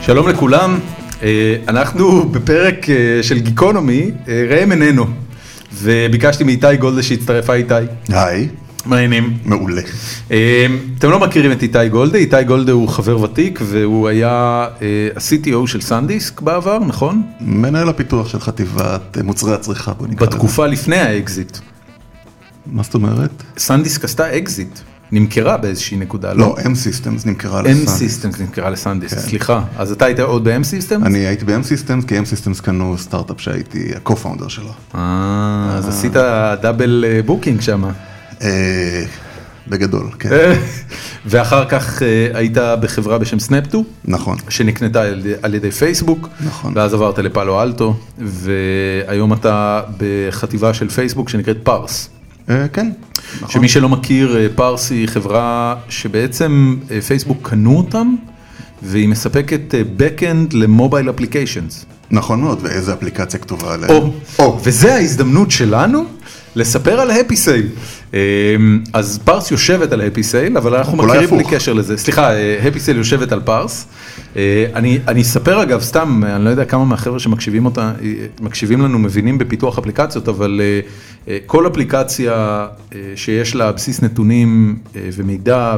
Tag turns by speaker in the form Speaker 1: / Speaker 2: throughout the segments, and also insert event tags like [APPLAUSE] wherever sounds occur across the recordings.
Speaker 1: שלום לכולם, אה, אנחנו בפרק אה, של גיקונומי, אה, ראם איננו, וביקשתי מאיתי גולדה שיצטרף, היי איתי,
Speaker 2: היי,
Speaker 1: מה העניינים?
Speaker 2: מעולה.
Speaker 1: אה, אתם לא מכירים את איתי גולדה, איתי גולדה הוא חבר ותיק והוא היה אה, ה-CTO של סנדיסק בעבר, נכון?
Speaker 2: מנהל הפיתוח של חטיבת אה, מוצרי הצריכה, בוא נקרא לזה.
Speaker 1: בתקופה לפני האקזיט.
Speaker 2: מה זאת אומרת?
Speaker 1: סנדיסק עשתה אקזיט, נמכרה באיזושהי נקודה,
Speaker 2: לא, M-Systems נמכרה
Speaker 1: M
Speaker 2: לסאן.
Speaker 1: Systems נמכרה לסנדיסק, סליחה, אז אתה היית עוד ב-M Systems?
Speaker 2: אני הייתי ב-M-Systems, כי M-Systems קנו סטארט-אפ שהייתי ה-co-founder שלו.
Speaker 1: אה, אז עשית דאבל בוקינג שם.
Speaker 2: אה, בגדול, כן,
Speaker 1: [LAUGHS] ואחר כך אה, היית בחברה בשם סנפטו,
Speaker 2: נכון.
Speaker 1: שנקנתה על ידי- על ידי פייסבוק,
Speaker 2: נכון.
Speaker 1: ואז עברת לפאלו אלטו, והיום אתה בחטיבה של פייסבוק שנקראת פארס.
Speaker 2: אה, כן, נכון.
Speaker 1: שמי שלא מכיר, אה, פארס היא חברה שבעצם אה, פייסבוק קנו אותם, והיא מספקת אה, backend למובייל אפליקיישנס.
Speaker 2: נכון מאוד, ואיזה אפליקציה כתובה עליה.
Speaker 1: או,
Speaker 2: אה, או,
Speaker 1: וזה ההזדמנות שלנו לספר על הפי סייל. אז פרס יושבת על הפי סייל, אבל אנחנו
Speaker 2: אולי
Speaker 1: מכירים בלי
Speaker 2: הפוך.
Speaker 1: קשר לזה. סליחה, הפי סייל יושבת על פרס. אה, אני אני אספר אגב, סתם, אני לא יודע כמה מהחבר'ה שמקשיבים אותה, אה, מקשיבים לנו מבינים בפיתוח אפליקציות, אבל אה, אה, כל אפליקציה אה, שיש לה בסיס נתונים אה, ומידע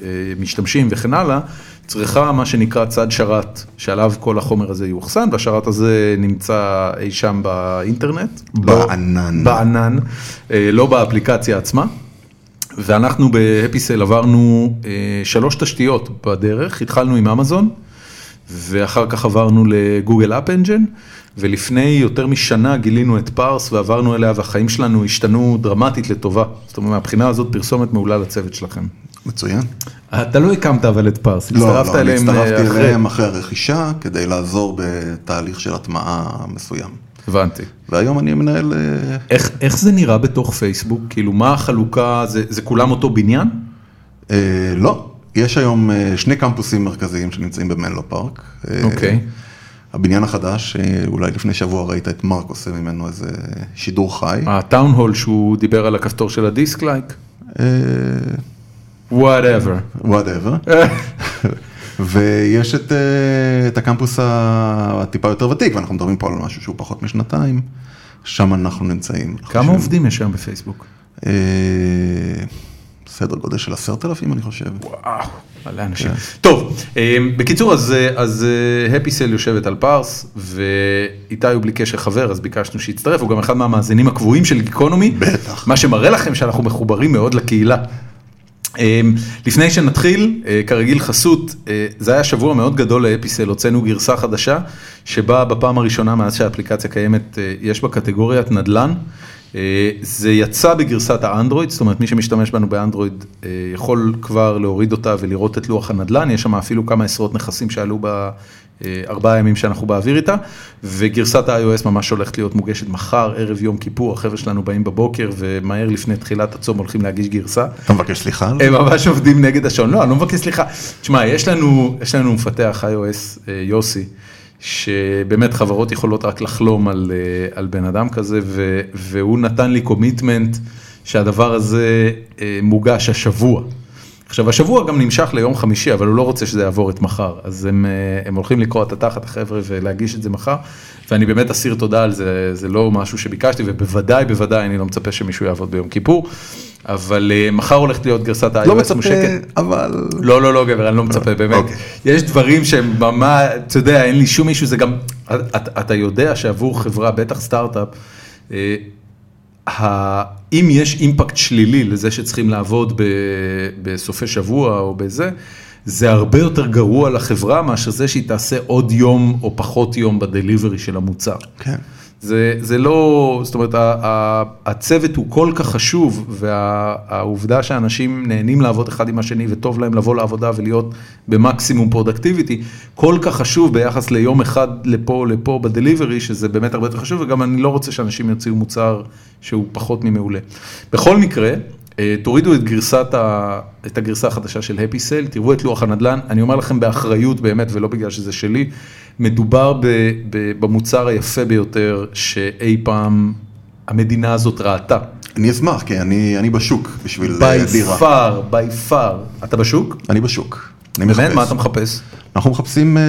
Speaker 1: ומשתמשים וכן הלאה, צריכה מה שנקרא צד שרת, שעליו כל החומר הזה יאוחסן, והשרת הזה נמצא אי שם באינטרנט. לא-
Speaker 2: בענן.
Speaker 1: בענן, אה, לא באפליקציה עצמה. ואנחנו בהפיסל עברנו אה, שלוש תשתיות בדרך, התחלנו עם אמזון, ואחר כך עברנו לגוגל אפ אנג'ן, ולפני יותר משנה גילינו את פארס ועברנו אליה, והחיים שלנו השתנו דרמטית לטובה. זאת אומרת, מהבחינה הזאת פרסומת מעולה לצוות שלכם.
Speaker 2: מצוין.
Speaker 1: אתה לא הקמת אבל את פארס,
Speaker 2: לא,
Speaker 1: הצטרפת
Speaker 2: לא, אני
Speaker 1: אליהם
Speaker 2: הצטרפתי
Speaker 1: אה, אחרי.
Speaker 2: אליהם אחרי הרכישה, כדי לעזור בתהליך של הטמעה מסוים.
Speaker 1: הבנתי.
Speaker 2: והיום אני מנהל אה,
Speaker 1: איך, איך זה נראה בתוך פייסבוק? כאילו, מה החלוקה? זה, זה כולם אותו בניין?
Speaker 2: אה, לא, יש היום אה, שני קמפוסים מרכזיים שנמצאים במנלו פארק. אה,
Speaker 1: אוקיי.
Speaker 2: הבניין החדש, אה, אולי לפני שבוע ראית את מרק עושה ממנו איזה שידור חי.
Speaker 1: הטאון הול שהוא דיבר על הכפתור של הדיסק לייק,
Speaker 2: אה,
Speaker 1: וואטאבר.
Speaker 2: [LAUGHS] וואטאבר. ויש את, אה, את הקמפוס הטיפה יותר ותיק, ואנחנו מדברים פה על משהו שהוא פחות משנתיים, שם אנחנו נמצאים.
Speaker 1: כמה עובדים יש שם בפייסבוק?
Speaker 2: אה, סדר גודל של עשרת אלפים אני חושב.
Speaker 1: וואו, מלא אנשים. טוב, אה, בקיצור, אז, אה, אז אה, הפי סל יושבת על פארס, ואיתי הוא בלי קשר חבר, אז ביקשנו שיצטרף, הוא גם אחד מהמאזינים הקבועים של גיקונומי.
Speaker 2: בטח.
Speaker 1: מה שמראה לכם שאנחנו מחוברים מאוד לקהילה. אה, לפני שנתחיל, אה, כרגיל חסות, אה, זה היה שבוע מאוד גדול לאפיסל, הוצאנו גרסה חדשה, שבה בפעם הראשונה מאז שהאפליקציה קיימת, אה, יש בה קטגוריית נדל"ן. אה, זה יצא בגרסת האנדרואיד, זאת אומרת מי שמשתמש בנו באנדרואיד אה, יכול כבר להוריד אותה ולראות את לוח הנדל"ן, יש שם אפילו כמה עשרות נכסים שעלו בארבעה ימים שאנחנו באוויר איתה, וגרסת ה-iOS ממש הולכת להיות מוגשת מחר, ערב יום כיפור, החבר'ה שלנו באים בבוקר ומהר לפני תחילת הצום הולכים להגיש גרסה.
Speaker 2: אתה מבקש סליחה? על זה?
Speaker 1: הם ממש עובדים נגד השעון, לא, אני לא מבקש סליחה. תשמע, יש לנו, יש לנו מפתח iOS, אה, יוסי, שבאמת חברות יכולות רק לחלום על, אה, על בן אדם כזה, ו, והוא נתן לי קומיטמנט שהדבר הזה אה, מוגש השבוע. עכשיו, השבוע גם נמשך ליום חמישי, אבל הוא לא רוצה שזה יעבור את מחר, אז הם, אה, הם הולכים לקרוע את התחת, החבר'ה, ולהגיש את זה מחר, ואני באמת אסיר תודה על זה, זה לא משהו שביקשתי, ובוודאי, בוודאי, אני לא מצפה שמישהו יעבוד ביום כיפור, אבל אה, מחר הולכת להיות גרסת ה-iOS
Speaker 2: לא מצפה,
Speaker 1: מושקת.
Speaker 2: אבל...
Speaker 1: לא, לא, לא, גבר, אני לא מצפה, באמת.
Speaker 2: אוקיי.
Speaker 1: יש דברים שהם ממש, אתה יודע, אין לי שום מישהו, זה גם, את- אתה יודע שעבור חברה, בטח סטארט-אפ, אה, ה- אם יש אימפקט שלילי לזה שצריכים לעבוד ב- בסופי שבוע או בזה, זה הרבה יותר גרוע לחברה מאשר זה שהיא תעשה עוד יום או פחות יום בדליברי של המוצר.
Speaker 2: כן.
Speaker 1: זה, זה לא, זאת אומרת, ה- ה- הצוות הוא כל כך חשוב, והעובדה וה, שאנשים נהנים לעבוד אחד עם השני וטוב להם לבוא לעבודה ולהיות במקסימום פרודקטיביטי, כל כך חשוב ביחס ליום אחד לפה לפה בדליברי, שזה באמת הרבה יותר חשוב, וגם אני לא רוצה שאנשים יוציאו מוצר שהוא פחות ממעולה. בכל מקרה, אה, תורידו את, גרסת ה, את הגרסה החדשה של הפי סייל, תראו את לוח הנדל"ן, אני אומר לכם באחריות באמת ולא בגלל שזה שלי, מדובר ב, ב, במוצר היפה ביותר שאי פעם המדינה הזאת ראתה.
Speaker 2: אני אשמח, כי אני, אני בשוק בשביל אה,
Speaker 1: by
Speaker 2: דירה.
Speaker 1: far, by far. אתה בשוק?
Speaker 2: אני בשוק. אני
Speaker 1: באמת? מה
Speaker 2: מחפש.
Speaker 1: אתה מחפש?
Speaker 2: אנחנו מחפשים אה,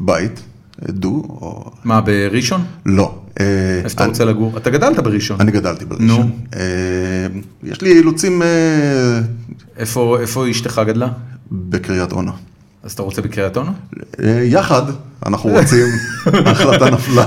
Speaker 2: בית, אה, דו, או...
Speaker 1: מה, בראשון?
Speaker 2: לא. אה,
Speaker 1: איפה אתה
Speaker 2: אני-
Speaker 1: רוצה לגור? אתה גדלת בראשון.
Speaker 2: אני גדלתי
Speaker 1: נו.
Speaker 2: בראשון. אה, יש לי אילוצים אה,
Speaker 1: איפה איפה אשתך גדלה?
Speaker 2: בקריית אונו.
Speaker 1: אז אתה רוצה בקריית אונו?
Speaker 2: אה, יחד, אנחנו רוצים,
Speaker 1: [LAUGHS]
Speaker 2: ההחלטה נפלה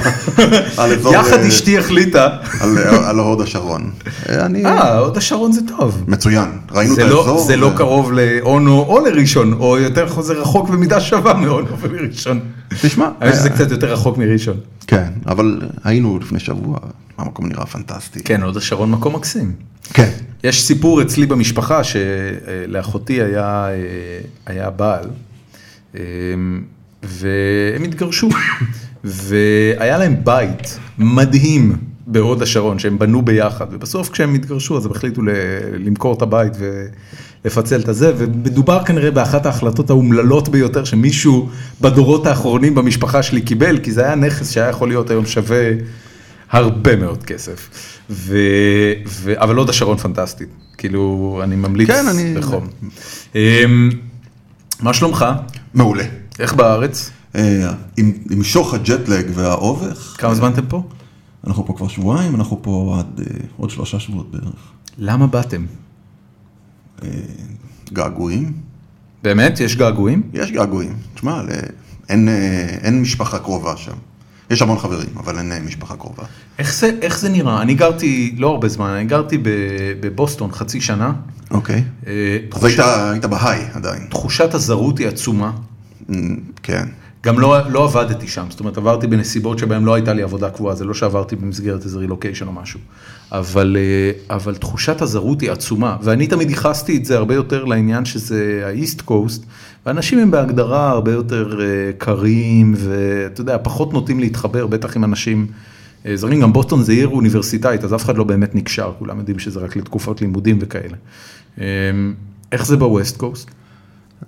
Speaker 2: על אזור...
Speaker 1: יחד
Speaker 2: אה,
Speaker 1: אשתי החליטה.
Speaker 2: על- על הוד השרון. אה, אני...
Speaker 1: אה, הוד השרון זה טוב.
Speaker 2: מצוין, ראינו את
Speaker 1: זה לא-
Speaker 2: האזור.
Speaker 1: זה לא
Speaker 2: אה,
Speaker 1: קרוב לאונו או לראשון, או יותר חוזר רחוק במידה שווה מאונו
Speaker 2: [LAUGHS]
Speaker 1: ומראשון.
Speaker 2: תשמע,
Speaker 1: האמת שזה
Speaker 2: אה,
Speaker 1: קצת יותר רחוק מראשון.
Speaker 2: כן, אבל היינו לפני שבוע, המקום נראה פנטסטי.
Speaker 1: כן, הוד השרון מקום מקסים.
Speaker 2: כן.
Speaker 1: יש סיפור אצלי במשפחה שלאחותי היה, אה, היה בעל, אה, והם התגרשו, [LAUGHS] והיה להם בית מדהים בהוד השרון שהם בנו ביחד, ובסוף כשהם התגרשו אז הם החליטו ל- למכור את הבית ולפצל את הזה, ומדובר כנראה באחת ההחלטות האומללות ביותר שמישהו בדורות האחרונים במשפחה שלי קיבל, כי זה היה נכס שהיה יכול להיות היום שווה הרבה מאוד כסף. ו... ו... אבל הוד השרון פנטסטית, כאילו אני ממליץ
Speaker 2: כן, אני-
Speaker 1: בחום. אמ, מה שלומך?
Speaker 2: מעולה.
Speaker 1: איך בארץ?
Speaker 2: אה, עם עם שוך הג'טלג והאובך,
Speaker 1: כמה זמן אתם פה?
Speaker 2: אנחנו פה כבר שבועיים, אנחנו פה עד אה, עוד שלושה שבועות בערך.
Speaker 1: למה באתם?
Speaker 2: געגועים?
Speaker 1: באמת? יש געגועים?
Speaker 2: יש געגועים. תשמע, ל- אין, אה, אין משפחה קרובה שם. יש המון חברים, אבל אין אה, משפחה קרובה.
Speaker 1: איך זה, איך זה נראה? אני גרתי, לא הרבה זמן, אני גרתי ב... בבוסטון חצי שנה.
Speaker 2: אוקיי.
Speaker 1: אה,
Speaker 2: אז היית, היית בהיי עדיין.
Speaker 1: תחושת הזרות היא עצומה.
Speaker 2: אמ, כן.
Speaker 1: גם לא, לא עבדתי שם, זאת אומרת עברתי בנסיבות שבהן לא הייתה לי עבודה קבועה, זה לא שעברתי במסגרת איזה רילוקיישן או משהו, אבל, אה, אבל תחושת הזרות היא עצומה, ואני תמיד ייחסתי את זה הרבה יותר לעניין שזה האיסט קוסט, ואנשים הם בהגדרה הרבה יותר אה, קרים, ואתה יודע, פחות נוטים להתחבר, בטח עם אנשים אה, זרים, גם בוסטון זה עיר אוניברסיטאית, אז אף אחד לא באמת נקשר, כולם יודעים שזה רק לתקופות לימודים וכאלה. אה, איך זה בווסט קוסט?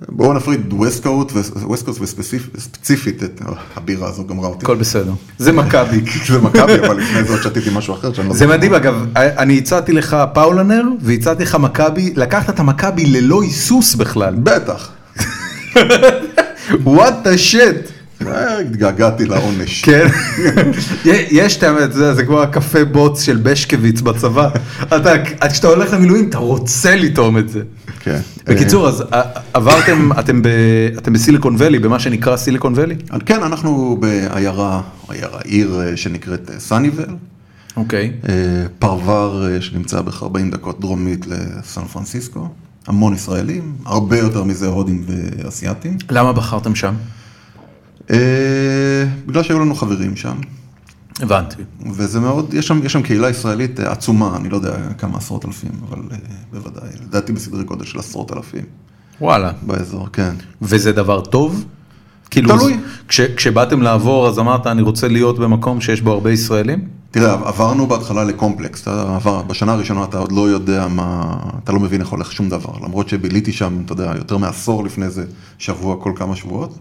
Speaker 2: בואו נפריד ווסטקוט, ווסטקוט וספציפית, את הבירה הזו גמרה אותי.
Speaker 1: הכל בסדר, זה מכבי.
Speaker 2: זה מכבי, אבל לפני זה עוד שתיתי משהו אחר שאני לא
Speaker 1: זה מדהים אגב, אני הצעתי לך פאולנר והצעתי לך מכבי, לקחת את המכבי ללא היסוס בכלל.
Speaker 2: בטח.
Speaker 1: וואט דה שט.
Speaker 2: אה, התגעגעתי לעונש.
Speaker 1: כן, [LAUGHS] יש את האמת, זה- זה כמו הקפה בוץ של בשקביץ בצבא. אתה, כשאתה הולך למילואים אתה רוצה לטעום את זה.
Speaker 2: כן.
Speaker 1: בקיצור, אז ע- עברתם, אתם ב- אתם בסיליקון ואלי, במה שנקרא סיליקון ואלי?
Speaker 2: אה, כן, אנחנו בעיירה, עיירה, עיר אה, שנקראת אה, סאניבל,
Speaker 1: אוקיי.
Speaker 2: אה, פרבר אה, שנמצא בערך 40 דקות דרומית לסן פרנסיסקו, המון ישראלים, הרבה יותר מזה הודים ואסייתים,
Speaker 1: למה בחרתם שם?
Speaker 2: אה, בגלל שהיו לנו חברים שם,
Speaker 1: הבנתי.
Speaker 2: וזה מאוד, יש שם, יש שם קהילה ישראלית אה, עצומה, אני לא יודע כמה עשרות אלפים, אבל אה, בוודאי, לדעתי בסדרי גודל של עשרות אלפים
Speaker 1: וואלה.
Speaker 2: באזור, כן.
Speaker 1: וזה דבר טוב? כאילו,
Speaker 2: תלוי.
Speaker 1: כש, כשבאתם לעבור אז אמרת אני רוצה להיות במקום שיש בו הרבה ישראלים?
Speaker 2: תראה, עברנו בהתחלה לקומפלקס, אתה עבר, בשנה הראשונה אתה עוד לא יודע מה, אתה לא מבין איך הולך שום דבר, למרות שביליתי שם, אתה יודע, יותר מעשור לפני זה, שבוע כל כמה שבועות.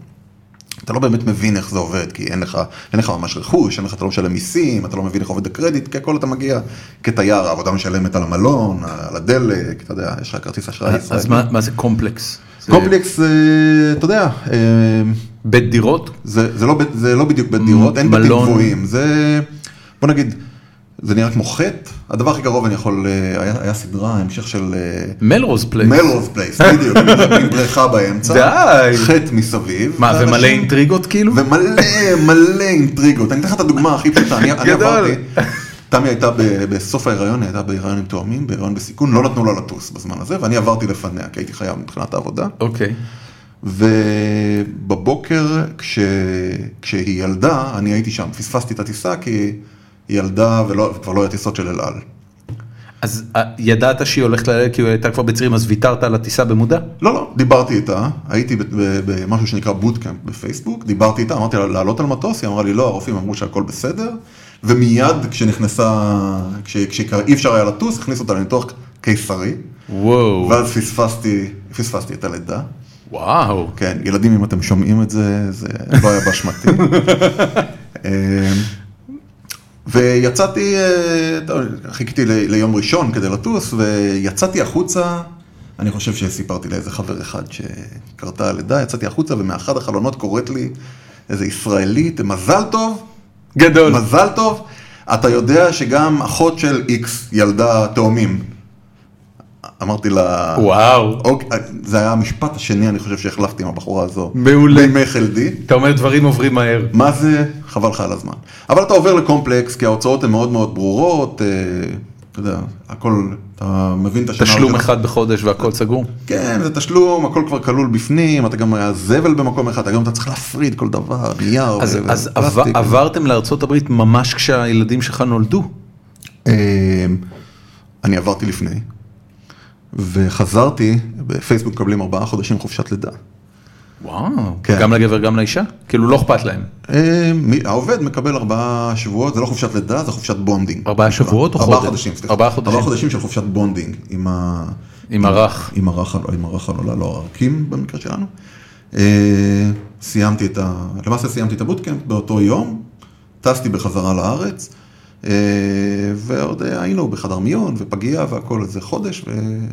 Speaker 2: אתה לא באמת מבין איך זה עובד, כי אין לך, אין לך ממש רכוש, אין לך, אתה לא משלם מיסים, אתה לא מבין איך עובד הקרדיט, כי הכל אתה מגיע כתייר, העבודה משלמת על המלון, על הדלק, אתה יודע, יש לך כרטיס אשראי
Speaker 1: אז
Speaker 2: ישראלי.
Speaker 1: מה, מה זה קומפלקס? זה
Speaker 2: קומפלקס, אה, אתה יודע, אה,
Speaker 1: בית דירות?
Speaker 2: זה, זה, לא, בית- זה לא בדיוק בית דירות, אין בתים
Speaker 1: מלון.
Speaker 2: גבוהים, זה, בוא נגיד, זה נראה כמו חטא, הדבר הכי קרוב אני יכול, אה, היה, היה סדרה, המשך של
Speaker 1: מלרוז פלייס.
Speaker 2: מלרוז פלייס, בדיוק, עם בריכה באמצע,
Speaker 1: אה, די.
Speaker 2: חטא מסביב.
Speaker 1: מה, ומלא
Speaker 2: ואנשים-
Speaker 1: אינטריגות כאילו?
Speaker 2: ומלא מלא אינטריגות, אני אתן לך את הדוגמה הכי פשוטה, אני, אני
Speaker 1: גדול.
Speaker 2: עברתי, תמי הייתה ב, בסוף ההיריון, היא הייתה בהיריון עם תאומים, בהיריון בסיכון, לא נתנו לה לטוס בזמן הזה, ואני עברתי לפניה, כי הייתי חייב מבחינת העבודה.
Speaker 1: אוקיי.
Speaker 2: ובבוקר כש... כשהיא ילדה, אני הייתי שם, פספסתי את הטיסה כי היא ילדה ולא, וכבר לא היה טיסות של אל על.
Speaker 1: אז אה, ידעת שהיא הולכת ללדת כי היא הייתה כבר בצירים אז ויתרת על הטיסה במודע?
Speaker 2: לא, לא, דיברתי איתה, הייתי ב- ב- במשהו שנקרא בוטקאמפ בפייסבוק, דיברתי איתה, אמרתי לה לעלות על מטוס, היא אמרה לי לא, הרופאים אמרו שהכל בסדר, ומיד כשנכנסה, כש- כשכבר אי אפשר היה לטוס, הכניסו אותה לניתוח קיסרי,
Speaker 1: וואו.
Speaker 2: ואז פספסתי, פספסתי את הלידה.
Speaker 1: וואו.
Speaker 2: כן, ילדים, אם אתם שומעים את זה, זה לא היה באשמתי. אה, ויצאתי, אה, טוב, חיכיתי ל- ליום ראשון כדי לטוס, ויצאתי החוצה אני חושב שסיפרתי לאיזה חבר אחד שקרתה הלידה, יצאתי החוצה ומאחד החלונות קוראת לי איזה ישראלית, מזל טוב,
Speaker 1: גדול.
Speaker 2: מזל טוב, אתה יודע שגם אחות של איקס ילדה תאומים. אמרתי לה,
Speaker 1: וואו.
Speaker 2: אוקיי, זה היה המשפט השני אני חושב שהחלפתי עם הבחורה הזו.
Speaker 1: מעולה.
Speaker 2: בימי חלדי.
Speaker 1: אתה אומר דברים עוברים מהר.
Speaker 2: מה זה? חבל לך על הזמן. אבל אתה עובר לקומפלקס, כי ההוצאות הן מאוד מאוד ברורות, אה, אתה יודע, הכל, אתה מבין את השנה.
Speaker 1: תשלום
Speaker 2: הראשונה.
Speaker 1: אחד בחודש והכל סגור.
Speaker 2: כן, זה תשלום, הכל כבר כלול בפנים, אתה גם היה זבל במקום אחד, היום אתה צריך להפריד כל דבר, נייר,
Speaker 1: אז,
Speaker 2: ו-
Speaker 1: אז עבר,
Speaker 2: ופלסטיק.
Speaker 1: עברתם לארצות הברית ממש כשהילדים שלך נולדו.
Speaker 2: אה, אני עברתי לפני, וחזרתי, בפייסבוק מקבלים ארבעה חודשים חופשת לידה.
Speaker 1: וואו.
Speaker 2: כן.
Speaker 1: גם לגבר גם לאישה? כאילו לא אכפת להם.
Speaker 2: אה, מי- העובד מקבל ארבעה שבועות, זה לא חופשת לידה, זה חופשת בונדינג.
Speaker 1: ארבעה שבועות או
Speaker 2: ארבעה
Speaker 1: חודש?
Speaker 2: חודשים, סליחה.
Speaker 1: ארבעה חודשים.
Speaker 2: ארבעה חודשים של חופשת בונדינג עם ה...
Speaker 1: עם הרך.
Speaker 2: עם הרך, ה- עם הרך הנולד, לא הרכים במקרה שלנו. אה, סיימתי את ה... למעשה סיימתי את הבוטקאמפ באותו יום, טסתי בחזרה לארץ, אה, ועוד אה, היינו בחדר מיון ופגייה והכל איזה חודש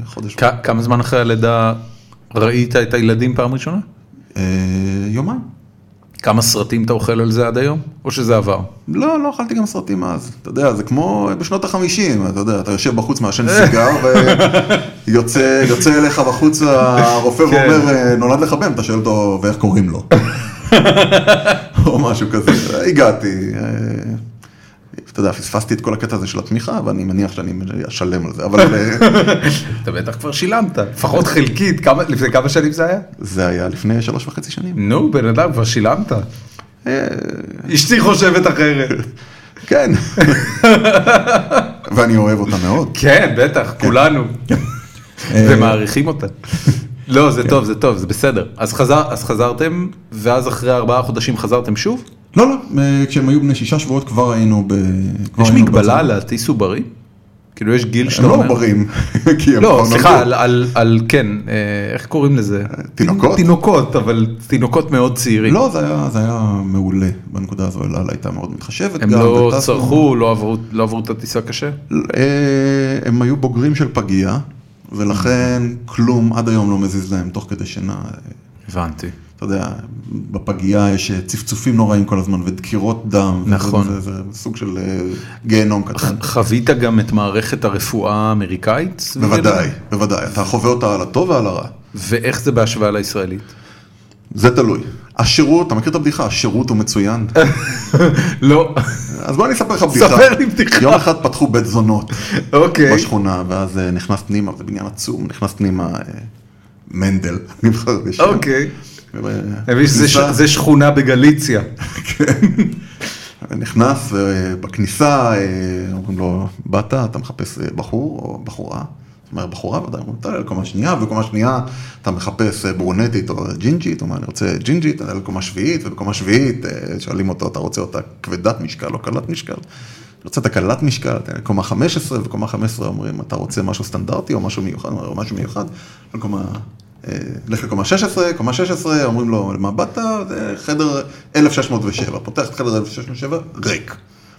Speaker 2: וחודש.
Speaker 1: כ- כמה זמן אחרי הלידה ראית את הילדים פעם ראשונה?
Speaker 2: אה, יומיים.
Speaker 1: כמה סרטים אתה אוכל על זה עד היום? או שזה עבר?
Speaker 2: לא, לא אכלתי גם סרטים אז, אתה יודע, זה כמו בשנות החמישים, אתה יודע, אתה יושב בחוץ מעשן
Speaker 1: [LAUGHS]
Speaker 2: סיגר ויוצא יוצא אליך בחוץ הרופא
Speaker 1: כן.
Speaker 2: ואומר, "אה, נולד לך בן, אתה שואל אותו, ואיך קוראים
Speaker 1: [LAUGHS]
Speaker 2: לו? או משהו כזה, הגעתי, אה, אתה יודע, פספסתי את כל הקטע הזה של התמיכה, ואני מניח שאני אשלם על זה, אבל
Speaker 1: [LAUGHS]
Speaker 2: אה,
Speaker 1: אתה בטח כבר שילמת, לפחות חלקית, כמה, לפני כמה שנים זה היה?
Speaker 2: זה היה לפני שלוש וחצי שנים.
Speaker 1: נו, בן אדם, כבר שילמת.
Speaker 2: אה,
Speaker 1: אשתי חושבת אחרת. [LAUGHS]
Speaker 2: כן, ואני אוהב אותה מאוד.
Speaker 1: כן, בטח, כולנו.
Speaker 2: אה.
Speaker 1: ומעריכים אותה. לא,
Speaker 2: כן.
Speaker 1: זה טוב, זה טוב, זה בסדר. אז חזר- אז חזרתם, ואז אחרי ארבעה חודשים חזרתם שוב?
Speaker 2: לא, לא, אה, כשהם היו בני שישה שבועות כבר היינו ב... כבר
Speaker 1: יש
Speaker 2: היינו
Speaker 1: מגבלה
Speaker 2: בעצם-
Speaker 1: להטיס עוברים? כאילו יש גיל שאתה
Speaker 2: הם לא
Speaker 1: אומר...
Speaker 2: עוברים, [LAUGHS] כי הם
Speaker 1: לא,
Speaker 2: כבר
Speaker 1: סליחה,
Speaker 2: נולדו.
Speaker 1: על- על- על, כן, אה, איך קוראים לזה?
Speaker 2: תינוקות?
Speaker 1: תינוקות, אבל תינוקות מאוד צעירים.
Speaker 2: לא, זה היה, זה היה מעולה בנקודה הזו, אלעל הייתה מאוד מתחשבת.
Speaker 1: הם
Speaker 2: גם,
Speaker 1: לא
Speaker 2: וטסנו-
Speaker 1: צרחו, לא עברו- לא עברו את הטיסה קשה?
Speaker 2: אה, הם היו בוגרים של פגייה, ולכן כלום עד היום לא מזיז להם תוך כדי שינה. אה,
Speaker 1: הבנתי.
Speaker 2: אתה יודע, בפגייה יש אה, צפצופים נוראים כל הזמן ודקירות דם. וזה-
Speaker 1: נכון.
Speaker 2: זה, זה סוג של אה, גיהנום קטן.
Speaker 1: חווית גם את מערכת הרפואה האמריקאית? סביב
Speaker 2: בוודאי,
Speaker 1: ילדים?
Speaker 2: בוודאי. אתה חווה אותה על הטוב ועל הרע.
Speaker 1: ואיך זה בהשוואה לישראלית? [LAUGHS]
Speaker 2: זה תלוי. השירות, אתה מכיר את הבדיחה? השירות הוא מצוין.
Speaker 1: לא,
Speaker 2: אז בוא אני אספר לך בדיחה.
Speaker 1: ספר לי בדיחה.
Speaker 2: יום אחד פתחו בית זונות
Speaker 1: אוקיי.
Speaker 2: בשכונה, ואז אה, נכנס פנימה, זה בניין עצום, נכנס פנימה אה, מנדל, נבחר בשם.
Speaker 1: אוקיי.
Speaker 2: ו-
Speaker 1: אני מבין שזה ש-
Speaker 2: בכניסה-
Speaker 1: זה שכונה בגליציה.
Speaker 2: נכנס אה, בכניסה, אה, אומרים לו, באת, אתה מחפש אה, בחור או בחורה? זאת אומרת, בחורה, ודאי, אומרים, תעלה לקומה שנייה, ובקומה שנייה אתה מחפש אה, ברונטית או ג'ינג'ית, הוא אומר, אני רוצה ג'ינג'ית, תעלה לקומה שביעית, ובקומה שביעית אה, שואלים אותו, אתה רוצה אותה כבדת משקל או קלת משקל? "אני רוצה את הקלת משקל, תעלה לקומה 15, ובקומה 15 אומרים, אתה רוצה משהו סטנדרטי או משהו מיוחד, הוא אומר, "או משהו מיוחד, לקומה אה, לך לקומה 16, קומה 16, אומרים לו, למה באת? זה חדר 1607, פותח את חדר 1607, ריק.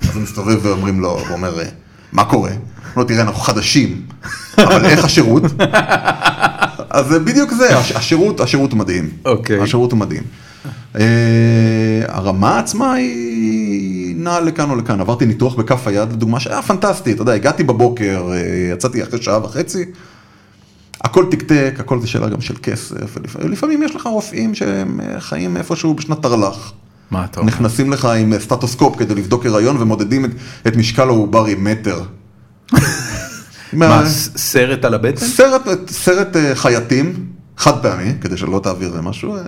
Speaker 2: אז הוא מסתובב ואומרים לו, הוא אומר, "אה, מה קורה? הוא אומר, תראה, אנחנו חדשים, אבל איך השירות? אז זה בדיוק זה, הש- השירות, השירות הוא מדהים.
Speaker 1: אוקיי.
Speaker 2: השירות הוא מדהים. אה, הרמה עצמה היא נעה לכאן או לכאן, עברתי ניתוח בכף היד, לדוגמה, שהיה פנטסטי, אתה יודע, הגעתי בבוקר, אה, יצאתי אחרי שעה וחצי, הכל תקתק, הכל זה שאלה גם של כסף, ולפ- לפעמים יש לך רופאים שהם אה, חיים איפשהו בשנת תרל"ח.
Speaker 1: מה אתה אומר?
Speaker 2: נכנסים לך עם אה, סטטוסקופ כדי לבדוק הריון ומודדים את, את משקל העובר עם
Speaker 1: [LAUGHS]
Speaker 2: מטר.
Speaker 1: מה, ס- סרט על הבטן?
Speaker 2: סרט, סרט אה, חייטים, חד פעמי, כדי שלא תעביר משהו, אה,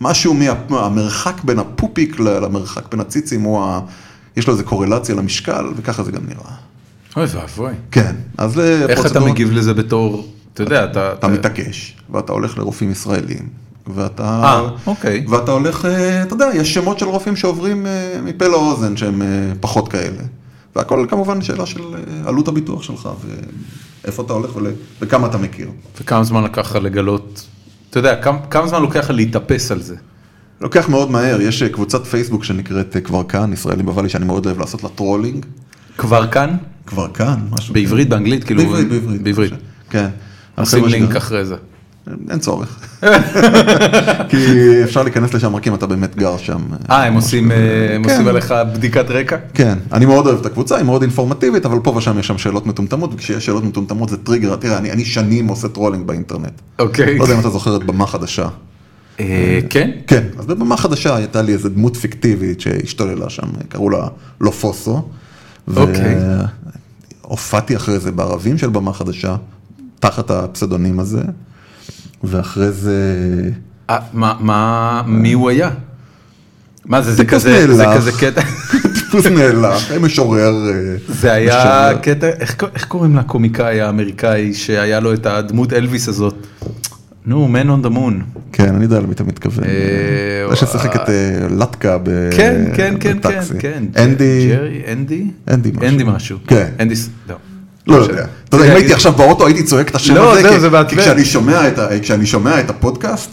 Speaker 2: משהו מהמרחק בין הפופיק ל- למרחק בין הציצים, הוא ה... יש לו איזה קורלציה למשקל, וככה זה גם נראה.
Speaker 1: אוי ואבוי.
Speaker 2: כן, אז זה
Speaker 1: איך אתה
Speaker 2: פרוצדורה.
Speaker 1: מגיב לזה בתור, אתה יודע, אתה...
Speaker 2: אתה מתעקש, ואתה הולך לרופאים ישראלים, ואתה...
Speaker 1: אה, אוקיי.
Speaker 2: ואתה הולך, אה, אתה יודע, יש שמות של רופאים שעוברים אה, מפה לאוזן שהם אה, פחות כאלה. והכל כמובן שאלה של אה, עלות הביטוח שלך, ואיפה אתה הולך ול- וכמה אתה מכיר.
Speaker 1: וכמה זמן לקח לך לגלות, אתה יודע, כמה- כמה זמן לוקח לך להתאפס על זה?
Speaker 2: לוקח מאוד מהר, יש אה, קבוצת פייסבוק שנקראת אה, כבר כאן, ישראלים בוואלי, שאני מאוד אוהב לעשות לה טרולינג.
Speaker 1: כבר כאן?
Speaker 2: כבר כאן, משהו.
Speaker 1: בעברית, באנגלית, כאילו...
Speaker 2: בעברית, בעברית.
Speaker 1: בעברית.
Speaker 2: כן.
Speaker 1: נשים
Speaker 2: החבר'ה שלי-
Speaker 1: לינק אחרי זה.
Speaker 2: אין
Speaker 1: [LAUGHS]
Speaker 2: צורך. כי אפשר להיכנס לשם רק אם אתה באמת גר שם.
Speaker 1: אה, הם עושים אה, הם
Speaker 2: כן.
Speaker 1: עושים עליך בדיקת רקע?
Speaker 2: כן, אני מאוד אוהב את הקבוצה, היא מאוד אינפורמטיבית, אבל פה ושם יש שם שאלות מטומטמות, וכשיש שאלות מטומטמות זה טריגר, תראה, אני, אני שנים עושה טרולינג באינטרנט.
Speaker 1: אוקיי.
Speaker 2: לא יודע אם אתה זוכר את במה חדשה.
Speaker 1: אה, כן?
Speaker 2: כן, אז בבמה חדשה הייתה לי איזה דמות פיקטיבית שהשתוללה שם, קראו לה לופוסו.
Speaker 1: אוקיי.
Speaker 2: והופעתי אחרי זה בערבים של במה חדשה, תחת הפסדונים הזה, ואחרי זה...
Speaker 1: אה, מה, מה, מי הוא היה? מה זה, זה כזה,
Speaker 2: טיפוס
Speaker 1: זה
Speaker 2: נאלח.
Speaker 1: כזה [LAUGHS] קטע,
Speaker 2: טיפוס
Speaker 1: [LAUGHS]
Speaker 2: נאלח, משורר. אה,
Speaker 1: זה היה
Speaker 2: משורר.
Speaker 1: קטע, איך קו- איך קוראים לקומיקאי האמריקאי שהיה לו את הדמות אלוויס הזאת? נו, Man on the Moon.
Speaker 2: כן, אני יודע למי אתה מתכוון.
Speaker 1: אה,
Speaker 2: זה ששיחק את אה, לטקה ב-
Speaker 1: כן, כן, כן, כן,
Speaker 2: אה, בטקסי.
Speaker 1: כן.
Speaker 2: אנדי,
Speaker 1: ג'רי, אנדי?
Speaker 2: אנדי משהו.
Speaker 1: אנדי משהו.
Speaker 2: כן.
Speaker 1: אנדי, ס- לא.
Speaker 2: לא יודע. אתה יודע, אם הייתי עכשיו באוטו הייתי צועק את השם
Speaker 1: לא, זהו, זה
Speaker 2: הזה, כי-
Speaker 1: מעצבן.
Speaker 2: כי כשאני שומע את ה- כשאני שומע את הפודקאסט,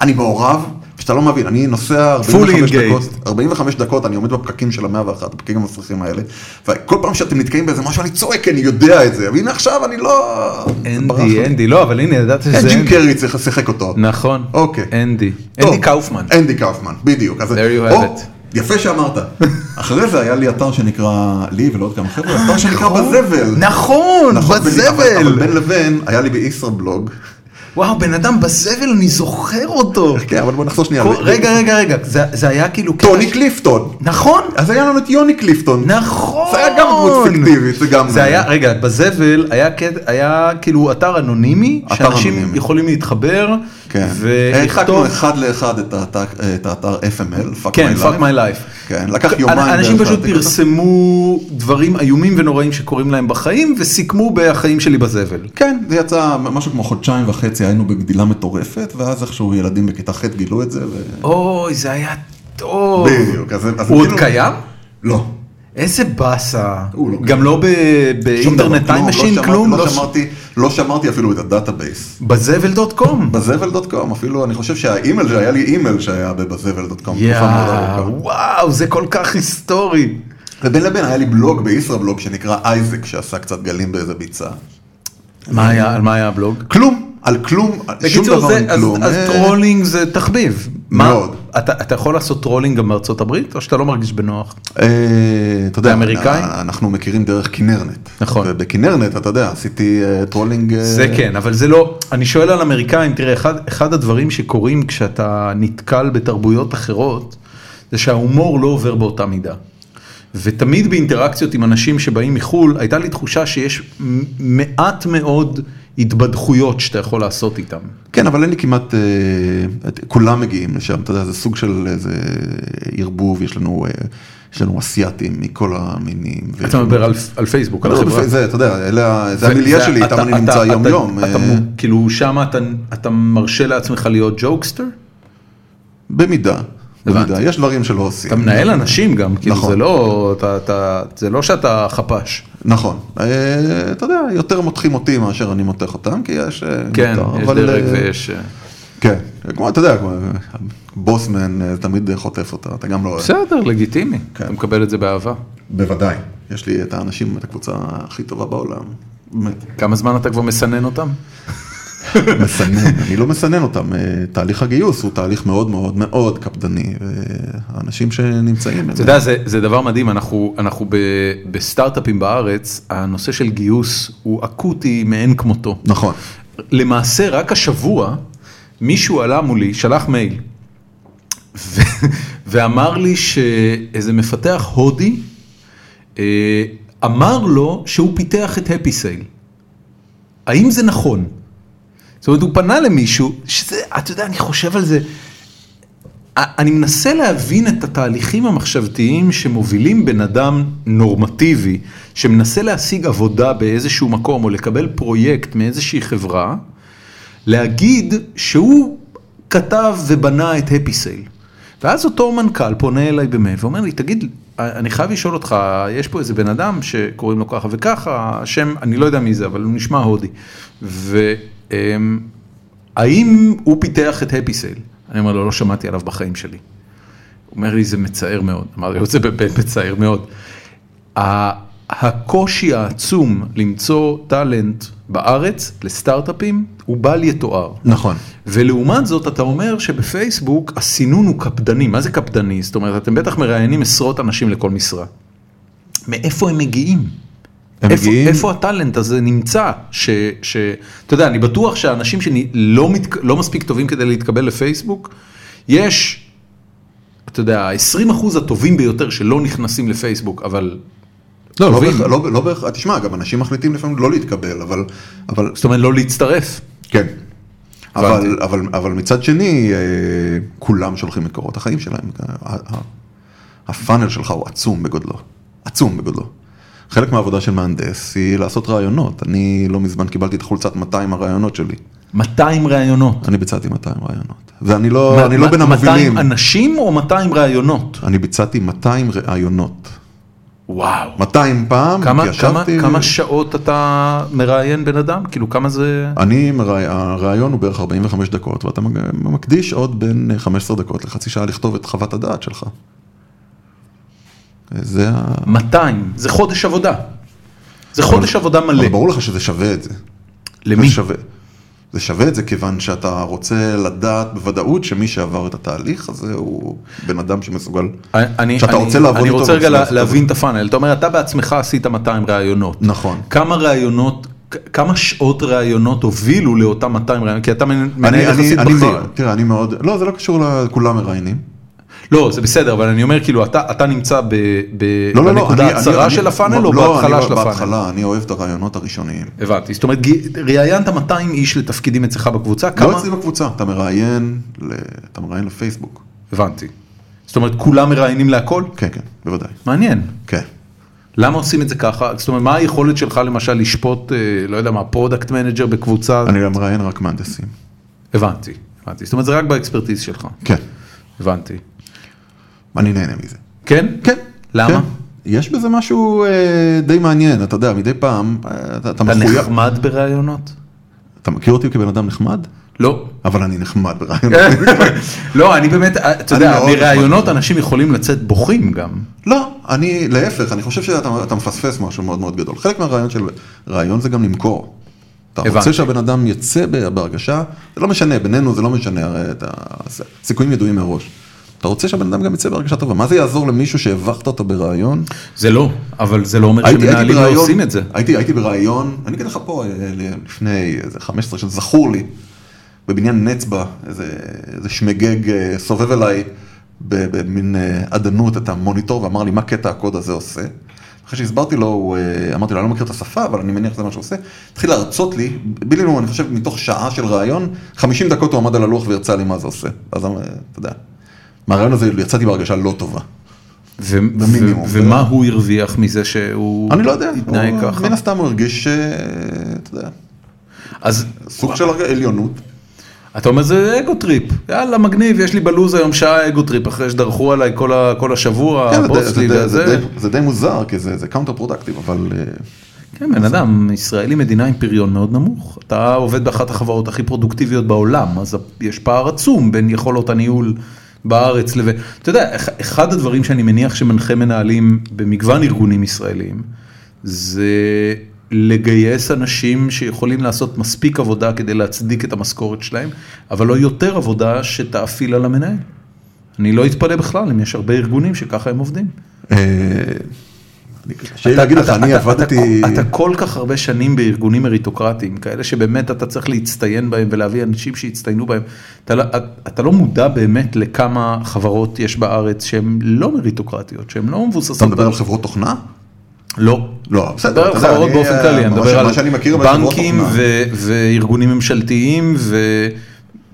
Speaker 2: אני מעורב, שאתה לא מבין, אני נוסע 45
Speaker 1: Fully
Speaker 2: דקות,
Speaker 1: engaged.
Speaker 2: 45 דקות, אני עומד בפקקים של המאה ואחת, הפקקים המסריחים האלה, וכל פעם שאתם נתקעים באיזה משהו אני צועק, כי אני יודע את זה, והנה עכשיו אני לא... זה ברח לי.
Speaker 1: אנדי, אנדי, לא, אבל הנה, ידעת
Speaker 2: כן,
Speaker 1: שזה
Speaker 2: ג'ים
Speaker 1: אנדי.
Speaker 2: קרי צריך לשחק אותו.
Speaker 1: נכון.
Speaker 2: אוקיי.
Speaker 1: אנדי.
Speaker 2: טוב,
Speaker 1: אנדי קאופמן.
Speaker 2: אנדי קאופמן, בדיוק. אז-
Speaker 1: There you have
Speaker 2: או,
Speaker 1: it.
Speaker 2: יפה שאמרת. אחרי זה היה לי אתר שנקרא, לי ולעוד כמה חבר'ה, אתר שנקרא בזבל.
Speaker 1: נכון,
Speaker 2: נכון, אבל- אבל
Speaker 1: בזבל.
Speaker 2: בין לבין, היה לי בישראבלוג.
Speaker 1: וואו, בן אדם בזבל, אני זוכר אותו.
Speaker 2: כן, אבל בוא נחזור שנייה.
Speaker 1: כל- רגע, רגע, רגע, זה זה היה כאילו...
Speaker 2: טוני
Speaker 1: קטע-
Speaker 2: קליפטון.
Speaker 1: נכון,
Speaker 2: אז היה לנו את יוני קליפטון.
Speaker 1: נכון.
Speaker 2: זה היה גם דמות פיקטיבית, זה גם...
Speaker 1: זה היה, רגע, בזבל היה קט- היה כאילו אתר אנונימי,
Speaker 2: אתר
Speaker 1: שאנשים
Speaker 2: אנונימי.
Speaker 1: יכולים להתחבר,
Speaker 2: כן. העתקנו
Speaker 1: ולכתוב,
Speaker 2: אחד לאחד את האתר- את האתר FML,
Speaker 1: כן,
Speaker 2: Fuck My
Speaker 1: fuck
Speaker 2: Life.
Speaker 1: my life.
Speaker 2: כן, לקח יומיים.
Speaker 1: אנ- אנשים
Speaker 2: בערך
Speaker 1: פשוט
Speaker 2: להעתיק אותו.
Speaker 1: פרסמו דברים איומים ונוראים שקורים להם בחיים, וסיכמו בחיים שלי בזבל.
Speaker 2: כן, זה יצא משהו כמו חודשיים וחצי, היינו בגדילה מטורפת, ואז איכשהו ילדים בכיתה ח' גילו את זה. ו...
Speaker 1: אוי, זה היה טוב.
Speaker 2: בדיוק, אז- אז
Speaker 1: הוא עוד
Speaker 2: כאילו-
Speaker 1: קיים?
Speaker 2: לא.
Speaker 1: איזה באסה.
Speaker 2: הוא לא
Speaker 1: גם לא ב-
Speaker 2: שום דבר,
Speaker 1: באינטרנט טיים
Speaker 2: כלום, לא
Speaker 1: משין,
Speaker 2: שמעתי-
Speaker 1: כלום?
Speaker 2: לא שמרתי, לא שמרתי אפילו את הדאטאבייס.
Speaker 1: בזבל דוט קום.
Speaker 2: בזבל דוט קום, אפילו אני חושב שהאימייל, היה לי אימייל שהיה בבזבל דוט קום.
Speaker 1: יואו, וואו, זה כל כך היסטורי.
Speaker 2: ובין לבין היה לי בלוג בישראבלוג שנקרא אייזק, שעשה קצת גלים באיזה ביצה.
Speaker 1: מה היה, על מה היה הבלוג?
Speaker 2: כלום, על כלום, על שום
Speaker 1: אה, בקיצור,
Speaker 2: דבר
Speaker 1: זה,
Speaker 2: עם
Speaker 1: אז,
Speaker 2: כלום.
Speaker 1: אז
Speaker 2: אה,
Speaker 1: טרולינג זה תחביב.
Speaker 2: מאוד.
Speaker 1: מה, אתה, אתה יכול לעשות טרולינג גם בארצות הברית, או שאתה לא מרגיש בנוח?
Speaker 2: אה, אתה יודע,
Speaker 1: האמריקאי?
Speaker 2: אה, אנחנו מכירים דרך כנרנט.
Speaker 1: נכון.
Speaker 2: ובכנרנט, אתה יודע, עשיתי אה, טרולינג. אה,
Speaker 1: זה כן, אבל זה לא, אני שואל על אמריקאים, תראה, אחד, אחד הדברים שקורים כשאתה נתקל בתרבויות אחרות, זה שההומור לא עובר באותה מידה. ותמיד באינטראקציות עם אנשים שבאים מחו"ל, הייתה לי תחושה שיש מ- מעט מאוד התבדחויות שאתה יכול לעשות איתם.
Speaker 2: כן, אבל אין לי כמעט, אה, את- כולם מגיעים לשם, אתה יודע, זה סוג של איזה ערבוב, יש לנו, אה, יש לנו אסייתים מכל המינים. ויש
Speaker 1: אתה
Speaker 2: לנו-
Speaker 1: מדבר על, על פייסבוק, על
Speaker 2: לא,
Speaker 1: החברה.
Speaker 2: זה, אתה יודע, אלה, זה המיליה
Speaker 1: זה-
Speaker 2: שלי,
Speaker 1: אתה-
Speaker 2: איתם אני
Speaker 1: אתה-
Speaker 2: נמצא אה.
Speaker 1: אתה-
Speaker 2: יום יום.
Speaker 1: אתה מו- כאילו שם אתה, אתה מרשה לעצמך להיות ג'וקסטר?
Speaker 2: במידה, במידה, יש דברים שלא עושים.
Speaker 1: אתה מנהל אנשים גם, כאילו
Speaker 2: כן. נכון.
Speaker 1: זה לא, אתה, אתה, זה לא שאתה חפ"ש.
Speaker 2: נכון, אה, אתה יודע, יותר מותחים אותי מאשר אני מותח אותם, כי יש... אה,
Speaker 1: כן,
Speaker 2: מותר,
Speaker 1: יש
Speaker 2: אבל,
Speaker 1: דרג
Speaker 2: אה,
Speaker 1: ויש... אה,
Speaker 2: כן, כמו, אתה יודע, כמו, אה, בוסמן אה, תמיד חוטף אותה, אתה גם לא...
Speaker 1: בסדר, לגיטימי,
Speaker 2: כן.
Speaker 1: אתה מקבל את זה באהבה.
Speaker 2: בוודאי. יש לי את האנשים, את הקבוצה הכי טובה בעולם. באמת.
Speaker 1: כמה זמן אתה כבר מסנן אותם?
Speaker 2: מסנן, [LAUGHS] אני לא מסנן אותם. אה, תהליך הגיוס הוא תהליך מאוד מאוד מאוד קפדני. האנשים שנמצאים...
Speaker 1: אתה יודע, זה, זה דבר מדהים, אנחנו, אנחנו ב, בסטארט-אפים בארץ, הנושא של גיוס הוא אקוטי מאין כמותו.
Speaker 2: נכון.
Speaker 1: למעשה, רק השבוע, מישהו עלה מולי, שלח מייל, ו- ואמר לי שאיזה מפתח הודי אה, אמר לו שהוא פיתח את הפי סייל. האם זה נכון? זאת אומרת, הוא פנה למישהו, שזה, אתה יודע, אני חושב על זה, א- אני מנסה להבין את התהליכים המחשבתיים שמובילים בן אדם נורמטיבי, שמנסה להשיג עבודה באיזשהו מקום או לקבל פרויקט מאיזושהי חברה, להגיד שהוא כתב ובנה את הפי סייל. ואז אותו מנכ"ל פונה אליי במייל ואומר לי, תגיד, אני חייב לשאול אותך, יש פה איזה בן אדם שקוראים לו ככה וככה, השם, אני לא יודע מי זה, אבל הוא נשמע הודי. אמ, והאם הוא פיתח את הפי סייל? אני אומר לו, לא שמעתי עליו בחיים שלי. הוא אומר לי, זה מצער מאוד. אמרתי לו, זה באמת מצער מאוד. ה- הקושי העצום למצוא טאלנט בארץ לסטארט-אפים הוא בל יתואר.
Speaker 2: נכון.
Speaker 1: ולעומת זאת אתה אומר שבפייסבוק הסינון הוא קפדני, מה זה קפדני? זאת אומרת אתם בטח מראיינים עשרות אנשים לכל משרה. מאיפה הם מגיעים?
Speaker 2: הם
Speaker 1: איפה,
Speaker 2: מגיעים-
Speaker 1: איפה הטאלנט הזה נמצא? ש, ש, אתה יודע, אני בטוח שאנשים שלא מת, לא מספיק טובים כדי להתקבל לפייסבוק, יש, אתה יודע, 20% הטובים ביותר שלא נכנסים לפייסבוק, אבל
Speaker 2: לא, לא
Speaker 1: טובים.
Speaker 2: בהכרח, לא, לא בהכרח, תשמע, גם אנשים מחליטים לפעמים לא להתקבל, אבל, אבל,
Speaker 1: זאת אומרת לא להצטרף.
Speaker 2: כן.
Speaker 1: הבנתי.
Speaker 2: אבל, אבל, אבל מצד שני, אה, כולם שולחים את קורות החיים שלהם. ה- ה- הפאנל שלך הוא עצום בגודלו, עצום בגודלו. חלק מהעבודה של מהנדס היא לעשות רעיונות. אני לא מזמן קיבלתי את חולצת 200 הרעיונות שלי.
Speaker 1: 200 ראיונות.
Speaker 2: אני ביצעתי 200 רעיונות. ואני לא, אני לא
Speaker 1: מ-
Speaker 2: בין
Speaker 1: מ- 200
Speaker 2: המובילים.
Speaker 1: אנשים או 200 ראיונות?
Speaker 2: אני ביצעתי 200 רעיונות.
Speaker 1: וואו.
Speaker 2: 200 פעם,
Speaker 1: כמה,
Speaker 2: כי
Speaker 1: כמה,
Speaker 2: ישבתי...
Speaker 1: כמה שעות אתה מראיין בן אדם? כאילו כמה זה...
Speaker 2: אני, מראי- הרעיון הוא בערך 45 דקות, ואתה מג- מקדיש עוד בין 15 דקות לחצי שעה לכתוב את חוות הדעת שלך. זה ה...
Speaker 1: 200. זה חודש עבודה. זה חודש עבודה מלא.
Speaker 2: אבל ברור לך שזה שווה את זה.
Speaker 1: למי?
Speaker 2: זה שווה. זה שווה את זה כיוון שאתה רוצה לדעת בוודאות שמי שעבר את התהליך הזה הוא בן אדם שמסוגל.
Speaker 1: אני,
Speaker 2: שאתה
Speaker 1: אני,
Speaker 2: רוצה לעבוד
Speaker 1: אני
Speaker 2: איתו
Speaker 1: רוצה רגע
Speaker 2: ורוצה
Speaker 1: לה-
Speaker 2: לעשות
Speaker 1: להבין את הפאנל. אתה אומר, אתה בעצמך עשית 200 ראיונות.
Speaker 2: נכון.
Speaker 1: כמה ראיונות, כ- כמה שעות ראיונות הובילו לאותם 200 ראיונות? כי אתה מנ-
Speaker 2: אני,
Speaker 1: מנהל
Speaker 2: אני,
Speaker 1: יחסית
Speaker 2: אני,
Speaker 1: בכיר.
Speaker 2: מאוד- תראה, אני מאוד, לא, זה לא קשור לכולם מראיינים.
Speaker 1: לא, זה בסדר, אבל אני אומר, כאילו, אתה, אתה נמצא ב, ב,
Speaker 2: לא, לא, לא,
Speaker 1: בנקודה
Speaker 2: אני-
Speaker 1: הצרה
Speaker 2: אני-
Speaker 1: של
Speaker 2: אני-
Speaker 1: הפאנל או
Speaker 2: לא,
Speaker 1: בהתחלה
Speaker 2: אני-
Speaker 1: של הפאנל?
Speaker 2: בהתחלה, אני אוהב את הרעיונות הראשוניים. לא
Speaker 1: הבנתי, זאת אומרת, גי- ראיינת 200 איש לתפקידים אצלך בקבוצה,
Speaker 2: לא
Speaker 1: כמה?
Speaker 2: אצלי בקבוצה, אתה מראיין, ל- אתה מראיין לפייסבוק.
Speaker 1: הבנתי. זאת אומרת, כולם מראיינים להכל?
Speaker 2: כן, כן, בוודאי.
Speaker 1: מעניין.
Speaker 2: כן.
Speaker 1: למה עושים את זה ככה? זאת אומרת, מה היכולת שלך למשל לשפוט, אה, לא יודע מה, פרודקט מנג'ר בקבוצה?
Speaker 2: אני גם מראיין רק מהנדסים.
Speaker 1: הבנתי, הבנתי. זאת אומרת, זה רק באקספרטיז שלך.
Speaker 2: כן.
Speaker 1: הבנתי.
Speaker 2: אני נהנה מזה.
Speaker 1: כן?
Speaker 2: כן.
Speaker 1: למה?
Speaker 2: כן. יש בזה משהו אה, די מעניין, אתה יודע, מדי פעם, אה, אתה, אתה
Speaker 1: אתה
Speaker 2: מחויב,
Speaker 1: נחמד בראיונות?
Speaker 2: אתה מכיר אותי כבן אדם נחמד? [LAUGHS]
Speaker 1: לא.
Speaker 2: אבל אני נחמד ברעיון.
Speaker 1: לא, אני באמת, אה, אתה
Speaker 2: אני
Speaker 1: יודע,
Speaker 2: מאוד
Speaker 1: בראיונות
Speaker 2: נחמד.
Speaker 1: אנשים יכולים לצאת בוכים גם.
Speaker 2: לא, אני, להפך, אני חושב שאתה אתה מפספס משהו מאוד מאוד גדול. חלק מהרעיון של רעיון זה גם למכור. אתה
Speaker 1: הבנתי.
Speaker 2: רוצה שהבן אדם יצא ב- בהרגשה, זה לא משנה, בינינו זה לא משנה, הרי את הסיכויים ידועים מראש. אתה רוצה שהבן אדם גם יצא בהרגשה טובה, מה זה יעזור למישהו שהבכת אותו ברעיון?
Speaker 1: זה לא, אבל זה לא אומר שמנהלים לא
Speaker 2: ברעיון-
Speaker 1: עושים את זה.
Speaker 2: הייתי, הייתי ברעיון, אני אגיד לך פה אה, ל- לפני איזה 15 שנה, זכור לי, בבניין נצבה, איזה, איזה שמגג אה, סובב אליי ב- במין אה, עדנות את המוניטור ואמר לי מה קטע הקוד הזה עושה. אחרי שהסברתי לו, הוא, אה, אמרתי לו, אני לא מכיר את השפה, אבל אני מניח שזה מה שהוא עושה. התחיל להרצות לי, בילינו, אני חושב, מתוך שעה של ראיון, 50 דקות הוא עמד על הלוח והרצה לי מה זה עושה. אז אה, אתה יודע, מהרעיון הזה יצאתי בהרגשה לא טובה.
Speaker 1: ו-
Speaker 2: במינימום.
Speaker 1: ו- ומה הוא הרוויח מזה שהוא
Speaker 2: אני לא יודע,
Speaker 1: התנהג
Speaker 2: הוא-
Speaker 1: ככה?
Speaker 2: מן הסתם הוא הרגיש, אה, אתה יודע,
Speaker 1: אז
Speaker 2: סוג של עליונות.
Speaker 1: אתה אומר זה אגו טריפ, יאללה מגניב, יש לי בלוז היום שעה אגו טריפ, אחרי שדרכו עליי כל, ה, כל השבוע,
Speaker 2: כן, זה די-
Speaker 1: הבוס
Speaker 2: זה
Speaker 1: אה, שלי
Speaker 2: די- זה
Speaker 1: וזה.
Speaker 2: די- זה די מוזר, כי זה זה קאונטר פרודקטיב, אבל אה,
Speaker 1: כן, בן אדם, ישראלי מדינה עם פריון מאוד נמוך. אתה עובד באחת החברות הכי פרודוקטיביות בעולם, אז יש פער עצום בין יכולות הניהול בארץ לבין... אתה יודע, אח- אחד הדברים שאני מניח שמנחה מנהלים במגוון ארגונים ישראלים, זה לגייס אנשים שיכולים לעשות מספיק עבודה כדי להצדיק את המשכורת שלהם, אבל לא יותר עבודה שתאפיל על המנהל. אני לא אתפלא בכלל אם יש הרבה ארגונים שככה הם עובדים.
Speaker 2: אה, אני- קשה לי
Speaker 1: אתה-
Speaker 2: להגיד לך,
Speaker 1: אתה-
Speaker 2: אני
Speaker 1: אתה-
Speaker 2: כן, עבדתי,
Speaker 1: אתה, אתה כל כך הרבה שנים בארגונים מריטוקרטיים, כאלה שבאמת אתה צריך להצטיין בהם ולהביא אנשים שהצטיינו בהם. אתה, לא- את- אתה לא מודע באמת לכמה חברות יש בארץ שהן לא מריטוקרטיות, שהן לא מבוססות.
Speaker 2: אתה מדבר
Speaker 1: על-
Speaker 2: על חברות תוכנה?
Speaker 1: לא.
Speaker 2: לא,
Speaker 1: מדבר
Speaker 2: בסדר,
Speaker 1: על
Speaker 2: אתה יודע,
Speaker 1: חברות
Speaker 2: אני- אה,
Speaker 1: באופן כללי, אני
Speaker 2: מה
Speaker 1: מדבר
Speaker 2: ש-
Speaker 1: על
Speaker 2: מה שאני מכיר, אבל חברות
Speaker 1: בנקים
Speaker 2: תוכנה.
Speaker 1: ו- וארגונים ממשלתיים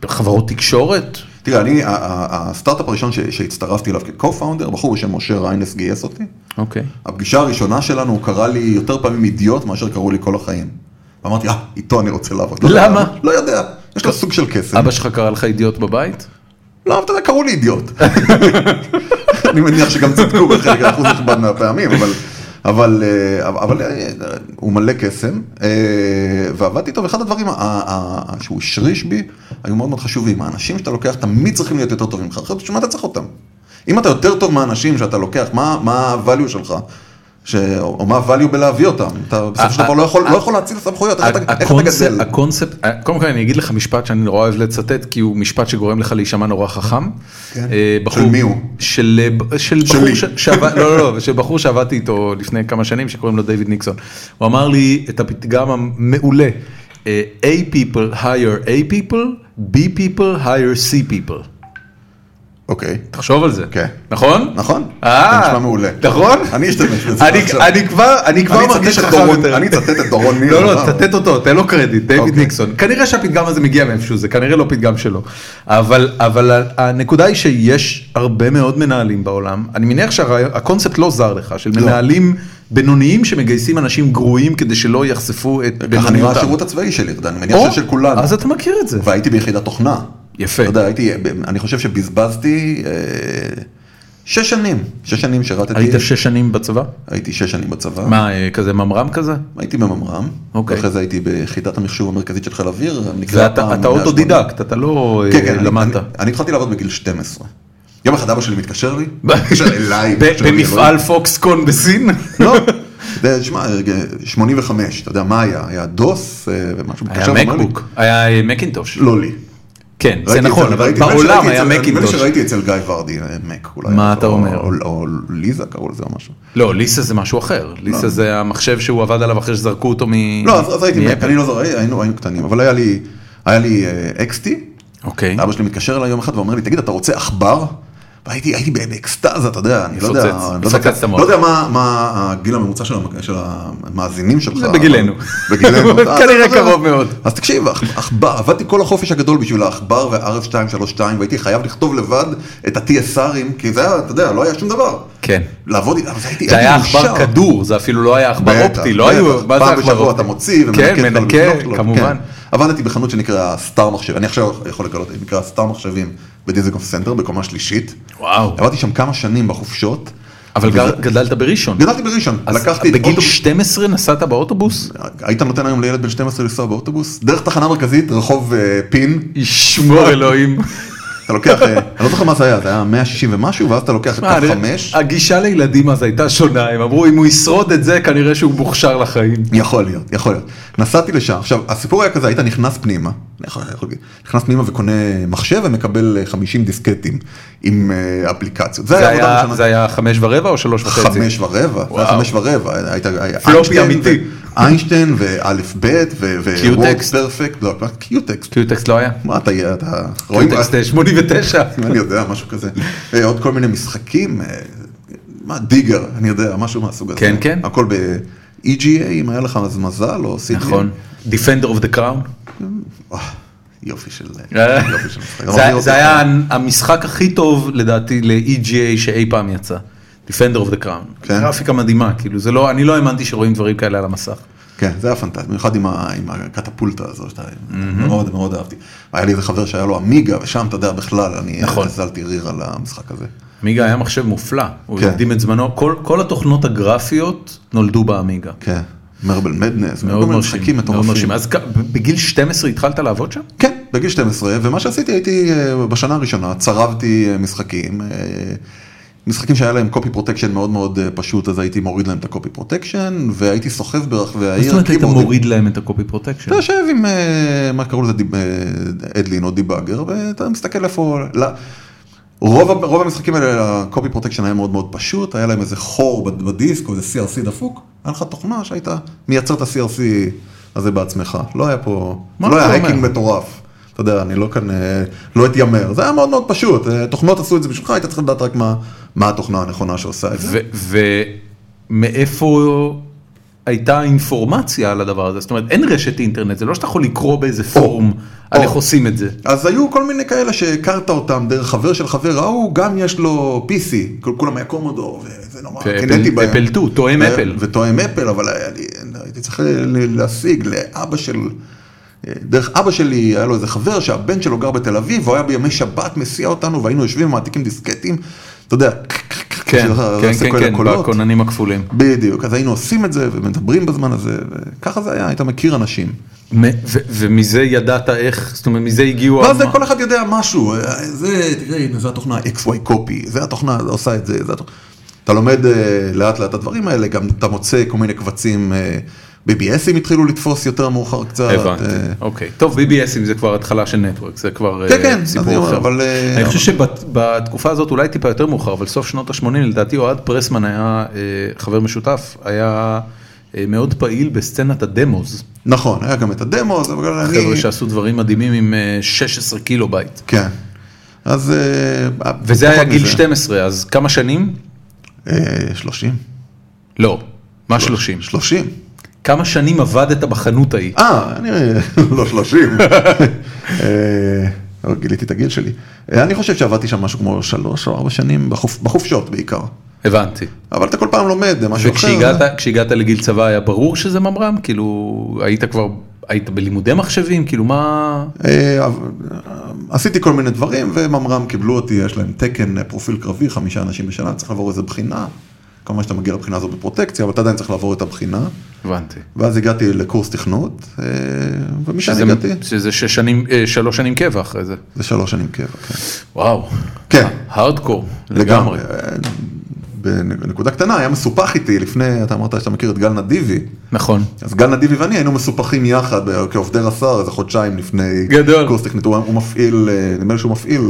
Speaker 1: וחברות תקשורת.
Speaker 2: תראה, אני, ה- ה- הסטארט-אפ הראשון ש- שהצטרפתי אליו כ-co-founder, בחור בשם משה ריינס גייס אותי.
Speaker 1: אוקיי.
Speaker 2: הפגישה הראשונה שלנו, הוא קרא לי יותר פעמים אידיוט מאשר קראו לי כל החיים. אמרתי, אה, איתו אני רוצה לעבוד. לא יודע
Speaker 1: למה?
Speaker 2: לא יודע, יש לו סוג של קסם.
Speaker 1: אבא שלך קרא לך אידיוט בבית?
Speaker 2: לא, אבל אתה יודע, קראו לי אידיוט. אני מניח שגם צדקו בחלק האחוז נכבד מהפעמים, אבל... אבל, אה, אבל אה, הוא מלא קסם, אה, ועבדתי איתו, ואחד הדברים ה- ה- ה- שהוא השריש בי, היו מאוד מאוד חשובים. האנשים שאתה לוקח תמיד צריכים להיות יותר טובים ממך, אחרת בשביל מה אתה צריך אותם? אם אתה יותר טוב מהאנשים שאתה לוקח, מה מה ה-value שלך? ש... או מה ה-value בלהביא אותם, אתה בסופו של דבר לא יכול, לא יכול להציל סמכויות, איך אתה איך אתה
Speaker 1: הקונספט,
Speaker 2: גדל?
Speaker 1: הקונספט, אה, קודם כל אני אגיד לך משפט שאני נורא אוהב לצטט, כי הוא משפט שגורם לך להישמע נורא חכם.
Speaker 2: כן.
Speaker 1: אה, בחור-
Speaker 2: של מי הוא?
Speaker 1: של אה, של בחור
Speaker 2: שלי.
Speaker 1: ש- שעבד- לא, לא, [LAUGHS] לא, של בחור שעבדתי איתו לפני כמה שנים, שקוראים לו דיוויד ניקסון. הוא אמר לי את הפתגם המעולה, אה, A people hire A people, B people hire C people.
Speaker 2: אוקיי,
Speaker 1: תחשוב על זה,
Speaker 2: כן.
Speaker 1: נכון?
Speaker 2: נכון?
Speaker 1: אה,
Speaker 2: זה נשמע מעולה.
Speaker 1: נכון?
Speaker 2: אני אשתמש בזה.
Speaker 1: אני-
Speaker 2: עכשיו.
Speaker 1: אני כבר, אני כבר
Speaker 2: אני אצטט
Speaker 1: מרגיש
Speaker 2: את
Speaker 1: חכם
Speaker 2: דורון-
Speaker 1: יותר.
Speaker 2: אני אצטט את דורון ניר.
Speaker 1: לא, לא,
Speaker 2: אבל-
Speaker 1: תצטט אותו, תן לו קרדיט, דיוויד
Speaker 2: אה. אוקיי.
Speaker 1: ניקסון. כנראה שהפתגם הזה מגיע מאיפשהו, זה כנראה לא פתגם שלו. אבל, אבל ה- הנקודה היא שיש הרבה מאוד מנהלים בעולם. אני מניח שהקונספט לא זר לך, של מנהלים בינוניים שמגייסים אנשים גרועים כדי שלא יחשפו את
Speaker 2: ככה נראה
Speaker 1: בינוניותם.
Speaker 2: השירות הצבאי שלי, אתה יודע, אני
Speaker 1: או,
Speaker 2: מניח ששל כולנו.
Speaker 1: אז אתה מכיר את זה.
Speaker 2: והייתי ביחידת תוכנה.
Speaker 1: יפה.
Speaker 2: אתה יודע, הייתי, אני חושב שבזבזתי אה, שש שנים, שש שנים שירתתי.
Speaker 1: היית שש שנים בצבא?
Speaker 2: הייתי שש שנים בצבא.
Speaker 1: מה, אה, כזה ממר"ם כזה?
Speaker 2: הייתי בממר"ם.
Speaker 1: אוקיי.
Speaker 2: אחרי זה הייתי ביחידת המחשוב המרכזית של חיל אוויר. נקרא פעם
Speaker 1: ואתה אתה
Speaker 2: 180.
Speaker 1: אוטודידקט, אתה לא אה,
Speaker 2: כן, כן, אני-
Speaker 1: למדת.
Speaker 2: אני- אני התחלתי לעבוד בגיל 12. יום אחד אבא שלי מתקשר לי, מתקשר
Speaker 1: [LAUGHS]
Speaker 2: אליי,
Speaker 1: ב-
Speaker 2: מתקשר לי,
Speaker 1: במפעל פוקסקון בסין?
Speaker 2: לא, אתה יודע, שמע, 85, אתה יודע מה היה, היה דוס אה, ומשהו,
Speaker 1: היה
Speaker 2: מתקשר, אמר לי,
Speaker 1: מקבוק, היה אה, מקינטוש.
Speaker 2: לא לי,
Speaker 1: כן, זה
Speaker 2: ראיתי
Speaker 1: נכון,
Speaker 2: אצל-
Speaker 1: אבל
Speaker 2: ראיתי- נדמה לי
Speaker 1: בעולם
Speaker 2: שראיתי
Speaker 1: היה
Speaker 2: אצל- נדמה לי
Speaker 1: מקינטוש.
Speaker 2: שראיתי אצל גיא ורדי אה, מק אולי.
Speaker 1: מה
Speaker 2: או-
Speaker 1: אתה אומר?
Speaker 2: או- או ליזה קראו לזה או משהו.
Speaker 1: לא, ליסה זה משהו אחר. ליסה זה המחשב שהוא עבד עליו אחרי שזרקו אותו מ...
Speaker 2: לא, אז אז הייתי מק,
Speaker 1: מאפל.
Speaker 2: אני לא זוכר, היינו היינו קטנים, אבל היה לי, היה לי אה, אקסטי,
Speaker 1: אוקיי.
Speaker 2: אבא שלי מתקשר אליי יום אחד ואומר לי, תגיד, אתה רוצה עכבר? והייתי הייתי באקסטאזה, אתה יודע, אני לא יודע,
Speaker 1: מפוצץ,
Speaker 2: אני לא
Speaker 1: מפוצץ
Speaker 2: יודע-
Speaker 1: את המוח.
Speaker 2: לא יודע מה- מה הגיל הממוצע של המק- של המאזינים שלך.
Speaker 1: זה בגילנו.
Speaker 2: אבל- בגילנו. אז-
Speaker 1: [LAUGHS] כנראה
Speaker 2: אז-
Speaker 1: קרוב מאוד.
Speaker 2: אז תקשיב, עכ- עכבר, עבדתי כל החופש הגדול בשביל העכבר והארץ 232, והייתי חייב לכתוב לבד את ה-TSRים, כי זה היה, אתה יודע, לא היה שום דבר.
Speaker 1: כן.
Speaker 2: לעבוד, אבל זה הייתי
Speaker 1: זה
Speaker 2: הייתי
Speaker 1: היה עכבר
Speaker 2: מאושר.
Speaker 1: כדור, זה אפילו לא היה עכבר
Speaker 2: בטח,
Speaker 1: אופטי, לא
Speaker 2: בטח.
Speaker 1: היו... מה זה
Speaker 2: פעם
Speaker 1: עכבר
Speaker 2: בשבוע
Speaker 1: אופטי?
Speaker 2: אתה מוציא ומנקה
Speaker 1: כן,
Speaker 2: את כל
Speaker 1: מנקה,
Speaker 2: הבלוקים, לא,
Speaker 1: כמובן.
Speaker 2: כן. עבדתי בחנות שנקרא סטאר מחשבים, אני עכשיו יכול לגלות, היא נקרא סטאר מחשבים בדיזנגוף סנטר בקומה שלישית.
Speaker 1: וואו.
Speaker 2: עבדתי שם כמה שנים בחופשות.
Speaker 1: אבל
Speaker 2: וזה-
Speaker 1: גר- גדלת בראשון.
Speaker 2: גדלתי בראשון,
Speaker 1: אז
Speaker 2: לקחתי את
Speaker 1: בגיל
Speaker 2: אוטובוס-
Speaker 1: 12 נסעת באוטובוס?
Speaker 2: היית נותן היום לילד בן 12 לנסוע באוטובוס? דרך תחנה מרכזית, רחוב אה, פין,
Speaker 1: ישמור
Speaker 2: [LAUGHS]
Speaker 1: אלוהים.
Speaker 2: אתה לוקח, אה, אני לא זוכר מה זה היה, זה היה 160 ומשהו, ואז אתה לוקח את
Speaker 1: מה,
Speaker 2: קו
Speaker 1: אני-
Speaker 2: 5,
Speaker 1: הגישה לילדים אז הייתה שונה, הם אמרו אם הוא ישרוד את זה כנראה שהוא מוכשר לחיים.
Speaker 2: יכול להיות, יכול להיות. נסעתי לשם, עכשיו הסיפור היה כזה, היית נכנס פנימה, אני יכול- יכול להגיד, נכנס פנימה וקונה מחשב ומקבל אה, 50 דיסקטים עם אה, אפליקציות.
Speaker 1: זה
Speaker 2: העבודה
Speaker 1: היה-
Speaker 2: הראשונה.
Speaker 1: זה היה חמש ורבע או שלוש וחצי?
Speaker 2: חמש ורבע, זה היה
Speaker 1: וואו.
Speaker 2: חמש ורבע, היית, היה
Speaker 1: פלופי
Speaker 2: איינשטיין
Speaker 1: אמיתי.
Speaker 2: ו- איינשטיין ואלף בית
Speaker 1: קיוטקסט.
Speaker 2: פרפקט, לא, קיוטקסט,
Speaker 1: קיוטקסט לא היה?
Speaker 2: מה אתה, אה, אתה, רואים,
Speaker 1: קיוטקסט אה, 89.
Speaker 2: [LAUGHS] אני יודע, משהו כזה, אה, עוד כל מיני משחקים, אה, מה, דיגר, אני יודע, משהו מהסוג הזה,
Speaker 1: כן, כן.
Speaker 2: הכל ב-EGA, אם היה לך אז מזל, או CDA,
Speaker 1: נכון. Defender of the Crown.
Speaker 2: אה, יופי של
Speaker 1: אה.
Speaker 2: יופי של משחק.
Speaker 1: זה- זה היה המשחק הכי טוב לדעתי ל-EGA שאי פעם יצא. Defender of the Crown.
Speaker 2: כן.
Speaker 1: גרפיקה מדהימה, כאילו זה לא, אני לא האמנתי שרואים דברים כאלה על המסך.
Speaker 2: כן, זה היה פנטסטי, במיוחד עם ה- עם הקטפולטה הזו, שאתה- מאוד מאוד אהבתי. היה לי איזה חבר שהיה לו עמיגה, ושם אתה יודע בכלל, אני
Speaker 1: נכון.
Speaker 2: הזלתי ריר על המשחק הזה.
Speaker 1: מיגה היה מחשב מופלא, הוא
Speaker 2: כן.
Speaker 1: הקדים את זמנו, כל- כל התוכנות הגרפיות נולדו באמיגה.
Speaker 2: כן, מרבל מדנס,
Speaker 1: מאוד
Speaker 2: משחקים
Speaker 1: מרשים, מאוד
Speaker 2: מטורפים.
Speaker 1: מרשים. אז כ- בגיל 12 התחלת לעבוד שם?
Speaker 2: כן, בגיל 12, ומה שעשיתי הייתי, אה, בשנה הראשונה צרבתי אה, משחקים, אה, משחקים שהיה להם קופי פרוטקשן מאוד מאוד אה, פשוט, אז הייתי מוריד להם את הקופי פרוטקשן, והייתי סוחב ברחבי העיר.
Speaker 1: מה זאת אומרת היית
Speaker 2: קייבורדים.
Speaker 1: מוריד להם את הקופי פרוטקשן?
Speaker 2: אתה יושב עם, אה, מה קראו לזה, דיב- אה, אדלין או דיבאגר, ואתה מסתכל איפה... לא. רוב, ה- רוב המשחקים האלה, הקופי פרוטקשן היה מאוד מאוד פשוט, היה להם איזה חור בד- בדיסק או איזה CRC דפוק, היה לך תוכנה שהיית מייצר את ה-CRC הזה בעצמך. לא היה פה,
Speaker 1: מה
Speaker 2: לא
Speaker 1: אתה
Speaker 2: היה
Speaker 1: אומר?
Speaker 2: האקינג מטורף. אתה יודע, אני לא כאן, אה, לא אתיימר, זה היה מאוד מאוד פשוט, אה, תוכנות עשו את זה בשבילך, היית צריך לדעת רק מה, מה התוכנה הנכונה שעושה את זה.
Speaker 1: ו- ומאיפה הייתה האינפורמציה על הדבר הזה? זאת אומרת, אין רשת אינטרנט, זה לא שאתה יכול לקרוא באיזה פורום על
Speaker 2: או.
Speaker 1: איך עושים את זה.
Speaker 2: אז היו כל מיני כאלה שהכרת אותם דרך חבר של חבר ההוא, גם יש לו PC, כל- כולם היה קומודור, וזה נורא,
Speaker 1: ואפל-
Speaker 2: קינאתי בהם.
Speaker 1: אפל 2, תואם
Speaker 2: ו-
Speaker 1: אפל.
Speaker 2: ותואם אפל, אבל היה לי, הייתי צריך ל- להשיג לאבא של... דרך אבא שלי היה לו איזה חבר שהבן שלו גר בתל אביב, והוא היה בימי שבת מסיע אותנו והיינו יושבים ומעתיקים דיסקטים, אתה יודע,
Speaker 1: כן,
Speaker 2: שזה-
Speaker 1: כן,
Speaker 2: עושה
Speaker 1: כן,
Speaker 2: כל
Speaker 1: כן,
Speaker 2: הקולות.
Speaker 1: בכוננים הכפולים.
Speaker 2: בדיוק, אז היינו עושים את זה ומדברים בזמן הזה, וככה זה היה, היית מכיר אנשים.
Speaker 1: מ- ו- ומזה ידעת איך, זאת אומרת, מזה הגיעו...
Speaker 2: ואז זה
Speaker 1: המ-
Speaker 2: כל אחד יודע משהו, אה, זה, תראה, הנה, זה התוכנה XY copy, זה התוכנה עושה את זה, זה התוכנה. אתה לומד אה, לאט לאט את הדברים האלה, גם אתה מוצא כל מיני קבצים, אה, BBSים התחילו לתפוס יותר מאוחר קצת.
Speaker 1: הבנתי,
Speaker 2: אה,
Speaker 1: אוקיי. טוב, BBSים זה כבר התחלה של נטוורק, זה כבר
Speaker 2: כן,
Speaker 1: אה,
Speaker 2: כן, אני
Speaker 1: סיפור
Speaker 2: אומר,
Speaker 1: אחר.
Speaker 2: אבל, אה,
Speaker 1: אני חושב שבתקופה הזאת אולי טיפה יותר מאוחר, אבל סוף שנות ה-80, לדעתי אוהד פרסמן היה אה, חבר משותף, היה אה, מאוד פעיל בסצנת הדמוז.
Speaker 2: נכון, היה גם את הדמוס, אבל
Speaker 1: חבר'ה
Speaker 2: אני...
Speaker 1: שעשו דברים מדהימים עם אה, 16 קילו בייט. לא
Speaker 2: כן. אז... אה,
Speaker 1: וזה
Speaker 2: פחות
Speaker 1: היה גיל
Speaker 2: מזה.
Speaker 1: 12, אז כמה שנים?
Speaker 2: אה, 30.
Speaker 1: לא. מה 30?
Speaker 2: 30.
Speaker 1: כמה שנים עבדת בחנות ההיא?
Speaker 2: אה, [LAUGHS] אני
Speaker 1: [LAUGHS]
Speaker 2: לא 30. אה, לא, גיליתי את הגיל שלי. אה, אני חושב שעבדתי שם משהו כמו שלוש או ארבע שנים, בחופ- בחופשות בעיקר.
Speaker 1: הבנתי.
Speaker 2: אבל אתה כל פעם לומד זה משהו אחר.
Speaker 1: וכשהגעת כשהגעת לגיל צבא היה ברור שזה ממר"ם? כאילו, היית כבר, היית בלימודי מחשבים? כאילו, מה...
Speaker 2: אה, אבל, אה, עשיתי כל מיני דברים וממר"ם קיבלו אותי, יש להם תקן אה, פרופיל קרבי, חמישה אנשים בשנה, צריך לעבור איזה בחינה. כמובן שאתה מגיע לבחינה הזו בפרוטקציה, אבל אתה עדיין צריך לעבור את הבחינה.
Speaker 1: הבנתי.
Speaker 2: ואז הגעתי לקורס תכנות, אה, ומשם
Speaker 1: שזה,
Speaker 2: הגעתי.
Speaker 1: שזה שש שנים, אה, שלוש שנים קבע אחרי זה.
Speaker 2: זה שלוש שנים קבע, כן.
Speaker 1: וואו.
Speaker 2: כן.
Speaker 1: הארדקור.
Speaker 2: לגמרי.
Speaker 1: לגמרי.
Speaker 2: אה, בנקודה קטנה, היה מסופח איתי לפני, אתה אמרת שאתה מכיר את גל נדיבי.
Speaker 1: נכון.
Speaker 2: אז גל נדיבי ואני היינו מסופחים יחד אה, כעובדי רס"ר איזה חודשיים לפני
Speaker 1: גדול.
Speaker 2: קורס תכנות, הוא הוא מפעיל, אה, נדמה לי שהוא מפעיל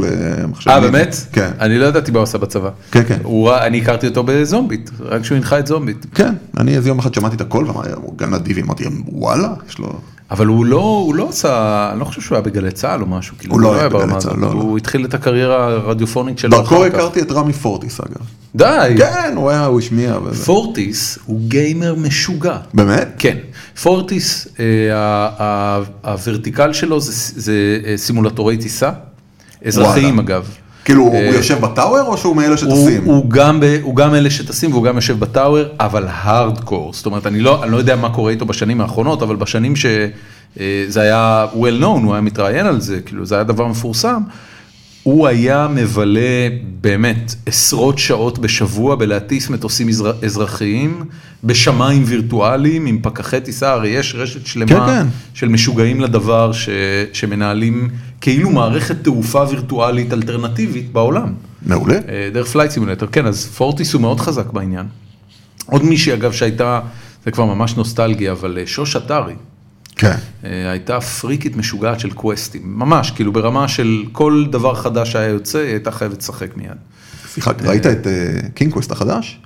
Speaker 2: אה, מחשבים.
Speaker 1: אה, באמת?
Speaker 2: כן.
Speaker 1: אני לא ידעתי מה הוא עשה בצבא.
Speaker 2: כן, כן.
Speaker 1: הוא ראה- אני הכרתי אותו בזומבית, רק כשהוא הנחה את זומבית.
Speaker 2: כן, אני איזה יום אחד שמעתי את הכל ואמרתי, "הוא גל נדיבי, אמרתי, וואלה, יש לו...
Speaker 1: אבל הוא לא, הוא לא עשה, אני לא חושב שהוא היה בגלי צה"ל או משהו, כאילו,
Speaker 2: הוא לא היה
Speaker 1: ברמה
Speaker 2: בגלי
Speaker 1: הזאת.
Speaker 2: צה"ל, לא, לא.
Speaker 1: הוא התחיל את הקריירה הרדיופונית שלו.
Speaker 2: דרכו
Speaker 1: אחר כך.
Speaker 2: הכרתי את רמי פורטיס אגב.
Speaker 1: די,
Speaker 2: כן, הוא היה, הוא השמיע. וזה.
Speaker 1: פורטיס הוא גיימר משוגע.
Speaker 2: באמת?
Speaker 1: כן, פורטיס, אה, ה- ה- הוורטיקל שלו זה- זה אה, סימולטורי טיסה, אזרחיים
Speaker 2: וואלה.
Speaker 1: אגב.
Speaker 2: כאילו, הוא
Speaker 1: אה,
Speaker 2: יושב בטאוור או שהוא מאלה
Speaker 1: הוא,
Speaker 2: שטסים?
Speaker 1: הוא, גם ב, הוא גם אלה שטסים והוא גם יושב בטאוור, אבל הארדקור. זאת אומרת, אני לא, אני לא יודע מה קורה איתו בשנים האחרונות, אבל בשנים שזה היה well known, הוא היה מתראיין על זה, כאילו זה היה דבר מפורסם, הוא היה מבלה באמת עשרות שעות בשבוע בלהטיס מטוסים אזר, אזרחיים, בשמיים וירטואליים, עם פקחי טיסה, הרי יש רשת שלמה
Speaker 2: כן, כן.
Speaker 1: של משוגעים לדבר ש, שמנהלים כאילו מערכת תעופה וירטואלית אלטרנטיבית בעולם.
Speaker 2: מעולה.
Speaker 1: אה, דרך פלייט סימולטר, כן, אז פורטיס הוא מאוד חזק בעניין. עוד מישהי אגב שהייתה, זה כבר ממש נוסטלגיה, אבל אה, שוש עטרי,
Speaker 2: כן.
Speaker 1: אה, הייתה פריקית משוגעת של קווסטים, ממש, כאילו ברמה של כל דבר חדש שהיה יוצא, היא הייתה חייבת לשחק מיד.
Speaker 2: סליחה, ראית
Speaker 1: אה,
Speaker 2: את אה, קינקווסט החדש?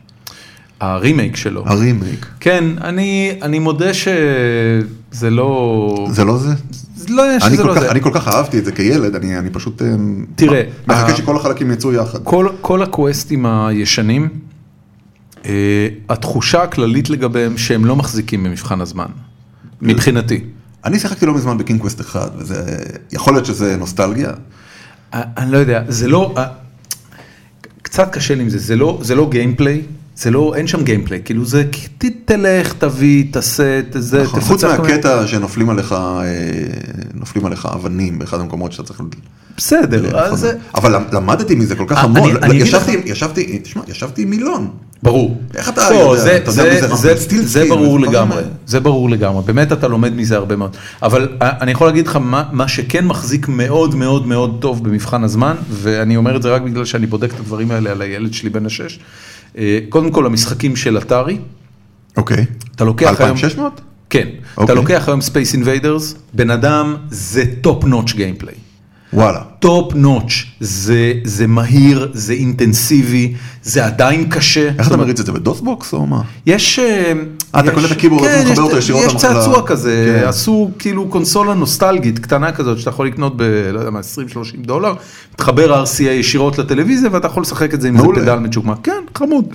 Speaker 1: הרימייק שלו.
Speaker 2: הרימייק.
Speaker 1: כן, אני, אני מודה שזה לא...
Speaker 2: זה לא זה?
Speaker 1: זה לא,
Speaker 2: אני
Speaker 1: שזה
Speaker 2: כל
Speaker 1: לא
Speaker 2: כך-
Speaker 1: זה.
Speaker 2: אני כל כך אהבתי את זה כילד, אני אני פשוט... אה,
Speaker 1: תראה,
Speaker 2: מחכה
Speaker 1: ה-
Speaker 2: שכל החלקים יצאו יחד.
Speaker 1: כל, כל הקווסטים הישנים, אה, התחושה הכללית לגביהם שהם לא מחזיקים במבחן הזמן, מבחינתי.
Speaker 2: אני שיחקתי לא מזמן בקינקווסט אחד, וזה... יכול להיות שזה נוסטלגיה?
Speaker 1: אה, אני לא יודע, זה לא, אה, קצת קשה לי עם זה, זה לא, זה לא גיימפליי, זה לא, אין שם גיימפליי, כאילו זה כ- ת- תלך, תביא, תעשה, תזה,
Speaker 2: נכון,
Speaker 1: תפצח
Speaker 2: חוץ
Speaker 1: כל מיני-
Speaker 2: מהקטע שנופלים עליך אה, נופלים עליך אבנים באחד המקומות שאתה צריך... ל-
Speaker 1: בסדר,
Speaker 2: לאכול.
Speaker 1: אז אה, זה,
Speaker 2: אבל למ- למדתי מזה כל כך
Speaker 1: אה,
Speaker 2: המון,
Speaker 1: אני- אני אגיד
Speaker 2: ישבתי
Speaker 1: לך-
Speaker 2: עם- ישבתי, תשמע, ישבתי עם מילון,
Speaker 1: ברור.
Speaker 2: איך אתה
Speaker 1: לא,
Speaker 2: יודע?
Speaker 1: זה-
Speaker 2: אתה יודע מי זה
Speaker 1: זה-
Speaker 2: רפי
Speaker 1: זה-
Speaker 2: סטילסקי?
Speaker 1: זה ברור
Speaker 2: ודברים
Speaker 1: לגמרי,
Speaker 2: האלה.
Speaker 1: זה ברור לגמרי, באמת אתה לומד מזה הרבה מאוד. אבל אה, אני יכול להגיד לך מה מה שכן מחזיק מאוד מאוד מאוד טוב במבחן הזמן, ואני אומר את זה רק בגלל שאני בודק את הדברים האלה על הילד שלי בן השש. אה, קודם כל המשחקים של אתרי,
Speaker 2: אוקיי.
Speaker 1: אתה לוקח היום...
Speaker 2: 2600?
Speaker 1: כן. אתה
Speaker 2: אוקיי.
Speaker 1: לוקח היום ספייס אינביידרס, בן אדם זה טופ נוטש גיימפליי.
Speaker 2: וואלה.
Speaker 1: טופ נוטש, זה מהיר, זה אינטנסיבי, זה עדיין קשה.
Speaker 2: איך
Speaker 1: זאת
Speaker 2: אתה
Speaker 1: אומרת,
Speaker 2: מריץ את זה בדוסבוקס או מה?
Speaker 1: יש... אה,
Speaker 2: אה, אתה
Speaker 1: יש-
Speaker 2: קונה את הקיבורד,
Speaker 1: כן,
Speaker 2: אתה מחבר
Speaker 1: יש-
Speaker 2: אותו ישירות
Speaker 1: יש
Speaker 2: למחלה.
Speaker 1: צעצוע כזה,
Speaker 2: כן.
Speaker 1: עשו כאילו קונסולה נוסטלגית קטנה כזאת שאתה יכול לקנות ב... לא יודע מה, 20-30 דולר, מתחבר RCA ישירות לטלוויזיה ואתה יכול לשחק את זה עם איזה
Speaker 2: מעולה.
Speaker 1: פדל מצ'וקמק. כן, חמוד.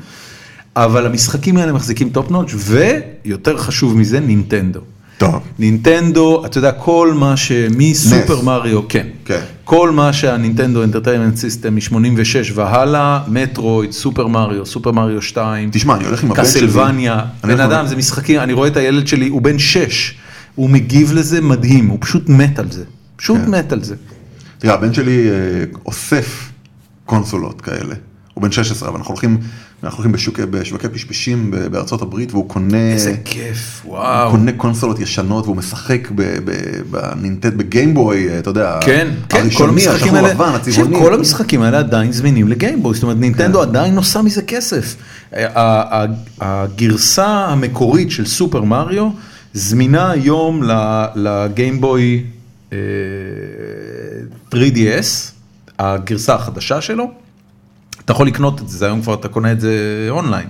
Speaker 1: אבל המשחקים האלה מחזיקים טופ נוטש, ויותר חשוב מזה, נינטנדו.
Speaker 2: טוב.
Speaker 1: נינטנדו, אתה יודע, כל מה שמסופר מריו, כן.
Speaker 2: כן.
Speaker 1: כל מה שהנינטנדו אנטרטיימנט סיסטם מ-86 והלאה, מטרויד, סופר מריו, סופר מריו 2,
Speaker 2: תשמע, אני הולך עם הבן שלי.
Speaker 1: קסלווניה,
Speaker 2: אני
Speaker 1: בן
Speaker 2: הולך עם-
Speaker 1: אדם, זה משחקים, אני רואה את הילד שלי, הוא בן 6, הוא מגיב לזה מדהים, הוא פשוט מת על זה, פשוט
Speaker 2: כן.
Speaker 1: מת על זה.
Speaker 2: תראה, הבן שלי אה, אוסף קונסולות כאלה. הוא בן 16, אבל אנחנו הולכים, אנחנו הולכים בשוקי, בשווקי פשפשים ב- בארצות הברית, והוא קונה,
Speaker 1: איזה כיף,
Speaker 2: אה, הוא
Speaker 1: וואו.
Speaker 2: קונה קונסולות ישנות, והוא משחק ב- ב- בנינטד, בגיימבוי, אה, אתה יודע,
Speaker 1: כן, כן, כל
Speaker 2: הראשוני,
Speaker 1: המשחקים
Speaker 2: השחור
Speaker 1: האלה,
Speaker 2: לבן,
Speaker 1: תקשיב,
Speaker 2: הצבעוני. כן.
Speaker 1: כל המשחקים האלה עדיין זמינים לגיימבוי, זאת אומרת נינטנדו עדיין עושה מזה כסף. ה- ה- הגרסה המקורית של סופר מריו זמינה היום ל- לגיימבוי אה, 3DS, הגרסה החדשה שלו. אתה יכול לקנות את זה, היום כבר אתה קונה את זה אונליין,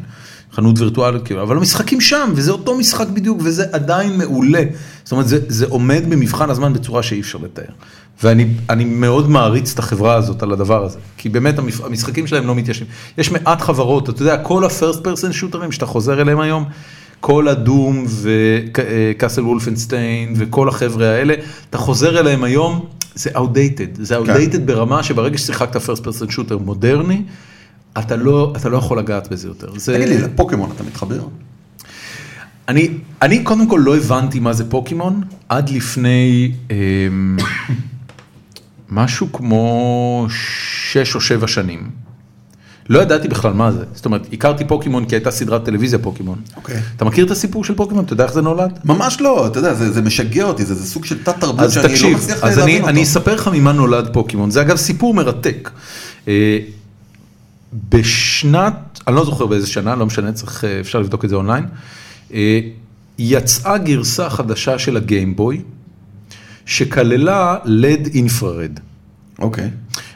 Speaker 1: חנות וירטואלית כאילו, אבל המשחקים שם, וזה אותו משחק בדיוק, וזה עדיין מעולה. זאת אומרת, זה, זה עומד במבחן הזמן בצורה שאי אפשר לתאר. ואני אני מאוד מעריץ את החברה הזאת על הדבר הזה, כי באמת המפ... המשחקים שלהם לא מתיישבים. יש מעט חברות, אתה יודע, כל הפרסט פרסן שוטרים שאתה חוזר אליהם היום, כל הדום וקאסל וולפנשטיין וכל החבר'ה האלה, אתה חוזר אליהם היום, זה outdated, זה outdated ברמה שברגע ששיחקת פרסט פרסן שוטר מודרני, אתה לא, אתה לא יכול לגעת בזה יותר. זה...
Speaker 2: תגיד לי, לא. לפוקימון אתה מתחבר?
Speaker 1: אני, אני קודם כל לא הבנתי מה זה פוקימון עד לפני אמ, [COUGHS] משהו כמו שש או שבע שנים. לא ידעתי בכלל מה זה, זאת אומרת, הכרתי פוקימון כי הייתה סדרת טלוויזיה פוקימון.
Speaker 2: אוקיי.
Speaker 1: אתה מכיר את הסיפור של פוקימון? אתה יודע איך זה נולד?
Speaker 2: ממש לא, אתה יודע, זה, זה משגע אותי, זה, זה סוג של תת תרבות
Speaker 1: אז
Speaker 2: שאני לא
Speaker 1: תקשיב,
Speaker 2: מצליח
Speaker 1: אז
Speaker 2: להבין
Speaker 1: אני,
Speaker 2: אותו.
Speaker 1: אני אספר לך ממה נולד פוקימון, זה אגב סיפור מרתק. אה, בשנת, אני לא זוכר באיזה שנה, לא משנה, צריך, אה, אפשר לבדוק את זה אונליין, אה, יצאה גרסה חדשה של הגיימבוי, שכללה לד אינפרד.
Speaker 2: אוקיי.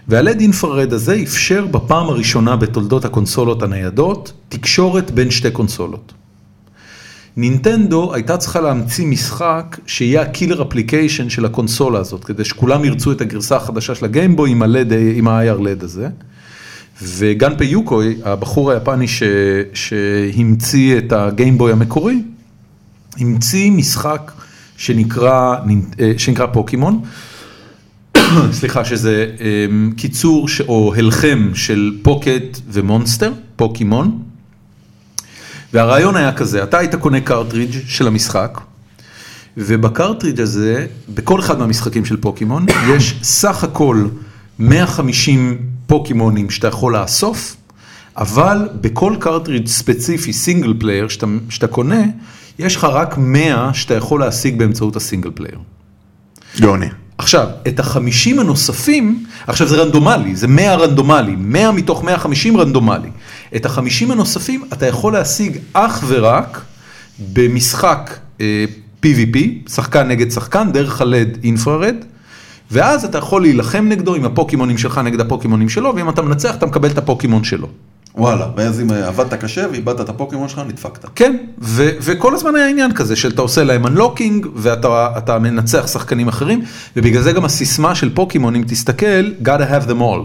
Speaker 1: והלד אינפרד הזה אפשר בפעם הראשונה בתולדות הקונסולות הניידות תקשורת בין שתי קונסולות. נינטנדו הייתה צריכה להמציא משחק שיהיה הקילר אפליקיישן של הקונסולה הזאת, כדי שכולם ירצו את הגרסה החדשה של הגיימבוי עם, ה-LED, עם ה-IR LED הזה. וגנפי יוקוי, הבחור היפני ש... שהמציא את הגיימבוי המקורי, המציא משחק שנקרא, נינט- אה, שנקרא פוקימון, סליחה, שזה אמ, קיצור ש- או הלחם של פוקט ומונסטר, פוקימון. והרעיון היה כזה, אתה היית קונה קרטריג' של המשחק, ובקרטריג' הזה, בכל אחד מהמשחקים של פוקימון, [COUGHS] יש סך הכל 150 פוקימונים שאתה יכול לאסוף, אבל בכל קרטריג' ספציפי, סינגל פלייר, שאתה, שאתה קונה, יש לך רק 100 שאתה יכול להשיג באמצעות הסינגל פלייר.
Speaker 2: גאוני.
Speaker 1: עכשיו, את החמישים הנוספים, עכשיו זה רנדומלי, זה 100 רנדומלי, 100 מתוך 150 רנדומלי. את החמישים הנוספים אתה יכול להשיג אך ורק במשחק אה, PvP, שחקן נגד שחקן, דרך הלד אינפרד, ואז אתה יכול להילחם נגדו עם הפוקימונים שלך נגד הפוקימונים שלו, ואם אתה מנצח אתה מקבל את הפוקימון שלו.
Speaker 2: וואלה, ואז אם אה, עבדת קשה ואיבדת את הפוקימון שלך, נדפקת.
Speaker 1: כן, ו- וכל הזמן היה עניין כזה שאתה עושה להם unlocking ואתה אתה מנצח שחקנים אחרים, ובגלל זה גם הסיסמה של פוקימון, אם תסתכל, gotta have them all.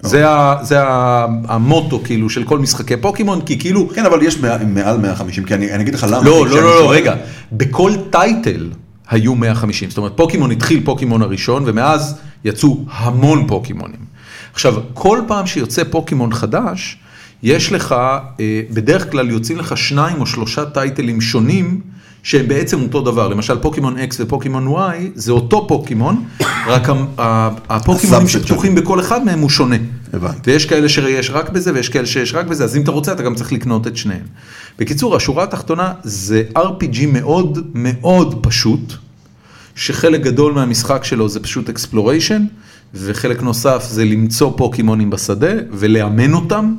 Speaker 1: זה, ה, זה ה, המוטו כאילו של כל משחקי פוקימון, כי כאילו,
Speaker 2: כן, אבל יש מאה- מעל 150, כי אני אני אגיד לך למה.
Speaker 1: לא,
Speaker 2: כי
Speaker 1: לא,
Speaker 2: כשאני
Speaker 1: לא, לא,
Speaker 2: שואל-
Speaker 1: רגע, בכל טייטל היו 150, זאת אומרת פוקימון התחיל פוקימון הראשון, ומאז יצאו המון פוקימונים. עכשיו, כל פעם שיוצא פוקימון חדש, יש לך, אה, בדרך כלל יוצאים לך שניים או שלושה טייטלים שונים, שהם בעצם אותו דבר, למשל פוקימון X ופוקימון Y, זה אותו פוקימון, רק ה- ה- הפוקימונים
Speaker 2: הסאבסט
Speaker 1: שפתוחים בכל אחד מהם הוא שונה.
Speaker 2: הבנתי.
Speaker 1: ויש כאלה שיש רק בזה ויש כאלה שיש רק בזה, אז אם אתה רוצה אתה גם צריך לקנות את שניהם. בקיצור, השורה התחתונה זה RPG מאוד מאוד פשוט, שחלק גדול מהמשחק שלו זה פשוט אקספלוריישן, וחלק נוסף זה למצוא פוקימונים בשדה ולאמן אותם.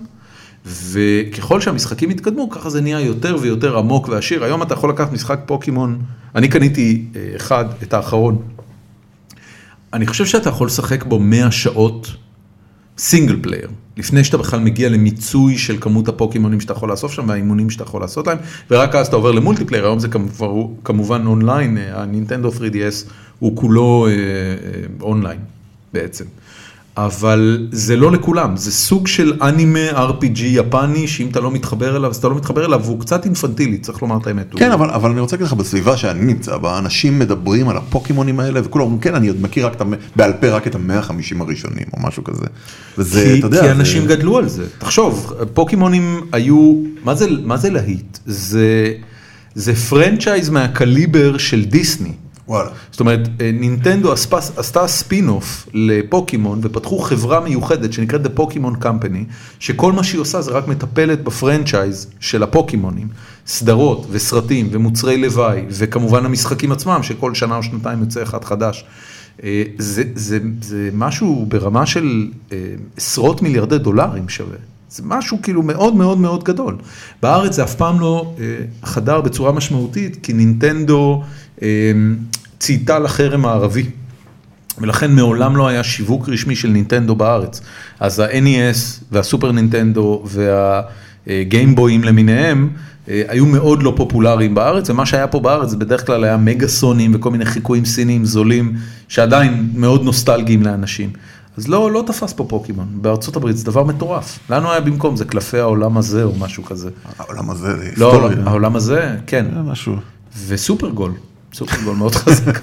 Speaker 1: וככל שהמשחקים התקדמו, ככה זה נהיה יותר ויותר עמוק ועשיר. היום אתה יכול לקחת משחק פוקימון, אני קניתי אה, אחד, את האחרון. אני חושב שאתה יכול לשחק בו 100 שעות סינגל פלייר, לפני שאתה בכלל מגיע למיצוי של כמות הפוקימונים שאתה יכול לאסוף שם והאימונים שאתה יכול לעשות להם, ורק אז אתה עובר למולטיפלייר, היום זה כמובן, כמובן אונליין, אה, הנינטנדו 3DS הוא כולו אה, אה, אונליין בעצם. אבל זה לא לכולם, זה סוג של אנימה RPG יפני, שאם אתה לא מתחבר אליו, אז אתה לא מתחבר אליו, והוא קצת אינפנטילי, צריך לומר את האמת. הוא-
Speaker 2: כן, אבל, אבל אני רוצה להגיד לך, בסביבה שאני נמצא בה, אנשים מדברים על הפוקימונים האלה, וכולם אומרים, כן, אני עוד מכיר רק את, המ- בעל פה רק את המאה החמישים הראשונים, או משהו כזה. וזה,
Speaker 1: כי,
Speaker 2: אתה יודע,
Speaker 1: כי אנשים
Speaker 2: זה...
Speaker 1: גדלו על זה. תחשוב, פוקימונים היו, מה זה, מה זה להיט? זה, זה פרנצ'ייז מהקליבר של דיסני.
Speaker 2: וואלה.
Speaker 1: זאת אומרת, אה, נינטנדו עשפה- עשתה ספין-אוף לפוקימון ופתחו חברה מיוחדת שנקראת The Pokemon Company, שכל מה שהיא עושה זה רק מטפלת בפרנצ'ייז של הפוקימונים, סדרות וסרטים ומוצרי לוואי, וכמובן המשחקים עצמם, שכל שנה או שנתיים יוצא אחד חדש. אה, זה, זה, זה משהו ברמה של אה, עשרות מיליארדי דולרים שווה. זה משהו כאילו מאוד מאוד מאוד גדול. בארץ זה אף פעם לא אה, חדר בצורה משמעותית, כי נינטנדו אה, צייתה לחרם הערבי. ולכן מעולם לא היה שיווק רשמי של נינטנדו בארץ. אז ה-NES והסופר נינטנדו והגיימבויים למיניהם אה, היו מאוד לא פופולריים בארץ, ומה שהיה פה בארץ זה בדרך כלל היה מגה סונים וכל מיני חיקויים סיניים זולים, שעדיין מאוד נוסטלגיים לאנשים. אז לא, לא תפס פה פוקימון, בארצות הברית זה דבר מטורף. לנו היה במקום זה קלפי העולם הזה או משהו כזה.
Speaker 2: העולם הזה, זה
Speaker 1: לא,
Speaker 2: היסטוריה.
Speaker 1: העולם- העולם הזה, כן.
Speaker 2: זה משהו.
Speaker 1: וסופרגול, סופרגול מאוד חזק.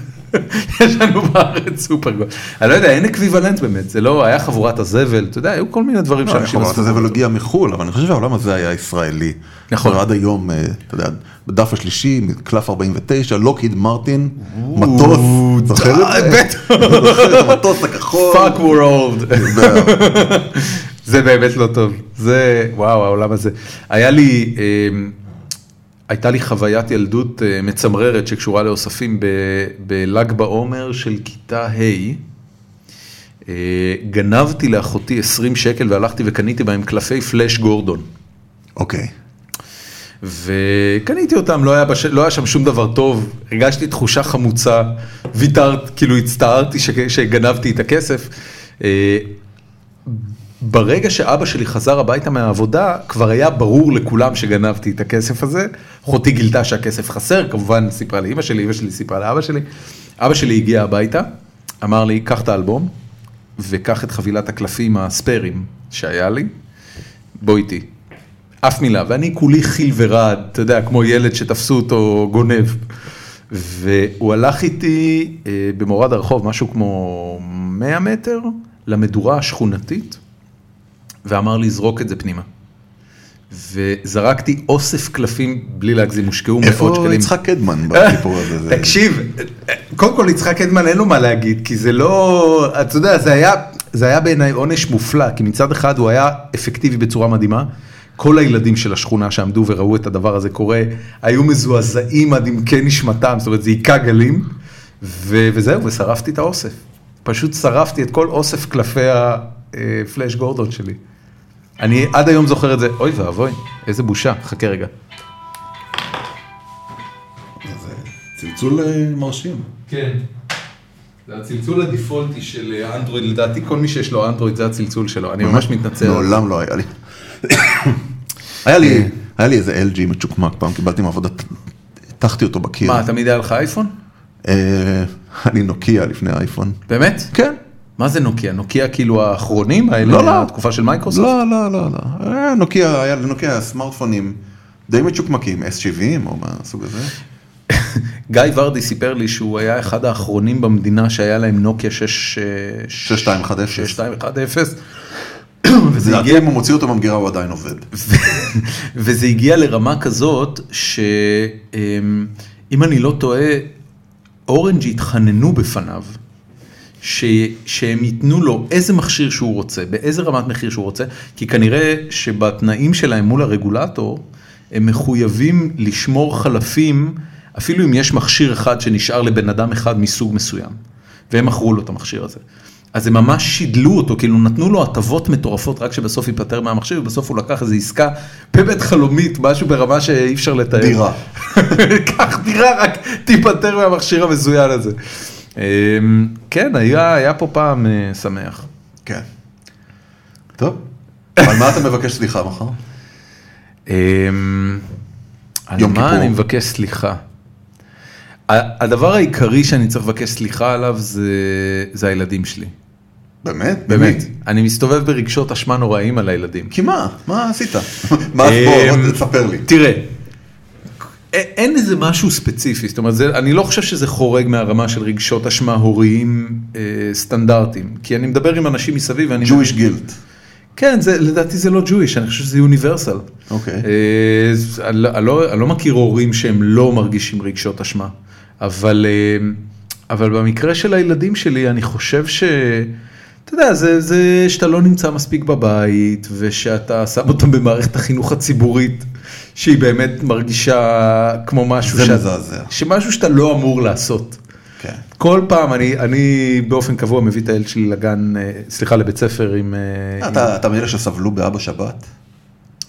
Speaker 1: יש לנו בארץ סופרגול. אני לא יודע, אין אקוויוולנט באמת, זה לא, היה חבורת הזבל, אתה יודע, היו כל מיני דברים
Speaker 2: לא,
Speaker 1: שאנשים
Speaker 2: יכול להיות
Speaker 1: עשו.
Speaker 2: שזה אבל הגיע מחו"ל, אבל אני חושב שהעולם הזה היה ישראלי.
Speaker 1: נכון.
Speaker 2: עד היום, אה, אתה יודע, בדף השלישי, מקלף 49, לוקהיד מרטין, מטוס, זוכר
Speaker 1: אה,
Speaker 2: את זה? זוכר את המטוס הכחול.
Speaker 1: פאק וור אולד. לא. זה באמת לא טוב, זה, וואו, העולם הזה. היה לי, אמ, הייתה לי חוויית ילדות אה, מצמררת שקשורה לאוספים ב- בל"ג בעומר של כיתה ה'. אה, גנבתי לאחותי 20 שקל והלכתי וקניתי בהם קלפי פלאש גורדון.
Speaker 2: אוקיי.
Speaker 1: וקניתי אותם, לא היה, בש... לא היה שם שום דבר טוב, הרגשתי תחושה חמוצה, ויתרת, כאילו הצטערתי ש... שגנבתי את הכסף. אה, ברגע שאבא שלי חזר הביתה מהעבודה, כבר היה ברור לכולם שגנבתי את הכסף הזה. אחותי גילתה שהכסף חסר, כמובן סיפרה לאימא שלי, אימא שלי סיפרה לאבא שלי. אבא שלי הגיע הביתה, אמר לי, קח את האלבום, וקח את חבילת הקלפים הספיירים שהיה לי, בוא איתי. אף מילה, ואני כולי חיל ורעד, אתה יודע, כמו ילד שתפסו אותו גונב. והוא הלך איתי אה, במורד הרחוב, משהו כמו 100 מטר, למדורה השכונתית, ואמר לי, זרוק את זה פנימה. וזרקתי אוסף קלפים, בלי להגזים, הושקעו מאות שקלים.
Speaker 2: איפה לא, יצחק
Speaker 1: [LAUGHS]
Speaker 2: קדמן בסיפור הזה? זה-
Speaker 1: תקשיב, קודם כל יצחק קדמן אין לו מה להגיד, כי זה לא, אתה יודע, זה היה, זה היה בעיניי עונש מופלא, כי מצד אחד הוא היה אפקטיבי בצורה מדהימה. כל הילדים של השכונה שעמדו וראו את הדבר הזה קורה, היו מזועזעים עד עמקי נשמתם, זאת אומרת זה היכה גלים, ו- וזהו, ושרפתי את האוסף. פשוט שרפתי את כל אוסף קלפי הפלאש גורדון שלי. אני עד היום זוכר את זה, אוי ואבוי, איזה בושה, חכה רגע.
Speaker 2: זה צלצול אה, מרשים.
Speaker 1: כן. זה הצלצול הדפולטי של אה, אנדרואיד, לדעתי כל מי שיש לו אנדרואיד זה הצלצול שלו, אני ממש מתנצל.
Speaker 2: מעולם לא היה לי. היה
Speaker 1: אה.
Speaker 2: לי, היה לי איזה LG מצ'וקמק, פעם קיבלתי מעבודה, הטחתי אותו בקיר.
Speaker 1: מה, תמיד היה לך אייפון?
Speaker 2: אה, היה לי נוקיה לפני האייפון.
Speaker 1: באמת?
Speaker 2: כן.
Speaker 1: מה זה נוקיה? נוקיה כאילו האחרונים האלה?
Speaker 2: לא, לא.
Speaker 1: התקופה של מייקרוסופט?
Speaker 2: לא, לא, לא, לא. היה נוקיה, היה לנוקיה סמארטפונים די מצ'וקמקים, S70 או מהסוג הזה. לא.
Speaker 1: גיא ורדי סיפר לי שהוא היה אחד האחרונים במדינה שהיה להם נוקיה 6...
Speaker 2: 6210. [COUGHS]
Speaker 1: 6210.
Speaker 2: וזה הגיע... אם הוא מוציא אותו במגירה הוא עדיין עובד.
Speaker 1: ו- וזה הגיע לרמה כזאת שאם אני לא טועה, אורנג' התחננו בפניו ש, שהם ייתנו לו איזה מכשיר שהוא רוצה, באיזה רמת מחיר שהוא רוצה, כי כנראה שבתנאים שלהם מול הרגולטור, הם מחויבים לשמור חלפים, אפילו אם יש מכשיר אחד שנשאר לבן אדם אחד מסוג מסוים, והם מכרו לו את המכשיר הזה. אז הם ממש שידלו אותו, כאילו נתנו לו הטבות מטורפות רק שבסוף ייפטר מהמכשיר, ובסוף הוא לקח איזו עסקה באמת חלומית, משהו ברמה שאי אפשר לתאר.
Speaker 2: דירה.
Speaker 1: [LAUGHS] קח דירה, רק תיפטר מהמכשיר המזוין הזה. אמ, כן, היה היה פה פעם אה, שמח.
Speaker 2: כן. טוב. על מה אתה מבקש סליחה מחר?
Speaker 1: אמ, על
Speaker 2: יום
Speaker 1: מה
Speaker 2: כיפור.
Speaker 1: אני מבקש סליחה? ה- הדבר העיקרי שאני צריך לבקש סליחה עליו זה- זה הילדים שלי.
Speaker 2: באמת?
Speaker 1: באמת. אני מסתובב ברגשות אשמה נוראים על הילדים.
Speaker 2: כי מה? מה עשית? [LAUGHS] מה, בוא,
Speaker 1: אמ,
Speaker 2: בוא, תספר לי.
Speaker 1: תראה, א- אין איזה משהו ספציפי, זאת אומרת, זה, אני לא חושב שזה חורג מהרמה של רגשות אשמה הוריים אה, סטנדרטיים, כי אני מדבר עם אנשים מסביב ואני...
Speaker 2: Jewish guilt.
Speaker 1: כן, זה, לדעתי זה לא Jewish, אני חושב שזה יוניברסל.
Speaker 2: אוקיי.
Speaker 1: אה, ז- אני לא- אני לא אני לא מכיר הורים שהם לא מרגישים רגשות אשמה, אבל... אה, אבל במקרה של הילדים שלי, אני חושב ש... אתה יודע, זה, זה שאתה לא נמצא מספיק בבית, ושאתה שם אותם במערכת החינוך הציבורית, שהיא באמת מרגישה כמו משהו,
Speaker 2: זה
Speaker 1: שאת-
Speaker 2: מזעזע.
Speaker 1: שמשהו שאתה לא אמור לעשות.
Speaker 2: כן.
Speaker 1: כל פעם אני, אני באופן קבוע מביא את הילד שלי לגן, אה, סליחה, לבית ספר עם... אה, עם...
Speaker 2: אתה אתה מאלה שסבלו באבא שבת?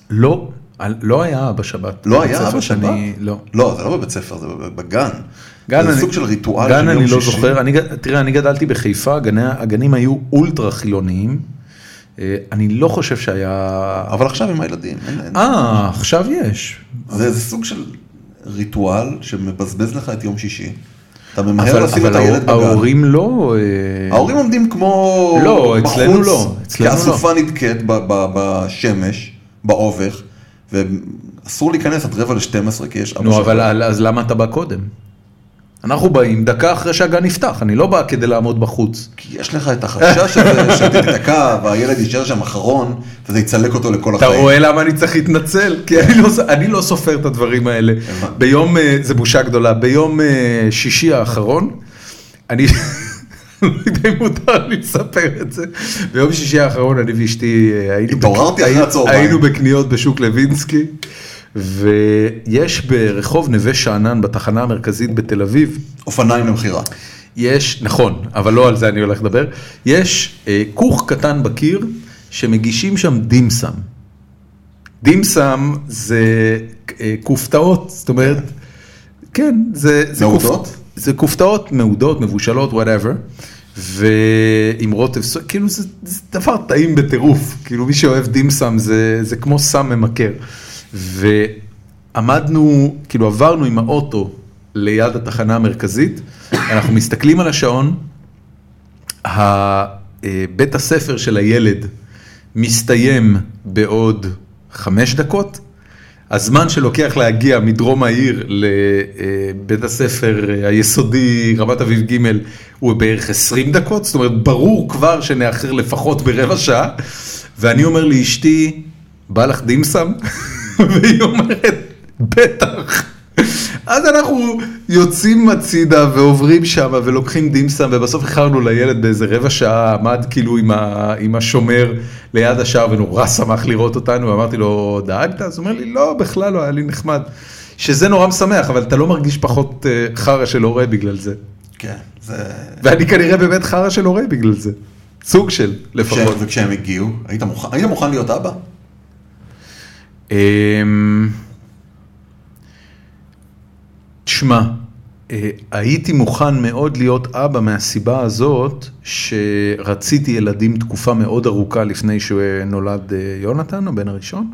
Speaker 1: לא, על- לא היה אבא שבת.
Speaker 2: לא
Speaker 1: בבית
Speaker 2: היה
Speaker 1: ספר
Speaker 2: אבא שבת?
Speaker 1: שאני- לא.
Speaker 2: לא, זה לא בבית ספר, זה בגן.
Speaker 1: גן
Speaker 2: זה
Speaker 1: אני-
Speaker 2: סוג של ריטואל של
Speaker 1: גן
Speaker 2: יום
Speaker 1: אני לא
Speaker 2: שישי.
Speaker 1: זוכר, אני, ג- תראה, אני גדלתי בחיפה, גני, הגנים היו אולטרה חילוניים. אה, אני לא חושב שהיה...
Speaker 2: אבל עכשיו עם הילדים. אין- אין-
Speaker 1: אה, עכשיו יש.
Speaker 2: זה זה סוג של ריטואל שמבזבז לך את יום שישי. אתה ממהר
Speaker 1: אבל,
Speaker 2: לשים את
Speaker 1: אבל
Speaker 2: הילד
Speaker 1: ההור-
Speaker 2: בגן.
Speaker 1: ההורים לא... אה,
Speaker 2: ההורים עומדים כמו...
Speaker 1: לא,
Speaker 2: בחוץ,
Speaker 1: אצלנו לא, אצלנו לא.
Speaker 2: כאסופה נדקית ב- ב- בשמש, באובך, ואסור להיכנס עד רבע ל-12 כי יש אבא
Speaker 1: נו,
Speaker 2: שבת.
Speaker 1: אבל על- אז למה אתה בא קודם? אנחנו באים דקה אחרי שהגן נפתח, אני לא בא כדי לעמוד בחוץ.
Speaker 2: כי יש לך את החשש הזה שאתה תיתקע והילד יישאר שם אחרון וזה יצלק אותו לכל
Speaker 1: אתה
Speaker 2: החיים.
Speaker 1: רואה למה אני צריך להתנצל? כי אני לא, אני לא סופר את הדברים האלה.
Speaker 2: הבנתי.
Speaker 1: ביום, אה, זה בושה גדולה, ביום אה, שישי האחרון, אני [LAUGHS] לא יודע אם מותר לי לספר את זה, ביום שישי האחרון אני ואשתי אה, היינו,
Speaker 2: התעוררתי אחרי
Speaker 1: היינו-
Speaker 2: הצהריים.
Speaker 1: היינו בקניות בשוק לוינסקי, ויש ברחוב נווה שאנן בתחנה המרכזית בתל אביב,
Speaker 2: אופניים למכירה.
Speaker 1: יש, נכון, אבל לא על זה אני הולך לדבר, יש אה, כוך קטן בקיר שמגישים שם דימסם. דימסם זה אה, כופתאות, זאת אומרת, כן, זה... זה
Speaker 2: מעודות?
Speaker 1: כופ- זה כופתאות מעודות, מבושלות, וואטאבר, ועם רוטב, סו- כאילו זה, זה דבר טעים בטירוף, כאילו מי שאוהב דימסם זה, זה כמו סם ממכר. ועמדנו, כאילו עברנו עם האוטו ליד התחנה המרכזית, אנחנו מסתכלים על השעון, ה- אה, בית הספר של הילד מסתיים בעוד חמש דקות, הזמן שלוקח להגיע מדרום העיר לבית הספר אה, היסודי רמת אביב ג' הוא בערך 20 דקות, זאת אומרת ברור כבר שנאחר לפחות ברבע שעה, ואני אומר לאשתי, בא לך דימסם? [LAUGHS] והיא אומרת, בטח. אז אנחנו יוצאים הצידה ועוברים שם ולוקחים דימסם ובסוף איחרנו לילד באיזה רבע שעה עמד כאילו עם, ה, עם השומר ליד השער ונורא שמח לראות אותנו ואמרתי לו דאגת? אז הוא אומר לי לא בכלל לא היה לי נחמד. שזה נורא משמח אבל אתה לא מרגיש פחות אה, חרא של הורה בגלל זה.
Speaker 2: כן. זה...
Speaker 1: ואני כנראה באמת חרא של הורה בגלל זה. סוג של לפחות.
Speaker 2: כשהם- וכשהם הגיעו, היית מוכן, היית מוכן להיות אבא?
Speaker 1: אמ, תשמע, אה, הייתי מוכן מאוד להיות אבא מהסיבה הזאת שרציתי ילדים תקופה מאוד ארוכה לפני שנולד אה, יונתן, הבן הראשון.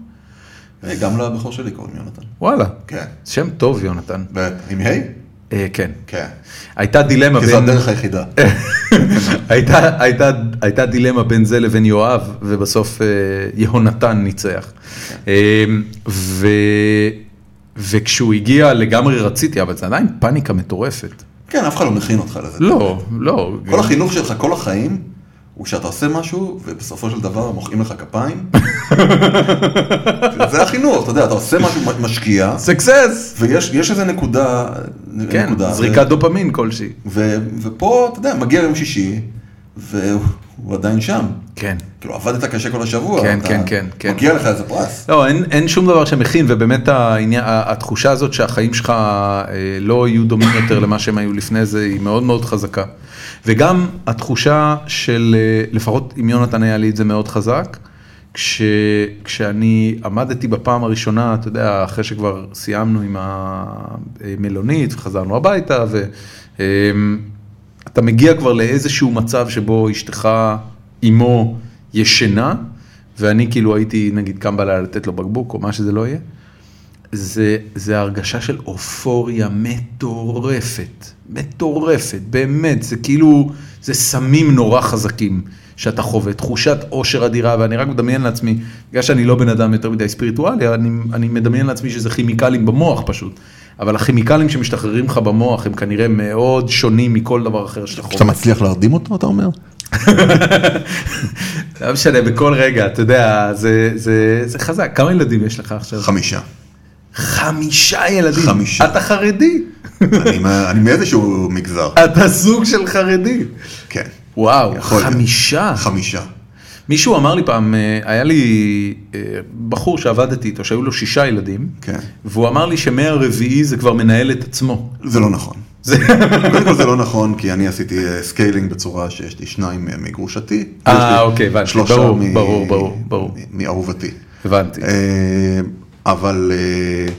Speaker 2: אה, גם לבכור שלי קוראים יונתן.
Speaker 1: וואלה,
Speaker 2: כן.
Speaker 1: שם טוב יונתן.
Speaker 2: ו- עם ה'?
Speaker 1: אה, כן.
Speaker 2: כן.
Speaker 1: הייתה דילמה
Speaker 2: כי זו
Speaker 1: בין...
Speaker 2: הדרך היחידה.
Speaker 1: אה. הייתה, הייתה, הייתה דילמה בין זה לבין יואב, ובסוף אה, יהונתן ניצח. אה, ו, וכשהוא הגיע לגמרי רציתי, אבל זה עדיין פאניקה מטורפת.
Speaker 2: כן, אף אחד לא מכין אותך לזה.
Speaker 1: לא, לא.
Speaker 2: כל החינוך שלך, כל החיים, הוא שאתה עושה משהו, ובסופו של דבר מוחאים לך
Speaker 1: [LAUGHS]
Speaker 2: כפיים. זה החינוך, אתה יודע, אתה עושה משהו, משקיע,
Speaker 1: סקסס!
Speaker 2: ויש יש איזה נקודה,
Speaker 1: כן,
Speaker 2: נקודה,
Speaker 1: זריקת דופמין כלשהי.
Speaker 2: ו- ופה, אתה יודע, מגיע יום שישי, והוא עדיין שם.
Speaker 1: כן.
Speaker 2: כאילו, עבדת קשה כל השבוע.
Speaker 1: כן,
Speaker 2: אתה-
Speaker 1: כן, כן, כן.
Speaker 2: מגיע לך איזה פרס.
Speaker 1: לא, אין, אין שום דבר שמכין, ובאמת העניין, התחושה הזאת שהחיים שלך אה, לא יהיו דומים יותר למה שהם היו לפני זה, היא מאוד מאוד חזקה. וגם התחושה של, אה, לפחות עם יונתן היה לי את זה מאוד חזק, כש, כשאני עמדתי בפעם הראשונה, אתה יודע, אחרי שכבר סיימנו עם המלונית וחזרנו הביתה, ו... אה, אתה מגיע כבר לאיזשהו מצב שבו אשתך, אימו, ישנה, ואני כאילו הייתי נגיד קם בלילה לתת לו בקבוק או מה שזה לא יהיה. זה, זה הרגשה של אופוריה מטורפת, מטורפת, באמת, זה כאילו, זה סמים נורא חזקים שאתה חווה, תחושת עושר אדירה, ואני רק מדמיין לעצמי, בגלל שאני לא בן אדם יותר מדי ספיריטואלי, אני, אני מדמיין לעצמי שזה כימיקלים במוח פשוט, אבל הכימיקלים שמשתחררים לך במוח הם כנראה מאוד שונים מכל דבר אחר שאתה חווה.
Speaker 2: כשאתה מצליח להרדים אותו, אתה אומר?
Speaker 1: לא משנה, בכל רגע, אתה יודע, זה, זה, זה חזק. כמה ילדים יש לך עכשיו?
Speaker 2: חמישה.
Speaker 1: חמישה ילדים.
Speaker 2: חמישה.
Speaker 1: אתה חרדי.
Speaker 2: אני מה- אני מאיזשהו מגזר,
Speaker 1: אתה סוג של חרדי.
Speaker 2: כן,
Speaker 1: וואו,
Speaker 2: יכול להיות.
Speaker 1: חמישה.
Speaker 2: חמישה.
Speaker 1: מישהו אמר לי פעם, אה, היה לי אה, בחור שעבדתי איתו, שהיו לו שישה ילדים,
Speaker 2: כן.
Speaker 1: והוא אמר לי שמהרביעי זה כבר מנהל את עצמו.
Speaker 2: זה לא נכון.
Speaker 1: זה-
Speaker 2: קודם כל זה לא נכון, כי אני עשיתי אה, סקיילינג בצורה שיש לי שניים אה, מגרושתי.
Speaker 1: אה,
Speaker 2: יש לי
Speaker 1: אוקיי, הבנתי.
Speaker 2: שלושה
Speaker 1: ברור,
Speaker 2: מ-
Speaker 1: ברור, ברור, ברור.
Speaker 2: מ- מאהובתי.
Speaker 1: הבנתי.
Speaker 2: אה, אבל אה,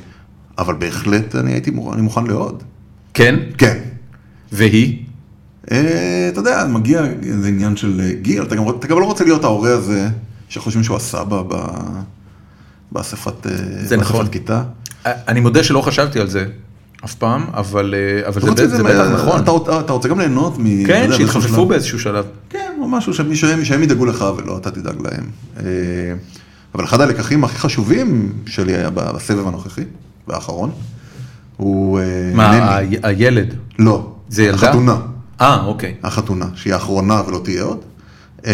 Speaker 2: אבל בהחלט אני הייתי מוכן, אני מוכן לעוד.
Speaker 1: כן?
Speaker 2: כן.
Speaker 1: והיא?
Speaker 2: אה, אתה יודע, מגיע, זה עניין של אה, גיל, אתה גם, רוצ- אתה גם לא רוצה להיות ההורה הזה שחושבים שהוא הסבא ב, באספת, אה, באספת
Speaker 1: נכון.
Speaker 2: כיתה.
Speaker 1: אה, אני מודה שלא חשבתי על זה אף פעם, אבל אה, אבל זה
Speaker 2: חוץ
Speaker 1: בט-
Speaker 2: מזה,
Speaker 1: זה
Speaker 2: אה,
Speaker 1: בטח נכון.
Speaker 2: אתה, רוצ- אתה רוצה גם ליהנות מ... אתה יודע,
Speaker 1: כן,
Speaker 2: באיזשהו
Speaker 1: שהתחלפו
Speaker 2: שלב.
Speaker 1: באיזשהו שלב.
Speaker 2: כן, או משהו שמי שהם, שהם ידאגו לך ולא אתה תדאג להם. אה, אבל אחד הלקחים הכי חשובים שלי היה ב- בסבב הנוכחי, והאחרון, הוא... אה,
Speaker 1: מה,
Speaker 2: נני.
Speaker 1: ה- הילד?
Speaker 2: לא.
Speaker 1: זה ילדה?
Speaker 2: החתונה.
Speaker 1: אה, אוקיי.
Speaker 2: החתונה, שהיא האחרונה ולא תהיה עוד. אה,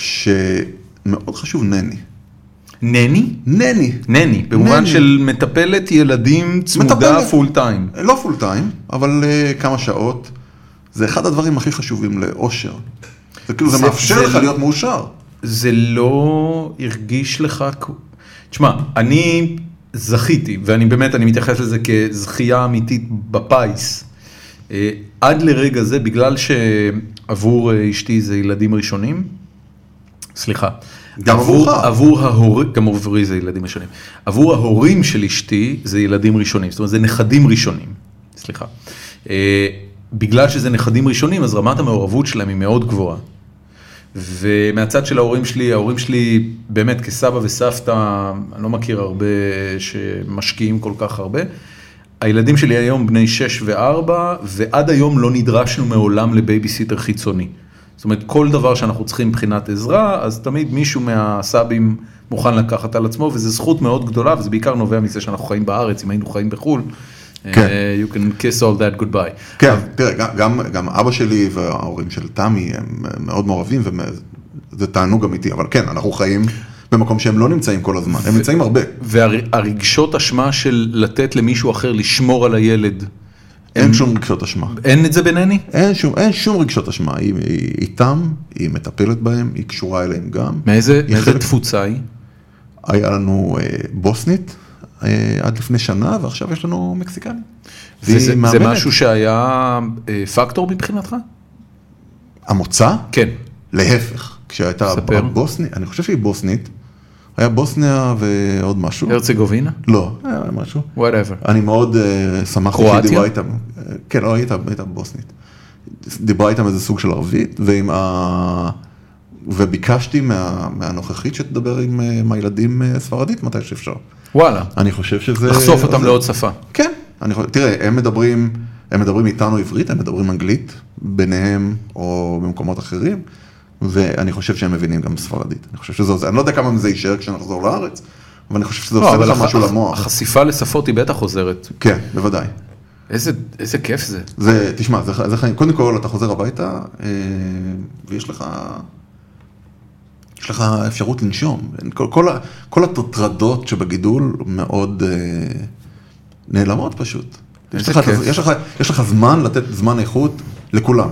Speaker 2: שמאוד חשוב נני.
Speaker 1: נני?
Speaker 2: נני.
Speaker 1: נני, במובן
Speaker 2: נני.
Speaker 1: של מטפלת ילדים צמודה
Speaker 2: מטפלת.
Speaker 1: פול טיים.
Speaker 2: לא פול טיים, אבל אה, כמה שעות. זה אחד הדברים הכי חשובים לאושר. זה כאילו, זה,
Speaker 1: זה-
Speaker 2: מאפשר
Speaker 1: זה- לא-
Speaker 2: לך להיות מאושר.
Speaker 1: זה לא הרגיש לך... כ- תשמע, אני זכיתי, ואני באמת, אני מתייחס לזה כזכייה אמיתית בפיס. אה, עד לרגע זה, בגלל שעבור אה, אשתי זה ילדים ראשונים, סליחה.
Speaker 2: גם
Speaker 1: עבור,
Speaker 2: עבורך.
Speaker 1: עבור ההורים, גם עבורי זה ילדים ראשונים. עבור ההורים של אשתי זה ילדים ראשונים, זאת אומרת זה נכדים ראשונים, סליחה. אה, בגלל שזה נכדים ראשונים, אז רמת המעורבות שלהם היא מאוד גבוהה. ומהצד של ההורים שלי, ההורים שלי באמת כסבא וסבתא, אני לא מכיר הרבה שמשקיעים כל כך הרבה. הילדים שלי היום בני 6 ו-4, ועד היום לא נדרשנו מעולם לבייביסיטר חיצוני. זאת אומרת, כל דבר שאנחנו צריכים מבחינת עזרה, אז תמיד מישהו מהסבים מוכן לקחת על עצמו, וזו זכות מאוד גדולה, וזה בעיקר נובע מזה שאנחנו חיים בארץ, אם היינו חיים בחו"ל,
Speaker 2: כן.
Speaker 1: אה, you can kiss all that goodbye.
Speaker 2: כן, תראה, גם- גם, גם אבא שלי וההורים של תמי הם מאוד מעורבים, וזה תענוג אמיתי, אבל כן, אנחנו חיים במקום שהם לא נמצאים כל הזמן, הם נמצאים הרבה.
Speaker 1: והרגשות אשמה של לתת למישהו אחר לשמור על הילד,
Speaker 2: אין שום רגשות אשמה.
Speaker 1: אין את זה ביניני?
Speaker 2: אין שום, אין שום רגשות אשמה, היא, היא איתם, היא מטפלת בהם, היא קשורה אליהם גם.
Speaker 1: מאיזה,
Speaker 2: היא
Speaker 1: מאיזה
Speaker 2: חלק-
Speaker 1: תפוצה היא?
Speaker 2: היה לנו אה, בוסנית אה, עד לפני שנה, ועכשיו יש לנו מקסיקני.
Speaker 1: וזה, זה משהו שהיה אה, פקטור מבחינתך?
Speaker 2: המוצא?
Speaker 1: כן.
Speaker 2: להפך, כשהייתה
Speaker 1: ספר.
Speaker 2: בוסנית, אני חושב שהיא בוסנית, היה בוסניה ועוד משהו.
Speaker 1: הרצגובינה?
Speaker 2: לא, היה משהו.
Speaker 1: וואטאבר.
Speaker 2: אני מאוד אה, שמחתי
Speaker 1: קרואטיה?
Speaker 2: שהיא דיברה איתם, אה, כן, לא, היא הייתה- היא הייתה בוסנית. דיברה איתם איזה סוג של ערבית, ועם ה... וביקשתי מה... מהנוכחית שתדבר עם, אה, עם הילדים אה, ספרדית מתי שאפשר.
Speaker 1: וואלה.
Speaker 2: אני חושב שזה...
Speaker 1: לחשוף אותם
Speaker 2: זה-
Speaker 1: לעוד שפה.
Speaker 2: כן, אני חושב, תראה, הם מדברים, הם מדברים איתנו עברית, הם מדברים אנגלית, ביניהם או במקומות אחרים, ואני חושב שהם מבינים גם ספרדית. אני חושב שזה עוזר, אני לא יודע כמה מזה יישאר כשנחזור לארץ, אבל אני חושב שזה עושה
Speaker 1: לא, אבל
Speaker 2: לך
Speaker 1: הח-
Speaker 2: משהו
Speaker 1: הח-
Speaker 2: למוח.
Speaker 1: החשיפה לשפות היא בטח עוזרת.
Speaker 2: כן, בוודאי.
Speaker 1: איזה, איזה כיף זה.
Speaker 2: זה, תשמע, זה, ח- זה חיים. קודם כל, אתה חוזר הביתה, אה, ויש לך, יש לך אפשרות לנשום. אין- כל, כל, ה- כל הטרדות שבגידול מאוד אה, נעלמות פשוט. יש
Speaker 1: איזה
Speaker 2: לך,
Speaker 1: כיף.
Speaker 2: יש, לך, יש לך זמן לתת זמן איכות לכולם.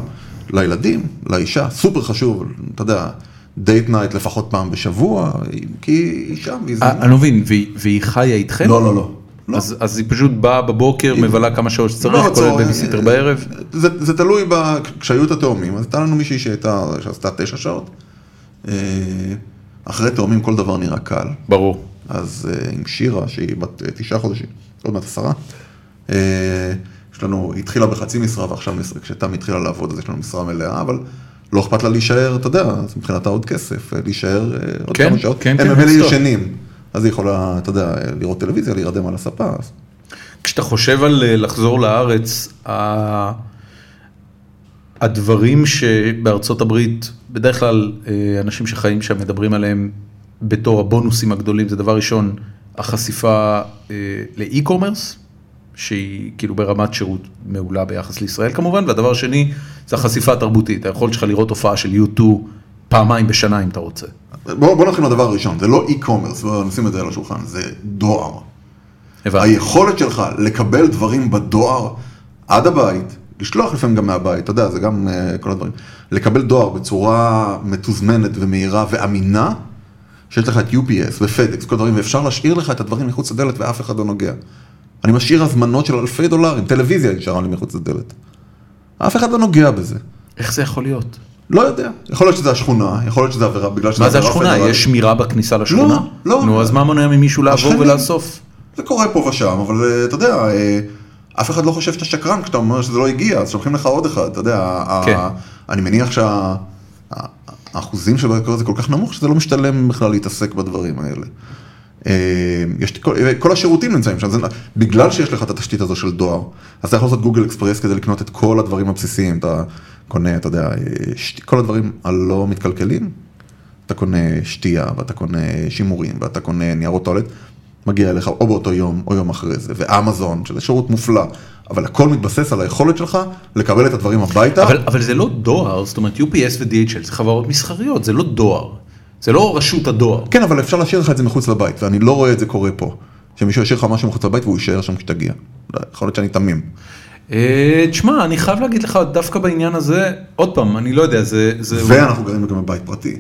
Speaker 2: לילדים, לאישה, סופר חשוב, אתה יודע, דייט נייט לפחות פעם בשבוע, כי היא שם, והיא
Speaker 1: אה,
Speaker 2: זמינה.
Speaker 1: אני לא מבין, והיא- והיא חיה איתכם?
Speaker 2: לא, לא, לא. לא.
Speaker 1: אז אז היא פשוט באה בבוקר, מבלה כמה שעות שצריך,
Speaker 2: לא,
Speaker 1: כולל
Speaker 2: צהריים,
Speaker 1: בייביסיטר
Speaker 2: אה,
Speaker 1: בערב.
Speaker 2: זה, זה תלוי, ב... כשהיו את התאומים, אז הייתה לנו מישהי שהייתה, שעשתה תשע שעות. אה, אחרי תאומים כל דבר נראה קל.
Speaker 1: ברור.
Speaker 2: אז אה, עם שירה, שהיא בת אה, תשעה חודשים, עוד מעט עשרה, אה, יש לנו, היא התחילה בחצי משרה ועכשיו מש- כשתמי התחילה לעבוד אז יש לנו משרה מלאה, אבל לא אכפת לה להישאר, אתה יודע, אז מבחינתה עוד כסף, אה, להישאר אה, עוד
Speaker 1: כן,
Speaker 2: כמה שעות.
Speaker 1: כן, כן,
Speaker 2: הם ממילא
Speaker 1: אין סוף.
Speaker 2: ישנים, אז היא יכולה, אתה יודע, אה, לראות טלוויזיה, להירדם על הספה. אז...
Speaker 1: כשאתה חושב על אה, לחזור לארץ, ה- הדברים שבארצות הברית, בדרך כלל אה, אנשים שחיים שם מדברים עליהם בתור הבונוסים הגדולים, זה דבר ראשון, החשיפה אה, לאי-קומרס, שהיא כאילו ברמת שירות מעולה ביחס לישראל כמובן, והדבר השני זה החשיפה התרבותית, היכולת שלך לראות הופעה של U2 פעמיים בשנה אם אתה רוצה.
Speaker 2: בואו בוא נתחיל מהדבר הראשון, זה לא e-commerce, בואו נשים את זה על השולחן, זה דואר.
Speaker 1: כן. הבנתי.
Speaker 2: היכולת שלך לקבל דברים בדואר עד הבית, לשלוח לפעמים גם מהבית, אתה יודע, זה גם אה, כל הדברים, לקבל דואר בצורה מתוזמנת ומהירה ואמינה, שיש לך את UPS ופדקס, כל הדברים, ואפשר להשאיר לך את הדברים מחוץ לדלת ואף אחד לא נוגע. אני משאיר הזמנות של אלפי דולרים, טלוויזיה נשארה לי מחוץ לדלת. אף אחד לא נוגע בזה.
Speaker 1: איך זה יכול להיות?
Speaker 2: לא יודע, יכול להיות שזה השכונה, יכול להיות שזה עבירה בגלל שזה
Speaker 1: מה זה
Speaker 2: עבירה
Speaker 1: השכונה?
Speaker 2: פדרלית.
Speaker 1: יש שמירה בכניסה לשכונה?
Speaker 2: לא.
Speaker 1: נו, אז מה מונע ממישהו לעבור
Speaker 2: השכנים. אה.
Speaker 1: ולאסוף?
Speaker 2: זה קורה פה ושם, אבל אה, אתה יודע, אה, אף אחד לא חושב שאתה שקרן כשאתה אומר שזה לא הגיע, אז שולחים לך עוד אחד, אתה יודע, ה-
Speaker 1: כן.
Speaker 2: ה- אני מניח שהאחוזים של הבקר זה כל כך נמוך, שזה לא משתלם בכלל להתעסק בדברים האלה. אה, יש את כל, אה, כל השירותים נמצאים שם, זה, בגלל שיש לך את התשתית הזו של דואר, אז אתה יכול לעשות גוגל אקספרס כדי לקנות את כל הדברים הבסיסיים, אתה קונה, אתה יודע, אה, שת- כל הדברים הלא מתקלקלים, אתה קונה שתייה, ואתה קונה שימורים, ואתה קונה ניירות טואלט, מגיע אליך או באותו יום או יום אחרי זה, ואמזון, שזה שירות מופלא, אבל הכל מתבסס על היכולת שלך לקבל את הדברים הביתה.
Speaker 1: אבל, אבל זה לא דואר, זאת אומרת UPS ו-DHL זה חברות מסחריות, זה לא דואר. זה לא רשות הדואר.
Speaker 2: כן, אבל אפשר להשאיר לך את זה מחוץ לבית, ואני לא רואה את זה קורה פה. שמישהו ישאיר לך משהו מחוץ לבית והוא יישאר שם כשתגיע. לא, יכול להיות שאני תמים.
Speaker 1: אה, תשמע, אני חייב להגיד לך, דווקא בעניין הזה, עוד פעם, אני לא יודע, זה... זה
Speaker 2: ואנחנו גרים גם בבית פרטי.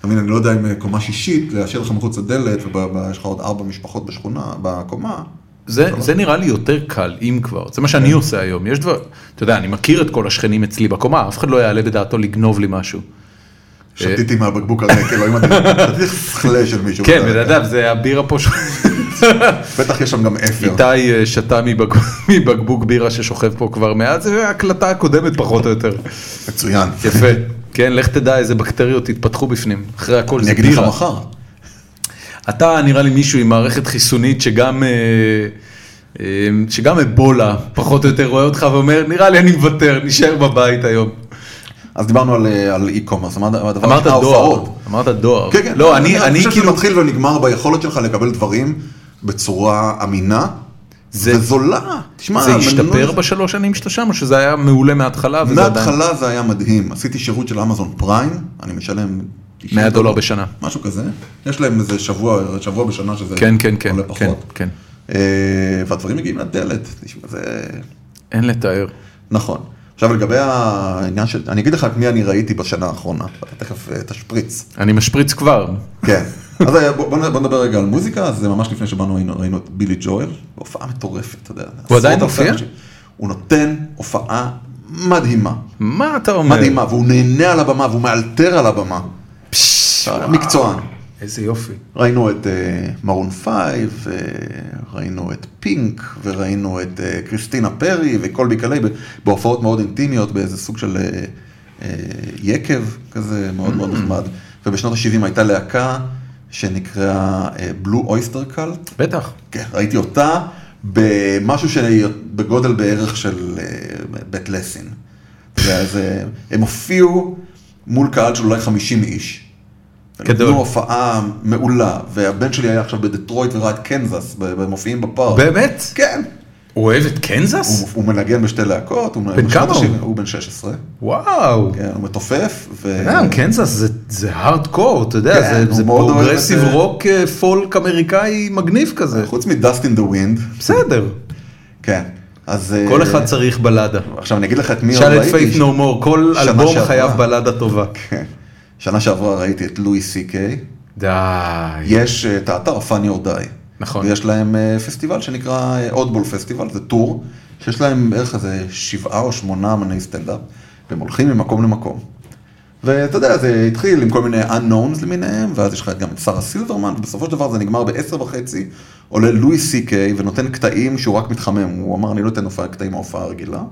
Speaker 2: אתה מבין, אני לא יודע אם אה, קומה שישית, להשאיר לך מחוץ לדלת, ויש לך עוד ארבע משפחות בשכונה,
Speaker 1: אה,
Speaker 2: בקומה.
Speaker 1: זה, זה נראה לי יותר קל, אם כבר. זה מה
Speaker 2: כן.
Speaker 1: שאני עושה היום. יש דבר, אתה יודע, אני מכיר את כל השכנים אצלי בקומה, אף אחד לא יעלה בדעתו לגנוב לי משהו.
Speaker 2: כן, שתיתי מהבקבוק הזה, כאילו, אם אתה... שתיתי סכלה של מישהו.
Speaker 1: כן, ונדב, זה הבירה פה, ש-
Speaker 2: בטח יש שם גם אפר.
Speaker 1: איתי אה, שתה מבק- [LAUGHS] מבקבוק בירה ששוכב פה כבר מאז, זה ההקלטה הקודמת פחות או יותר.
Speaker 2: מצוין.
Speaker 1: יפה. כן, לך תדע איזה בקטריות התפתחו בפנים. אחרי הכל
Speaker 2: אני
Speaker 1: זה
Speaker 2: אגיד לך
Speaker 1: בירה.
Speaker 2: מחר.
Speaker 1: אתה נראה לי מישהו עם מערכת חיסונית שגם... אה, אה, שגם אבולה פחות או יותר רואה אותך ואומר נראה לי אני מוותר נשאר בבית היום.
Speaker 2: אז דיברנו על, אה, על e-commerce, מה הדבר השני?
Speaker 1: אמרת דואר,
Speaker 2: ההופעות.
Speaker 1: אמרת דואר.
Speaker 2: כן, כן.
Speaker 1: לא, אני, אני
Speaker 2: חושב שזה
Speaker 1: כאילו,
Speaker 2: מתחיל ונגמר ביכולת שלך לקבל דברים בצורה אמינה
Speaker 1: זה-
Speaker 2: וזולה. תשמע, לא
Speaker 1: זה
Speaker 2: המנוי
Speaker 1: השתפר
Speaker 2: הזה-
Speaker 1: בשלוש שנים שאתה שם, או שזה היה מעולה מההתחלה? וזה עדיין-
Speaker 2: מההתחלה זה היה מדהים. עשיתי שירות של אמזון פריים, אני משלם... 90
Speaker 1: 100 דולר בשנה.
Speaker 2: משהו כזה. יש להם איזה שבוע, שבוע בשנה שזה
Speaker 1: כן, כן, כן,
Speaker 2: עולה
Speaker 1: כן,
Speaker 2: פחות.
Speaker 1: כן.
Speaker 2: אה, והדברים מגיעים לדלת. תשמע, זה...
Speaker 1: אין לתאר.
Speaker 2: נכון. עכשיו לגבי העניין של, אני אגיד לך את מי אני ראיתי בשנה האחרונה, אתה תכף אה, תשפריץ.
Speaker 1: אני משפריץ כבר. [LAUGHS]
Speaker 2: כן. אז אה, בוא, בוא, נ- בוא נדבר רגע על מוזיקה, אז זה ממש לפני שבאנו ראינו, ראינו את בילי ג'ואל, בהופעה מטורפת, אתה יודע. עשרות
Speaker 1: עדיין
Speaker 2: אלפי
Speaker 1: מופיע?
Speaker 2: אנשים. הוא נותן הופעה מדהימה,
Speaker 1: מה אתה אומר?
Speaker 2: מדהימה, והוא נהנה על הבמה והוא מאלתר על הבמה. אה,
Speaker 1: פשש, וואו.
Speaker 2: מקצוען.
Speaker 1: איזה יופי.
Speaker 2: ראינו את אה, מרון פייב, אה, ראינו את פינק, וראינו את אה, קריסטינה פרי וקולבי קליי ב- בהופעות מאוד אינטימיות, באיזה סוג של אה, אה, יקב כזה, מאוד
Speaker 1: Mm.
Speaker 2: מאוד נחמד. ובשנות ה-70 הייתה להקה שנקראה אה, בלו אויסטר קלט.
Speaker 1: בטח.
Speaker 2: כן, ראיתי אותה במשהו שבגודל בערך של אה, בית לסין. אז הם הופיעו מול קהל של אולי 50 איש.
Speaker 1: גדול.
Speaker 2: נתנו הופעה מעולה, והבן שלי היה עכשיו בדטרויט וראה את קנזס, ב- הם מופיעים בפארק.
Speaker 1: באמת?
Speaker 2: כן.
Speaker 1: הוא אוהב את קנזס?
Speaker 2: הוא, הוא מנגן בשתי להקות, הוא
Speaker 1: בן
Speaker 2: בשנות
Speaker 1: כמה הוא?
Speaker 2: ה-70, הוא בן 16,
Speaker 1: וואו.
Speaker 2: כן, הוא מתופף, ו...
Speaker 1: אה, קנזס זה- זה הארדקור, אתה יודע,
Speaker 2: כן,
Speaker 1: זה-
Speaker 2: הוא
Speaker 1: זה
Speaker 2: מאוד אוהב את
Speaker 1: פרוגרסיב
Speaker 2: זה. נכון.
Speaker 1: רוק אה, פולק אמריקאי מגניב כזה.
Speaker 2: חוץ מדסטין דה ווינד,
Speaker 1: בסדר.
Speaker 2: כן, אז... אה,
Speaker 1: כל אחד צריך בלדה.
Speaker 2: עכשיו אני אגיד לך את מי עוד
Speaker 1: שאל את
Speaker 2: ראיתי.
Speaker 1: פייט נו מור, כל
Speaker 2: שנה
Speaker 1: אלבום
Speaker 2: שעברה.
Speaker 1: חייב בלדה טובה.
Speaker 2: כן. שנה שעברה ראיתי את לואי סי קיי,
Speaker 1: די.
Speaker 2: יש אה, את האתר פאני או די.
Speaker 1: נכון.
Speaker 2: ויש להם אה, פסטיבל שנקרא אודבול פסטיבל, זה טור, שיש להם בערך איזה שבעה או שמונה אמני סטנדאפ, והם הולכים ממקום למקום. ואתה יודע, זה התחיל עם כל מיני unknowns למיניהם, ואז יש לך גם את שרה סילברמן, ובסופו של דבר זה נגמר בעשר וחצי, עולה לואי סי קיי ונותן קטעים שהוא רק מתחמם, הוא אמר אני לא אתן הופעה קטעים מההופעה הרגילה.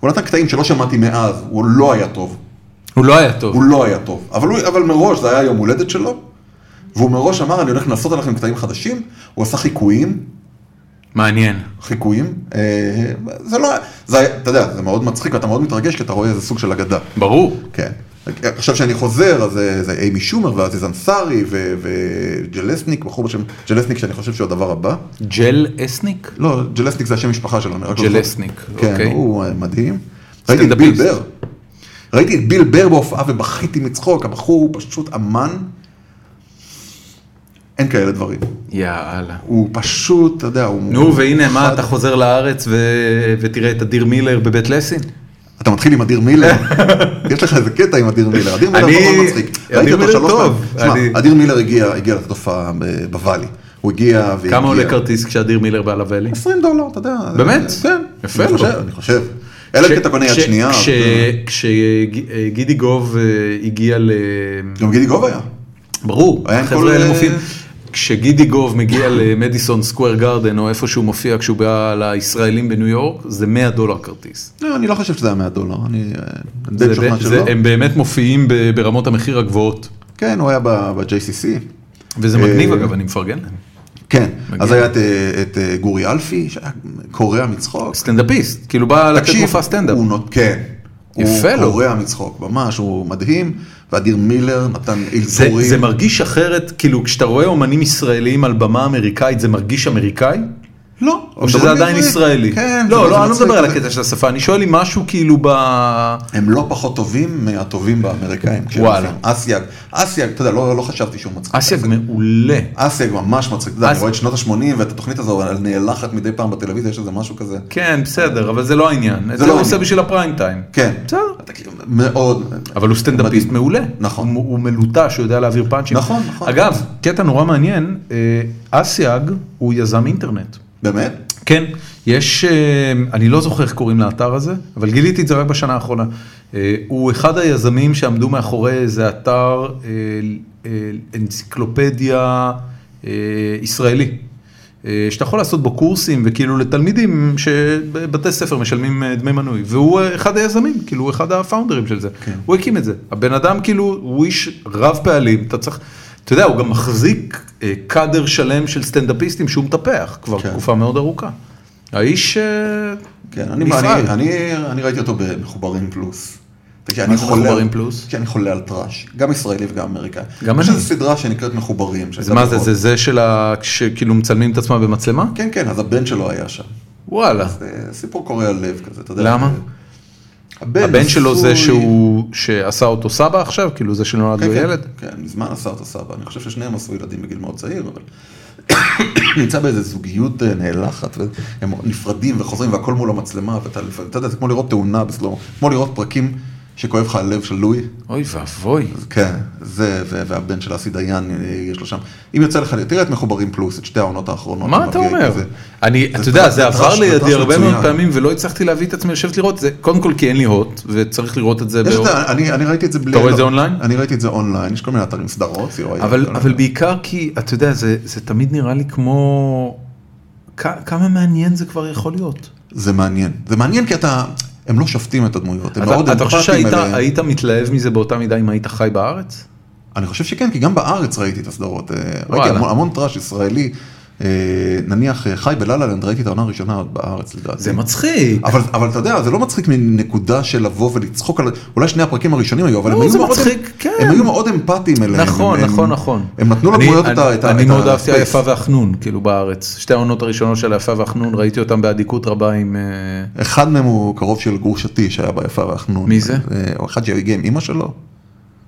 Speaker 2: הוא נתן קטעים שלא שמעתי מאז, הוא לא היה טוב,
Speaker 1: הוא לא היה טוב.
Speaker 2: הוא לא היה טוב, אבל, הוא, אבל מראש זה היה יום הולדת שלו, והוא מראש אמר אני הולך לנסות עליכם קטעים חדשים, הוא עשה חיקויים,
Speaker 1: מעניין.
Speaker 2: חיקויים, אה, זה לא, זה, היה- אתה יודע, זה מאוד מצחיק ואתה מאוד מתרגש כי אתה רואה איזה סוג של אגדה,
Speaker 1: ברור.
Speaker 2: כן. עכשיו שאני חוזר, אז אה, זה אימי שומר ועזיז אנסארי ו- וג'לסניק, בחור בשם ג'לסניק שאני חושב שהוא הדבר הבא.
Speaker 1: ג'ל אסניק?
Speaker 2: לא, ג'לסניק זה השם משפחה שלו, אני רק לא זוכר.
Speaker 1: ג'לסניק,
Speaker 2: כן,
Speaker 1: אוקיי.
Speaker 2: הוא אה, מדהים. ראיתי את ביל
Speaker 1: סטנדאפיסט.
Speaker 2: בר, ראיתי את ביל בר בהופעה ובכיתי מצחוק, הבחור הוא פשוט אמן. אין כאלה דברים.
Speaker 1: יאללה.
Speaker 2: הוא פשוט, אתה יודע, הוא...
Speaker 1: נו, והנה, מה,
Speaker 2: אחד-
Speaker 1: אתה חוזר לארץ ו- ותראה את אדיר מילר בבית לסין?
Speaker 2: אתה מתחיל עם אדיר
Speaker 1: [LAUGHS]
Speaker 2: מילר, יש לך איזה קטע עם אדיר מילר, אדיר מילר
Speaker 1: אני-
Speaker 2: מאוד מצחיק.
Speaker 1: אדיר
Speaker 2: ראיתי אותו
Speaker 1: מילר
Speaker 2: שלוש
Speaker 1: טוב,
Speaker 2: פעמים. תשמע,
Speaker 1: אני-
Speaker 2: אדיר מילר הגיע, הגיע לתת הופעה ב- בוואלי. הוא הגיע והגיע.
Speaker 1: כמה עולה כרטיס כשאדיר מילר בא לוואלי?
Speaker 2: 20 דולר, אתה יודע.
Speaker 1: באמת?
Speaker 2: כן.
Speaker 1: יפה
Speaker 2: אני
Speaker 1: לו.
Speaker 2: חושב, אני חושב. אלא אם כן אתה קונה יד
Speaker 1: כש-
Speaker 2: שנייה.
Speaker 1: כש- כשגידי גוב אה, הגיע ל...
Speaker 2: גם גידי גוב היה.
Speaker 1: ברור,
Speaker 2: היה עם כל- אה,
Speaker 1: החבר'ה האלה מופיעים. כשגידי גוב מגיע למדיסון סקוואר גרדן, או איפה שהוא מופיע כשהוא בא לישראלים בניו יורק, זה 100 דולר כרטיס.
Speaker 2: לא, אני לא חושב שזה היה 100 דולר, אני אה, די
Speaker 1: זה-
Speaker 2: משוכנע
Speaker 1: זה-
Speaker 2: שלא.
Speaker 1: הם באמת מופיעים ב- ברמות המחיר הגבוהות,
Speaker 2: כן, הוא היה ב- ב-JCC.
Speaker 1: וזה מגניב
Speaker 2: אה,
Speaker 1: אגב, אני מפרגן להם.
Speaker 2: כן,
Speaker 1: מגיע.
Speaker 2: אז היה את, אה, את אה, גורי אלפי, שהיה קורע מצחוק.
Speaker 1: סטנדאפיסט, כאילו בא לתת
Speaker 2: תקשיב,
Speaker 1: מופע סטנדאפ.
Speaker 2: הוא נות... כן.
Speaker 1: יפה לו.
Speaker 2: הוא קורע מצחוק, ממש, הוא מדהים, ואדיר מילר נתן
Speaker 1: זה,
Speaker 2: אילתורים.
Speaker 1: זה מרגיש אחרת, כאילו כשאתה רואה אומנים ישראלים על במה אמריקאית, זה מרגיש אמריקאי?
Speaker 2: לא.
Speaker 1: או שזה
Speaker 2: מדברים
Speaker 1: עדיין
Speaker 2: עברית.
Speaker 1: ישראלי?
Speaker 2: כן. זה-
Speaker 1: לא,
Speaker 2: זה
Speaker 1: לא, אני לא
Speaker 2: מצחיק.
Speaker 1: מדבר על הקטע של השפה, אני שואל אם משהו כאילו ב...
Speaker 2: הם לא פחות טובים מהטובים באמריקאים. כשהם
Speaker 1: וואלה.
Speaker 2: עושים. אסייג, אסייג, אתה יודע, לא לא חשבתי שהוא מצחיק.
Speaker 1: אסייג מעולה.
Speaker 2: אסייג ממש מצחיק, אתה יודע, אני
Speaker 1: אס-
Speaker 2: רואה את שנות ה-80 ואת התוכנית הזו אבל נאלחת מדי פעם בטלוויזיה, יש איזה משהו כזה.
Speaker 1: כן, בסדר, אבל זה לא העניין. את
Speaker 2: זה
Speaker 1: זה
Speaker 2: לא
Speaker 1: הוא עושה
Speaker 2: העניין.
Speaker 1: בשביל הפריים טיים.
Speaker 2: כן.
Speaker 1: בסדר.
Speaker 2: אתה כאילו, מאוד.
Speaker 1: אבל הוא סטנדאפיסט
Speaker 2: מדהים.
Speaker 1: מעולה.
Speaker 2: נכון.
Speaker 1: הוא, הוא מלוטש, הוא יודע להעביר פאנצ'ים.
Speaker 2: נכון, נכון.
Speaker 1: אגב, קטע נורא מעניין, אה, אסייג הוא יזם אינטרנט.
Speaker 2: באמת?
Speaker 1: כן, יש, אה, אני לא זוכר איך קוראים לאתר הזה, אבל גיליתי את זה רק בשנה האחרונה. אה, הוא אחד היזמים שעמדו מאחורי איזה אתר אה, אה, אנציקלופדיה אה, ישראלי, אה, שאתה יכול לעשות בו קורסים וכאילו לתלמידים שבתי ספר משלמים אה, דמי מנוי, והוא אה, אחד היזמים, כאילו הוא אחד הפאונדרים של זה.
Speaker 2: כן.
Speaker 1: הוא הקים את זה. הבן אדם כאילו הוא איש רב פעלים, אתה צריך, אתה יודע, הוא גם מחזיק אה, קאדר שלם של סטנדאפיסטים שהוא מטפח כבר
Speaker 2: כן.
Speaker 1: תקופה מאוד ארוכה. האיש אה,
Speaker 2: כן, אני,
Speaker 1: נפעל.
Speaker 2: אני, אני, אני ראיתי אותו במחוברים פלוס. תקשיב, אני
Speaker 1: זה
Speaker 2: חולה-
Speaker 1: מחוברים פלוס?
Speaker 2: כי אני חולה על טראש, גם ישראלי וגם אמריקאי.
Speaker 1: גם
Speaker 2: יש
Speaker 1: אני.
Speaker 2: איזו סדרה שנקראת מחוברים.
Speaker 1: אז
Speaker 2: שהייתה
Speaker 1: מה זה,
Speaker 2: בהוד.
Speaker 1: זה זה של ה... שכאילו מצלמים את עצמם במצלמה?
Speaker 2: כן, כן, אז הבן שלו היה שם.
Speaker 1: וואלה.
Speaker 2: זה סיפור קורע לב כזה, אתה יודע.
Speaker 1: למה?
Speaker 2: הבן,
Speaker 1: הבן שלו זה
Speaker 2: נשוי-
Speaker 1: שהוא, שעשה אותו סבא עכשיו? כאילו זה שנולד
Speaker 2: כן,
Speaker 1: לו
Speaker 2: כן,
Speaker 1: ילד?
Speaker 2: כן, מזמן עשה אותו סבא. אני חושב ששניהם עשו ילדים בגיל מאוד צעיר, אבל... [COUGHS] נמצא באיזה זוגיות אה, נאלחת, והם נפרדים וחוזרים והכל מול המצלמה, ואתה אתה יודע, זה כמו לראות תאונה בסלומו, כמו לראות פרקים שכואב לך הלב של לואי.
Speaker 1: אוי ואבוי.
Speaker 2: אז כן, זה, ו- והבן של אסי דיין, אה, יש לו שם. אם יוצא לך, תראה את מחוברים פלוס, את שתי העונות האחרונות.
Speaker 1: מה
Speaker 2: הוא
Speaker 1: אתה
Speaker 2: מגיע
Speaker 1: אומר?
Speaker 2: כזה.
Speaker 1: אני, אתה
Speaker 2: זה
Speaker 1: יודע,
Speaker 2: טרש-
Speaker 1: זה עבר
Speaker 2: טרש-
Speaker 1: לידי
Speaker 2: טרש
Speaker 1: הרבה מאוד
Speaker 2: מצוין.
Speaker 1: פעמים ולא הצלחתי להביא את עצמי לשבת לראות את זה. קודם כל כי אין לי הוט, וצריך לראות את זה.
Speaker 2: יש
Speaker 1: ב-
Speaker 2: את ה- אני אני ראיתי את זה בלי...
Speaker 1: אתה רואה את
Speaker 2: לא,
Speaker 1: זה אונליין?
Speaker 2: אני ראיתי את זה אונליין, יש כל מיני אתרים סדרות, COI, כל
Speaker 1: אבל,
Speaker 2: מיני.
Speaker 1: אבל בעיקר כי, אתה יודע, זה, זה תמיד נראה לי כמו... כ- כמה מעניין זה כבר יכול להיות.
Speaker 2: זה מעניין. זה מעניין כי אתה... הם לא שופטים את הדמויות, הם מאוד
Speaker 1: אתה, אתה חושב
Speaker 2: אמפתיים
Speaker 1: שהיית
Speaker 2: אליהם.
Speaker 1: היית מתלהב מזה באותה מידה אם היית חי בארץ?
Speaker 2: אני חושב שכן, כי גם בארץ ראיתי את הסדרות. אה, ראיתי
Speaker 1: וואלה.
Speaker 2: המון- המון טראש ישראלי. אה, נניח אה, חי בלה-לה-לנד, ראיתי את העונה הראשונה עוד בארץ לדעתי.
Speaker 1: זה מצחיק.
Speaker 2: אבל, אבל אתה יודע, זה לא מצחיק מנקודה של לבוא ולצחוק על... אולי שני הפרקים הראשונים היו, אבל
Speaker 1: לא,
Speaker 2: הם, היו
Speaker 1: זה
Speaker 2: מאוד, אמ-
Speaker 1: מצחיק, כן.
Speaker 2: הם היו מאוד אמפתיים אליהם.
Speaker 1: נכון,
Speaker 2: הם,
Speaker 1: נכון,
Speaker 2: הם,
Speaker 1: נכון.
Speaker 2: הם נתנו
Speaker 1: אני-
Speaker 2: לדמויות
Speaker 1: אני-
Speaker 2: את ה... את ה-
Speaker 1: אני
Speaker 2: את
Speaker 1: מאוד
Speaker 2: ה-
Speaker 1: אהבתי
Speaker 2: space.
Speaker 1: היפה והחנון, כאילו בארץ. שתי העונות הראשונות של היפה והחנון, ראיתי אותם באדיקות רבה עם... אה,
Speaker 2: אחד מהם הוא קרוב של גרושתי שהיה ביפה והחנון.
Speaker 1: מי זה?
Speaker 2: אה, או אחד שהגיע עם אימא שלו,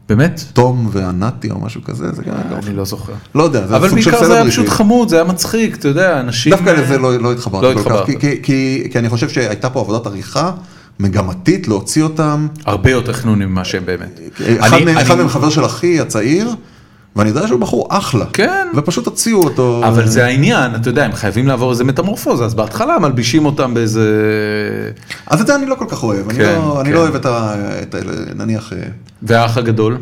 Speaker 1: באמת?
Speaker 2: תום וענתי או משהו כזה, זה גם... גם-
Speaker 1: אני לא זוכר.
Speaker 2: לא יודע, זה
Speaker 1: אבל
Speaker 2: סוג של
Speaker 1: בעיקר זה היה
Speaker 2: סלבריטי.
Speaker 1: פשוט חמוד, זה היה מצחיק, אתה יודע, אנשים...
Speaker 2: דווקא
Speaker 1: אה,
Speaker 2: לזה לא, לא התחברתי
Speaker 1: לא
Speaker 2: כל
Speaker 1: התחברת.
Speaker 2: כך, כי, כי, כי, כי אני חושב שהייתה פה עבודת עריכה מגמתית להוציא אותם.
Speaker 1: הרבה יותר חנונים ממה שהם באמת.
Speaker 2: אה, אחד
Speaker 1: אני-
Speaker 2: מהם- אחד
Speaker 1: אני-
Speaker 2: מהם חבר של אחי הצעיר, ואני יודע שהוא בחור אחלה.
Speaker 1: כן.
Speaker 2: ופשוט הוציאו אותו.
Speaker 1: אבל זה העניין, אתה יודע, הם חייבים לעבור איזה מטמורפוזה, אז בהתחלה מלבישים אותם באיזה...
Speaker 2: אז את זה אני לא כל כך אוהב, אני
Speaker 1: כן,
Speaker 2: לא- אני
Speaker 1: כן.
Speaker 2: לא אוהב את ה... את ה- נניח... אה,
Speaker 1: והאח הגדול?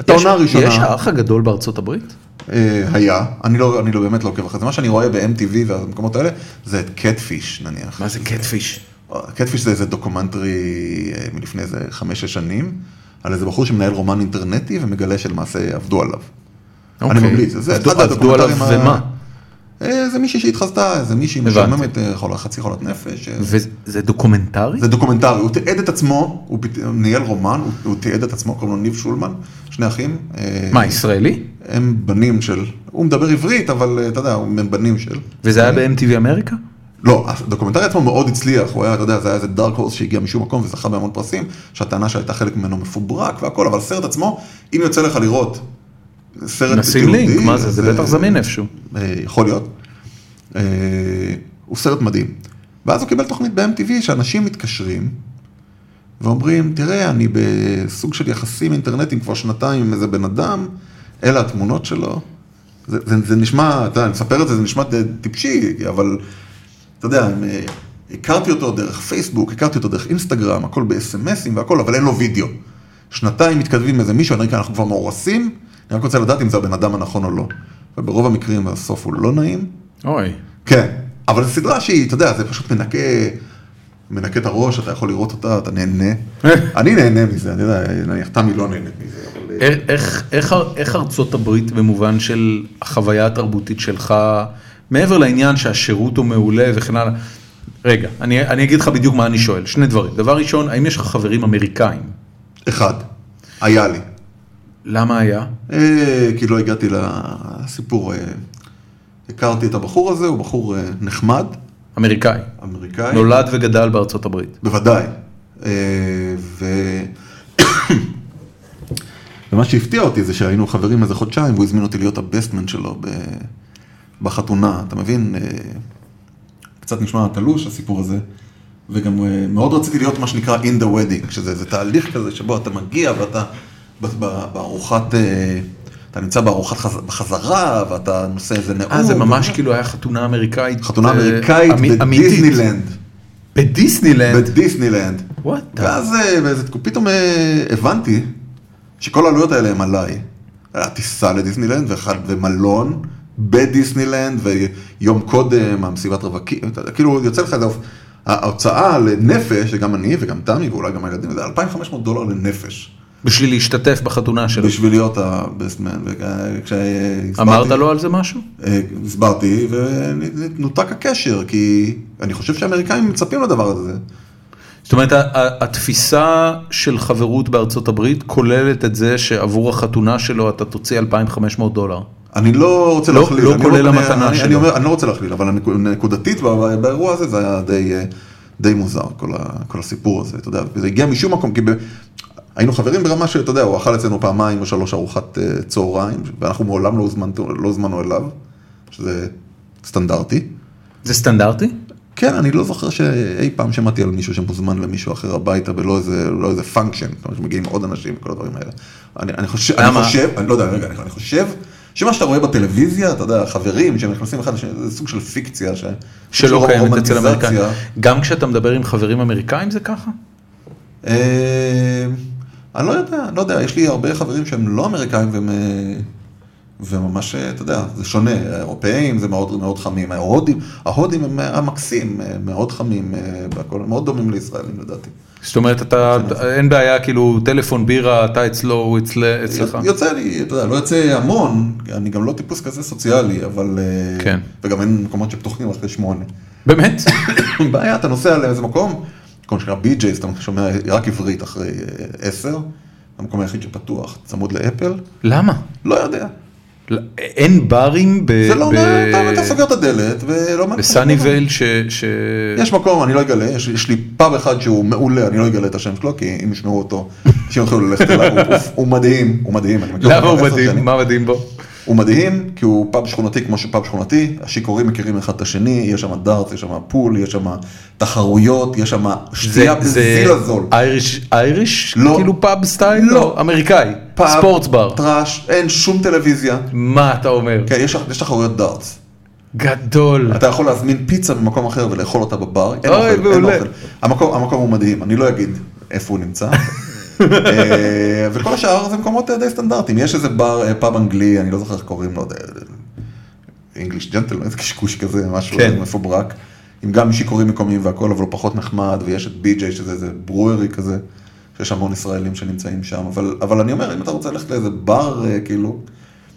Speaker 2: את העונה
Speaker 1: יש-
Speaker 2: הראשונה.
Speaker 1: יש האח הגדול בארצות הברית?
Speaker 2: אה, היה, אני לא, אני לא באמת לא עוקב אחרי זה, מה שאני רואה ב-MTV והמקומות האלה, זה את קטפיש נניח.
Speaker 1: מה זה קטפיש?
Speaker 2: קטפיש זה איזה דוקומנטרי אה, מלפני איזה חמש-שש שנים, על איזה בחור שמנהל רומן אינטרנטי ומגלה שלמעשה עבדו עליו. אני ממליץ, זה
Speaker 1: אוקיי. עבדו
Speaker 2: אחד
Speaker 1: עבדו עליו
Speaker 2: הדוקומנטרים ה-
Speaker 1: ומה?
Speaker 2: אה, זה מישהי שהתחזתה, זה מישהי
Speaker 1: הבנתי.
Speaker 2: משעממת, אה, חולה- חצי חולת נפש. אה,
Speaker 1: וזה דוקומנטרי?
Speaker 2: זה דוקומנטרי, הוא תיעד את עצמו, הוא פת- הוא ניהל רומן, הוא- הוא תיעד את עצמו, קוראים לו ניב שולמן, שני אחים. אה,
Speaker 1: מה, ישראלי?
Speaker 2: הם בנים של, הוא מדבר עברית, אבל אה, אתה יודע, הם בנים של.
Speaker 1: וזה היה ב-MTV אמריקה?
Speaker 2: לא, הדוקומנטרי עצמו מאוד הצליח, הוא היה, אתה יודע, זה היה איזה דארק הורס שהגיע משום מקום וזכה בהמון פרסים, שהטענה שהייתה חלק ממנו מפוברק והכל, אבל הסרט עצמו, אם יוצא לך לראות סרט
Speaker 1: נשים
Speaker 2: תיעודי,
Speaker 1: לינק, מה זה, זה
Speaker 2: אז,
Speaker 1: בטח
Speaker 2: אה,
Speaker 1: זמין איפשהו.
Speaker 2: אה, יכול להיות. אה, הוא סרט מדהים. ואז הוא קיבל תוכנית ב-MTV שאנשים מתקשרים ואומרים, תראה, אני בסוג של יחסים אינטרנטיים כבר שנתיים עם איזה בן אדם, אלה התמונות שלו. זה, זה, זה נשמע, אתה יודע, אני מספר את זה, זה נשמע טיפשי, אבל אתה יודע, הם, אה, הכרתי אותו דרך פייסבוק, הכרתי אותו דרך אינסטגרם, הכל ב-SMSים והכל, אבל אין לו וידאו. שנתיים מתכתבים עם איזה מישהו, אני רואה, אנחנו כבר מאורסים, אני רק רוצה לדעת אם זה הבן אדם הנכון או לא. וברוב המקרים הסוף הוא לא נעים.
Speaker 1: אוי.
Speaker 2: כן, אבל זו סדרה שהיא, אתה יודע, זה פשוט מנקה, מנקה את הראש, אתה יכול לראות אותה, אתה נהנה. אני נהנה מזה, אני יודע, נניח תמי לא נהנית מזה, אבל... אה,
Speaker 1: איך- איך- איך- איך ארצות הברית במובן של החוויה התרבותית שלך, מעבר לעניין שהשירות הוא מעולה וכן הלאה, רגע, אני אני אגיד לך בדיוק מה אני שואל, שני דברים. דבר ראשון, האם יש לך חברים אמריקאים?
Speaker 2: אחד, היה לי.
Speaker 1: למה היה?
Speaker 2: אה, כי לא הגעתי לסיפור, אה, הכרתי את הבחור הזה, הוא בחור אה, נחמד,
Speaker 1: אמריקאי.
Speaker 2: אמריקאי.
Speaker 1: נולד וגדל בארצות הברית.
Speaker 2: בוודאי. אה, ו... [COUGHS] ומה שהפתיע אותי זה שהיינו חברים איזה חודשיים, והוא הזמין אותי להיות הבסטמן שלו ב... בחתונה, אתה מבין? אה, קצת נשמע תלוש הסיפור הזה, וגם אה, מאוד רציתי להיות מה שנקרא in the wedding, שזה איזה תהליך כזה שבו אתה מגיע ואתה ב- ב- בארוחת, אה, אתה נמצא בארוחת חז... בחזרה, ואתה נושא איזה נאום.
Speaker 1: אה, זה ממש כאילו היה חתונה אמריקאית.
Speaker 2: חתונה
Speaker 1: אה,
Speaker 2: אמריקאית
Speaker 1: אמי- אמיתית. כן.
Speaker 2: בדיסנילנד.
Speaker 1: בדיסנילנד?
Speaker 2: בדיסנילנד.
Speaker 1: וואט
Speaker 2: ואז אה, באיזה תקופה פתאום אה, הבנתי שכל העלויות האלה הם עליי. היה טיסה לדיסנילנד ואחד- ומלון בדיסנילנד ויום קודם המסיבת רווקים, אתה יודע, כאילו יוצא לך איזה... ההוצאה לנפש, שגם אני וגם תמי ואולי גם הילדים, זה 2,500 דולר לנפש
Speaker 1: בשביל להשתתף בחתונה שלו.
Speaker 2: בשביל להיות הבסטמן. וכשהסברתי-
Speaker 1: אמרת לו על זה משהו?
Speaker 2: אה, הסברתי ונותק הקשר, כי אני חושב שהאמריקאים מצפים לדבר הזה.
Speaker 1: זאת אומרת, ה- ה- התפיסה של חברות בארצות הברית כוללת את זה שעבור החתונה שלו אתה תוציא 2,500 דולר.
Speaker 2: אני לא רוצה
Speaker 1: לא-
Speaker 2: להכליל.
Speaker 1: לא
Speaker 2: אני
Speaker 1: כולל
Speaker 2: אני-
Speaker 1: המתנה
Speaker 2: אני,
Speaker 1: שלו.
Speaker 2: אני, אומר, אני לא רוצה להכליל, אבל הנקו- נקודתית בא- באירוע הזה זה היה די, אה, די מוזר, כל, ה, כל הסיפור הזה, אתה יודע, זה הגיע משום מקום, כי ב, היינו חברים ברמה שאתה יודע, הוא אכל אצלנו פעמיים או שלוש ארוחת אה, צהריים, ואנחנו מעולם לא הוזמנו, לא הוזמנו אליו, שזה סטנדרטי.
Speaker 1: זה סטנדרטי?
Speaker 2: כן, אני לא זוכר שאי פעם שמעתי על מישהו שמוזמן למישהו אחר הביתה ולא איזה, לא איזה פונקשן, זאת אומרת שמגיעים עוד אנשים וכל הדברים האלה. אני, אני חושב, אני
Speaker 1: למה?
Speaker 2: חושב, אני לא יודע, רגע, אני, אני חושב שמה שאתה רואה בטלוויזיה, אתה יודע, חברים שהם נכנסים אחד לשני, זה סוג של פיקציה, ש...
Speaker 1: שלא
Speaker 2: של
Speaker 1: קיימת אצל
Speaker 2: רומנטיזציה.
Speaker 1: אמריקאים. גם כשאתה מדבר עם חברים אמריקאים זה ככה?
Speaker 2: אה, אני לא יודע, אני לא יודע, יש לי הרבה חברים שהם לא אמריקאים והם... אה, וממש, אה, אתה יודע, זה שונה, האירופאים זה מאוד מאוד חמים, ההודים, ההודים הם המקסים, אה, מאוד חמים, אה, והכל, הם מאוד דומים לישראלים לדעתי.
Speaker 1: זאת אומרת, אתה,
Speaker 2: אוקיי.
Speaker 1: אין בעיה, כאילו, טלפון בירה, אתה אצלו, הוא אצל- אצלך.
Speaker 2: יוצא לי, אתה יודע, לא יוצא המון, אני גם לא טיפוס כזה סוציאלי, אבל... אה,
Speaker 1: כן.
Speaker 2: וגם אין מקומות שפתוחים אחרי שמונה. [COUGHS]
Speaker 1: באמת?
Speaker 2: בעיה, אתה נוסע לאיזה מקום, מקום שנקרא בי.ג'ייז, אתה שומע רק עברית אחרי אה, עשר, המקום היחיד שפתוח, צמוד לאפל,
Speaker 1: למה?
Speaker 2: לא יודע.
Speaker 1: לא- אין ברים ב...
Speaker 2: זה לא,
Speaker 1: אה, ב-
Speaker 2: אומר, אתה- אתה סוגר את הדלת, ולא... מעניין אותך.
Speaker 1: בסאניבל ש... ש...
Speaker 2: יש מקום, אני לא אגלה, יש, יש לי פאב אחד שהוא מעולה, אני לא אגלה את השם שלו, כי אם ישמעו אותו, [LAUGHS] אנשים יתחילו ללכת אליו, הוא, הוא, הוא מדהים, הוא מדהים, אני מכיר
Speaker 1: למה
Speaker 2: אותו
Speaker 1: הוא
Speaker 2: כבר עשר
Speaker 1: לא, מדהים?
Speaker 2: שנים.
Speaker 1: מה מדהים בו?
Speaker 2: הוא מדהים, כי הוא פאב שכונתי כמו שפאב שכונתי, השיכורים מכירים אחד את השני, יש שם דארט, יש שם פול, יש שם תחרויות, יש שם שתייה בזיל הזול.
Speaker 1: אייריש, אייריש?
Speaker 2: לא.
Speaker 1: כאילו פאב סטייל?
Speaker 2: לא.
Speaker 1: או אמריקאי.
Speaker 2: פאב,
Speaker 1: ספורט בר.
Speaker 2: טראש, אין שום טלוויזיה.
Speaker 1: מה אתה אומר?
Speaker 2: כן, יש, יש תחרויות דארטס.
Speaker 1: גדול.
Speaker 2: אתה יכול להזמין פיצה במקום אחר ולאכול אותה בבר, אין
Speaker 1: אוי,
Speaker 2: אוכל, אין
Speaker 1: מעולה.
Speaker 2: אוכל. המקום, המקום הוא מדהים, אני לא אגיד איפה הוא
Speaker 1: [LAUGHS]
Speaker 2: נמצא. אה, וכל השאר זה מקומות אה, די סטנדרטיים, יש איזה בר, אה, פאב אנגלי, אני לא זוכר איך קוראים לו, אינגליש ג'נטלמן, איזה קשקוש כזה, משהו
Speaker 1: כן.
Speaker 2: כן. מפוברק, עם גם שיכורים מקומיים והכל, אבל הוא פחות נחמד, ויש את בי.ג'יי שזה איזה ברוארי כזה, שיש המון ישראלים שנמצאים שם, אבל, אבל אני אומר, אם אתה רוצה ללכת לאיזה בר, אה, כאילו,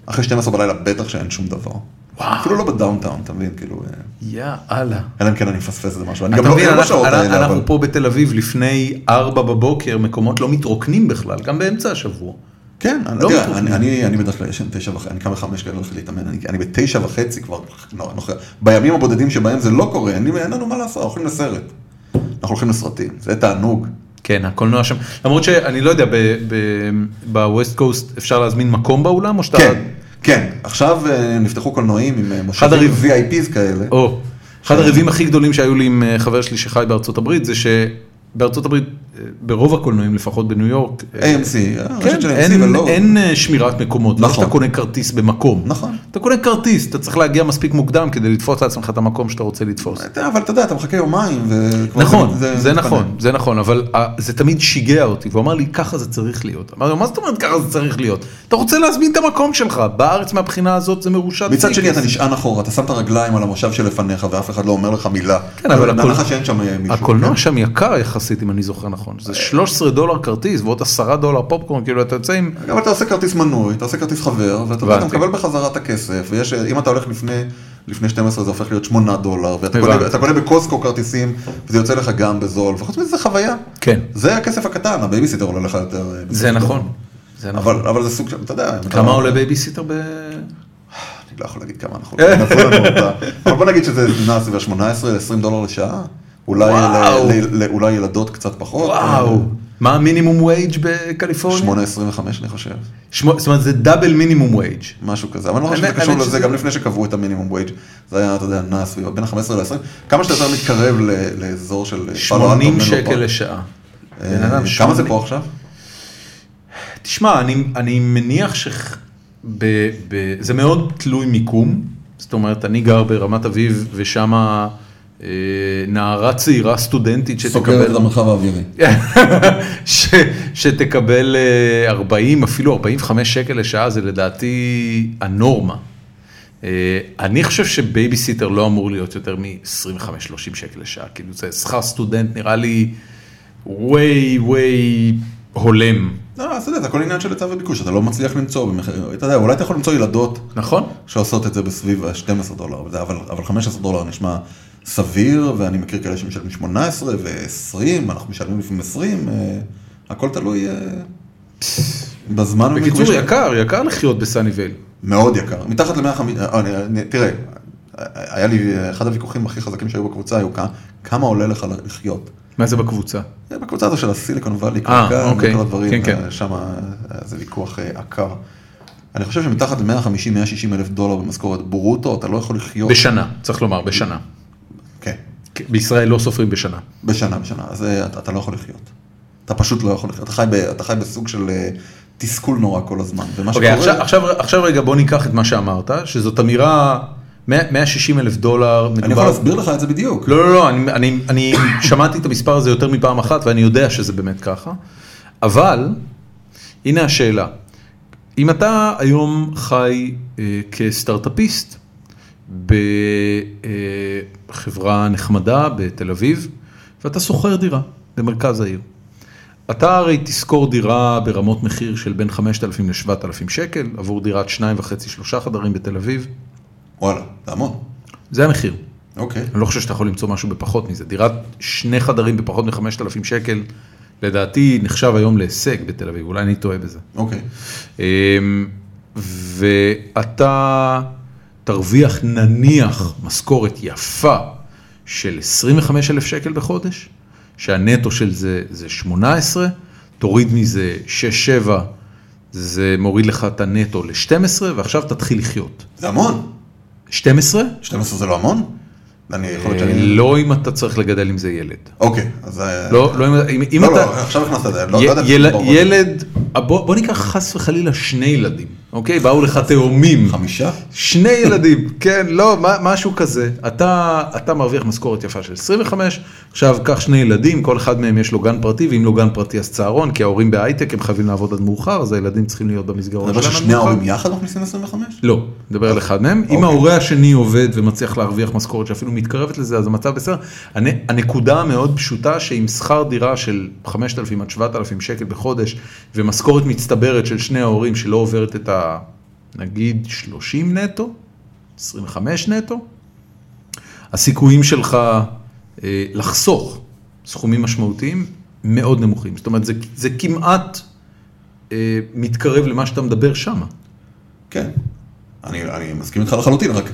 Speaker 2: אחרי 12 בלילה בטח שאין שום דבר.
Speaker 1: וואו.
Speaker 2: אפילו לא בדאונטאון, אתה מבין, כאילו... אה,
Speaker 1: יאללה.
Speaker 2: אלא אם כן אני מפספס איזה משהו, אני גם
Speaker 1: אתה
Speaker 2: לא
Speaker 1: מבין,
Speaker 2: ער
Speaker 1: אנחנו
Speaker 2: בשעות
Speaker 1: אנחנו-
Speaker 2: האלה, אבל...
Speaker 1: אנחנו פה בתל אביב לפני 4 בבוקר, מקומות לא מתרוקנים בכלל, גם באמצע השבוע.
Speaker 2: כן, אני,
Speaker 1: לא
Speaker 2: תראה,
Speaker 1: מתוך-
Speaker 2: אני, אני, אני בדרך כלל ישן תשע וחצי, אני קם בחמש כאלה הולך להתאמן, אני, אני בתשע וחצי כבר, לא, אנחנו, בימים הבודדים שבהם זה לא קורה, אני, אין לנו מה לעשות, אנחנו הולכים לסרט. אנחנו הולכים לסרטים, זה תענוג.
Speaker 1: כן, הקולנוע שם. למרות שאני לא יודע, בווסט קוסט אפשר להזמין מקום באולם או שאתה...
Speaker 2: כן, כן, עכשיו אה, נפתחו קולנועים עם אה, מושבים
Speaker 1: הריב-
Speaker 2: VIPs כאלה.
Speaker 1: או, אחד הריבים הכי גדולים שהיו לי עם אה, חבר שלי שחי בארצות הברית, זה שבארצות הברית, אה, ברוב הקולנועים, לפחות בניו יורק, אה,
Speaker 2: AMC, הרשת
Speaker 1: כן,
Speaker 2: של
Speaker 1: אין,
Speaker 2: AMC ולא.
Speaker 1: אין אה, שמירת מקומות, נכון.
Speaker 2: לא. נכון.
Speaker 1: אתה קונה כרטיס במקום.
Speaker 2: נכון.
Speaker 1: אתה קונה כרטיס, אתה צריך להגיע מספיק מוקדם כדי לתפוס לעצמך את המקום שאתה רוצה לתפוס.
Speaker 2: אתה- אבל אתה יודע, אתה מחכה יומיים. וכבר
Speaker 1: נכון, זה,
Speaker 2: מתפנה.
Speaker 1: נכון, זה נכון, אבל אה, זה תמיד שיגע אותי, והוא אמר לי, ככה זה צריך להיות. אמרתי לו, מה זאת אומרת ככה זה צריך להיות? אתה רוצה להזמין את המקום שלך, בארץ מהבחינה הזאת זה מרושע.
Speaker 2: מצד שני
Speaker 1: טיקס.
Speaker 2: אתה נשען אחורה, אתה שם את הרגליים על המושב שלפניך ואף אחד לא אומר לך מילה.
Speaker 1: כן, אבל
Speaker 2: בהנחה
Speaker 1: הקול-
Speaker 2: שאין שם אה, מישהו.
Speaker 1: הקולנוע
Speaker 2: כן?
Speaker 1: שם יקר יחסית, אם אני זוכר נכון. זה 13 דולר כרטיס ועוד 10 דולר פופקורן, כאילו אתה יוצא עם...
Speaker 2: כן. אבל אתה עושה כרטיס מנוי, אתה עושה כרטיס חבר, ואתה יודע, אתה
Speaker 1: הבנתי.
Speaker 2: מקבל בחזרה את הכסף, ויש, אה, אם אתה הולך לפני, לפני 12 זה הופך להיות 8 דולר, ואתה
Speaker 1: הבנתי.
Speaker 2: קונה, אתה קונה בקוסקו כרטיסים, וזה יוצא לך גם בזול, וחוץ מזה זה חוויה.
Speaker 1: כן.
Speaker 2: זה הכסף הקטן, הבייביסיטר עולה לך יותר. אה,
Speaker 1: זה נכון. זה נכון.
Speaker 2: אבל, אבל זה סוג של, אתה יודע. אם אתה-
Speaker 1: כמה עולה בייביסיטר ב...
Speaker 2: אני לא יכול להגיד כמה אנחנו, נתנו לנו אותה. אבל בוא נגיד שזה נע סביב ה-18 ל-20 דולר לשעה, אולי,
Speaker 1: וואו.
Speaker 2: ל- ל- ל- אולי ילדות קצת פחות.
Speaker 1: וואו. מה המינימום וייג' בקליפורניה?
Speaker 2: 8.25 אני חושב,
Speaker 1: שמונה. זאת אומרת זה דאבל מינימום וייג'.
Speaker 2: משהו כזה, אבל אני לא חושב
Speaker 1: האמת-
Speaker 2: שזה קשור
Speaker 1: האמת
Speaker 2: לזה,
Speaker 1: שזה-
Speaker 2: גם לפני שקבעו את המינימום וייג', זה היה, אתה יודע, נע סביב, בין ה-15 ל-20, כמה שאתה יותר מתקרב ל- לאזור של...
Speaker 1: 80
Speaker 2: פלו-אלטו,
Speaker 1: שקל
Speaker 2: מנופה.
Speaker 1: לשעה.
Speaker 2: אה,
Speaker 1: בן אדם,
Speaker 2: כמה זה
Speaker 1: שמונים-
Speaker 2: פה עכשיו?
Speaker 1: תשמע, אני, אני מניח שזה מאוד תלוי מיקום, זאת אומרת, אני גר ברמת אביב ושם אה, נערה צעירה סטודנטית שתקבל,
Speaker 2: המרחב האווירי.
Speaker 1: [LAUGHS] ש, שתקבל אה, 40, אפילו 45 שקל לשעה, זה לדעתי הנורמה. אה, אני חושב שבייביסיטר לא אמור להיות יותר מ-25-30 שקל לשעה, כאילו זה שכר סטודנט נראה לי way way הולם,
Speaker 2: לא, אז אתה יודע, זה הכל עניין של היצע וביקוש, אתה לא מצליח למצוא במחיר, אתה יודע, אולי אתה יכול למצוא ילדות
Speaker 1: נכון?
Speaker 2: שעושות את זה בסביב ה-12 דולר, וזה- אבל, אבל 15 דולר נשמע סביר, ואני מכיר כאלה שמשלמים 18 ו-20, אנחנו משלמים לפעמים 20, אה, הכל תלוי אה, בזמן. ובמיקום
Speaker 1: בקיצור,
Speaker 2: שלך.
Speaker 1: יקר, יקר לחיות בסאניבל.
Speaker 2: מאוד יקר, מתחת ל-150, אה, אני- אני- תראה, אה, היה לי, אחד הוויכוחים הכי חזקים שהיו בקבוצה היו כ- כמה עולה לך לחיות. אה,
Speaker 1: מה זה בקבוצה?
Speaker 2: בקבוצה הזו של הסיליקון וואלי,
Speaker 1: אה,
Speaker 2: קרקע,
Speaker 1: אוקיי.
Speaker 2: וכל הדברים,
Speaker 1: כן, כן.
Speaker 2: אה, שם אה, זה ויכוח אה, עקר. אני חושב שמתחת ל-150-160 אלף דולר במשכורת ברוטו, אתה לא יכול לחיות.
Speaker 1: בשנה, צריך לומר, בשנה.
Speaker 2: כן,
Speaker 1: בישראל לא סופרים בשנה.
Speaker 2: בשנה, בשנה. אז אה, אתה, אתה לא יכול לחיות. אתה פשוט לא יכול לחיות. אתה חי, ב, אתה חי בסוג של אה, תסכול נורא כל הזמן. ומה
Speaker 1: אוקיי,
Speaker 2: שקורה...
Speaker 1: עכשיו- עכשיו- עכשיו רגע בוא ניקח את מה שאמרת, שזאת אמירה, 100- 160 אלף דולר,
Speaker 2: אני יכול
Speaker 1: מדובר...
Speaker 2: להסביר לך את זה בדיוק.
Speaker 1: לא, לא, לא, אני- אני- אני שמעתי את המספר הזה יותר מפעם אחת ואני יודע שזה באמת ככה, אבל הנה השאלה. אם אתה היום חי אה, כסטארט-אפיסט בחברה נחמדה בתל אביב, ואתה שוכר דירה במרכז העיר. אתה הרי תשכור דירה ברמות מחיר של בין 5,000 ל-7,000 שקל עבור דירת שניים וחצי, שלושה חדרים בתל אביב,
Speaker 2: וואלה, זה המון.
Speaker 1: זה המחיר.
Speaker 2: אוקיי.
Speaker 1: אני לא חושב שאתה יכול למצוא משהו בפחות מזה. דירת שני חדרים בפחות מ-5,000 שקל, לדעתי נחשב היום להישג בתל אביב, אולי אני טועה בזה.
Speaker 2: אוקיי.
Speaker 1: אמ, ואתה תרוויח נניח משכורת יפה של 25,000 שקל בחודש, שהנטו של זה זה 18, תוריד מזה 6-7, זה מוריד לך את הנטו ל-12, ועכשיו תתחיל לחיות.
Speaker 2: זה המון.
Speaker 1: 12?
Speaker 2: 12 זה לא המון? אני יכול להיות
Speaker 1: אה,
Speaker 2: שאני...
Speaker 1: לא אם אתה צריך לגדל עם זה ילד.
Speaker 2: אוקיי, אז... אה,
Speaker 1: לא, לא אם- אם אם
Speaker 2: לא,
Speaker 1: אתה...
Speaker 2: לא, עכשיו הכנסת את זה. לא לא
Speaker 1: י-
Speaker 2: ידעתי
Speaker 1: יל-
Speaker 2: שזה ברור.
Speaker 1: ילד, אה, בוא בוא ניקח חס וחלילה שני ילדים, אוקיי? באו לך תאומים.
Speaker 2: חמישה?
Speaker 1: שני ילדים, כן, לא, מה- משהו כזה. אתה, אתה מרוויח משכורת יפה של 25, עכשיו קח שני ילדים, כל אחד מהם יש לו גן פרטי, ואם לא גן פרטי אז צהרון, כי ההורים בהייטק הם חייבים לעבוד עד מאוחר, אז הילדים צריכים להיות
Speaker 2: אתה
Speaker 1: במסגרות
Speaker 2: מדבר
Speaker 1: שלהם עד
Speaker 2: ששני
Speaker 1: מאוחר.
Speaker 2: ההורים יחד מכניסים 25?
Speaker 1: לא, נדבר על אחד מהם. אם
Speaker 2: אוקיי.
Speaker 1: ההורה השני עובד ומצליח להרוויח משכורת שאפילו מתקרבת לזה, אז המצב בסדר. הנ- הנקודה המאוד פשוטה שעם שכר דירה של 5,000 עד 7,000 שקל בחודש, ומשכורת מצטברת של שני ההורים שלא עוברת את ה... נגיד 30 נטו, 25 נטו, הסיכויים שלך אה, לחסוך סכומים משמעותיים מאוד נמוכים. זאת אומרת, זה, זה כמעט אה, מתקרב למה שאתה מדבר שמה.
Speaker 2: כן, אני, אני מסכים איתך לחלוטין, רק,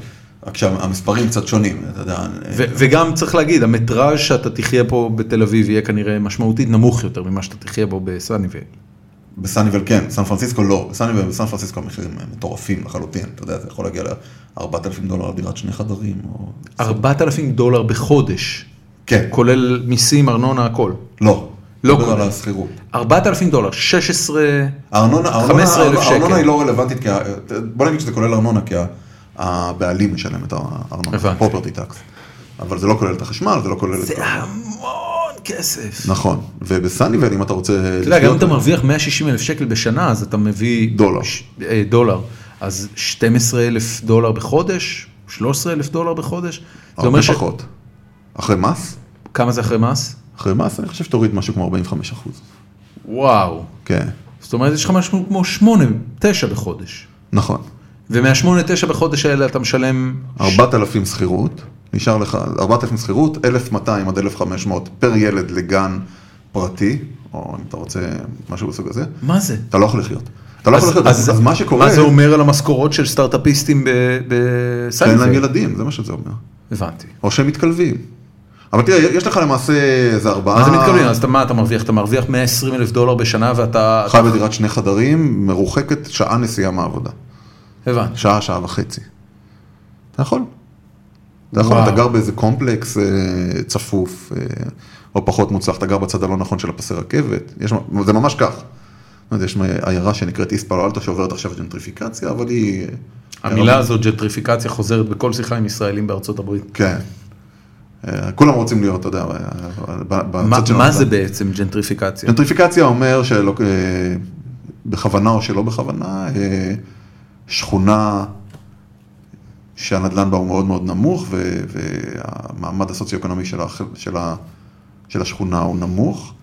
Speaker 2: רק שהמספרים קצת שונים, אתה יודע.
Speaker 1: ו- וגם צריך להגיד, המטראז' שאתה תחיה פה בתל אביב יהיה כנראה משמעותית נמוך יותר ממה שאתה תחיה בו בסאניבל.
Speaker 2: בסניבל כן, סן פרנסיסקו לא, בסניבל בסן פרנסיסקו המחירים הם מטורפים לחלוטין, אתה יודע, זה יכול להגיע ל-4,000 דולר על דירת שני חדרים, או...
Speaker 1: 4,000 דולר בחודש,
Speaker 2: כן,
Speaker 1: כולל מיסים, ארנונה, הכל.
Speaker 2: לא,
Speaker 1: לא
Speaker 2: אני מדבר
Speaker 1: קונה.
Speaker 2: על השכירות.
Speaker 1: 4,000 דולר, 16...
Speaker 2: הארנונה, הארנונה,
Speaker 1: 15,000
Speaker 2: הארנונה
Speaker 1: שקל.
Speaker 2: היא לא רלוונטית, כי ה- בוא נגיד שזה כולל ארנונה, כי ה- הבעלים משלם את הארנונה,
Speaker 1: הבנתי.
Speaker 2: פרופרטי טקס. אבל זה לא כולל את החשמל, זה לא כולל את...
Speaker 1: זה אה. המון כסף.
Speaker 2: נכון, ובסניבל אם אתה רוצה...
Speaker 1: אתה יודע, גם אם אתה מרוויח 160 אלף שקל בשנה, אז אתה מביא...
Speaker 2: דולר.
Speaker 1: ש- אה, דולר. אז 12 אלף דולר בחודש, 13 אלף דולר בחודש. זה אומר
Speaker 2: הרבה
Speaker 1: ש...
Speaker 2: פחות. אחרי מס?
Speaker 1: כמה זה אחרי מס?
Speaker 2: אחרי מס אני חושב שתוריד משהו כמו 45 אחוז.
Speaker 1: וואו.
Speaker 2: כן,
Speaker 1: זאת אומרת, יש לך משהו כמו 8, 9 בחודש.
Speaker 2: נכון.
Speaker 1: ומה-8-9 בחודש האלה אתה משלם...
Speaker 2: 4,000 שכירות, נשאר לך 4,000 שכירות, 1,200 עד 1,500 פר ילד לגן פרטי, או אם אתה רוצה משהו בסוג הזה,
Speaker 1: מה זה?
Speaker 2: אתה לא יכול לחיות. אתה לא יכול לחיות, אז אז מה שקורה, כן,
Speaker 1: מה זה אומר על המשכורות של סטארט-אפיסטים ב- בסייפר?
Speaker 2: שאין להם ילדים, זה מה שזה אומר.
Speaker 1: הבנתי.
Speaker 2: או שהם מתקלבים. אבל תראה, יש לך למעשה איזה ארבעה...
Speaker 1: מה זה מתקבלים? אז אתה- מה אתה מרוויח? אתה מרוויח 120 אלף דולר בשנה ואתה...
Speaker 2: חי בדירת שני חדרים, מרוחקת שעה נסיעה מהעבודה.
Speaker 1: הבנתי.
Speaker 2: שעה, שעה וחצי. אתה יכול. אתה יכול,
Speaker 1: וואו.
Speaker 2: אתה גר באיזה קומפלקס אה, צפוף, אה, או פחות מוצלח, אתה גר בצד הלא נכון של הפסי רכבת, יש, מ- זה ממש כך. זאת אומרת, יש עיירה שנקראת איספלו אלטו שעוברת עכשיו ג'נטריפיקציה, אבל היא... אה,
Speaker 1: המילה הזאת, ג'טריפיקציה, חוזרת בכל שיחה עם ישראלים בארצות הברית.
Speaker 2: כן. אה, כולם רוצים להיות, אתה יודע, אה, ב- בצד
Speaker 1: מה-
Speaker 2: של
Speaker 1: מה
Speaker 2: המדע.
Speaker 1: זה בעצם ג'נטריפיקציה?
Speaker 2: ג'נטריפיקציה אומר שבכוונה או שלא בכוונה, אה, שכונה שהנדלן בה הוא מאוד מאוד נמוך ו- והמעמד הסוציו-אקונומי של, הח- של, ה- של השכונה הוא נמוך,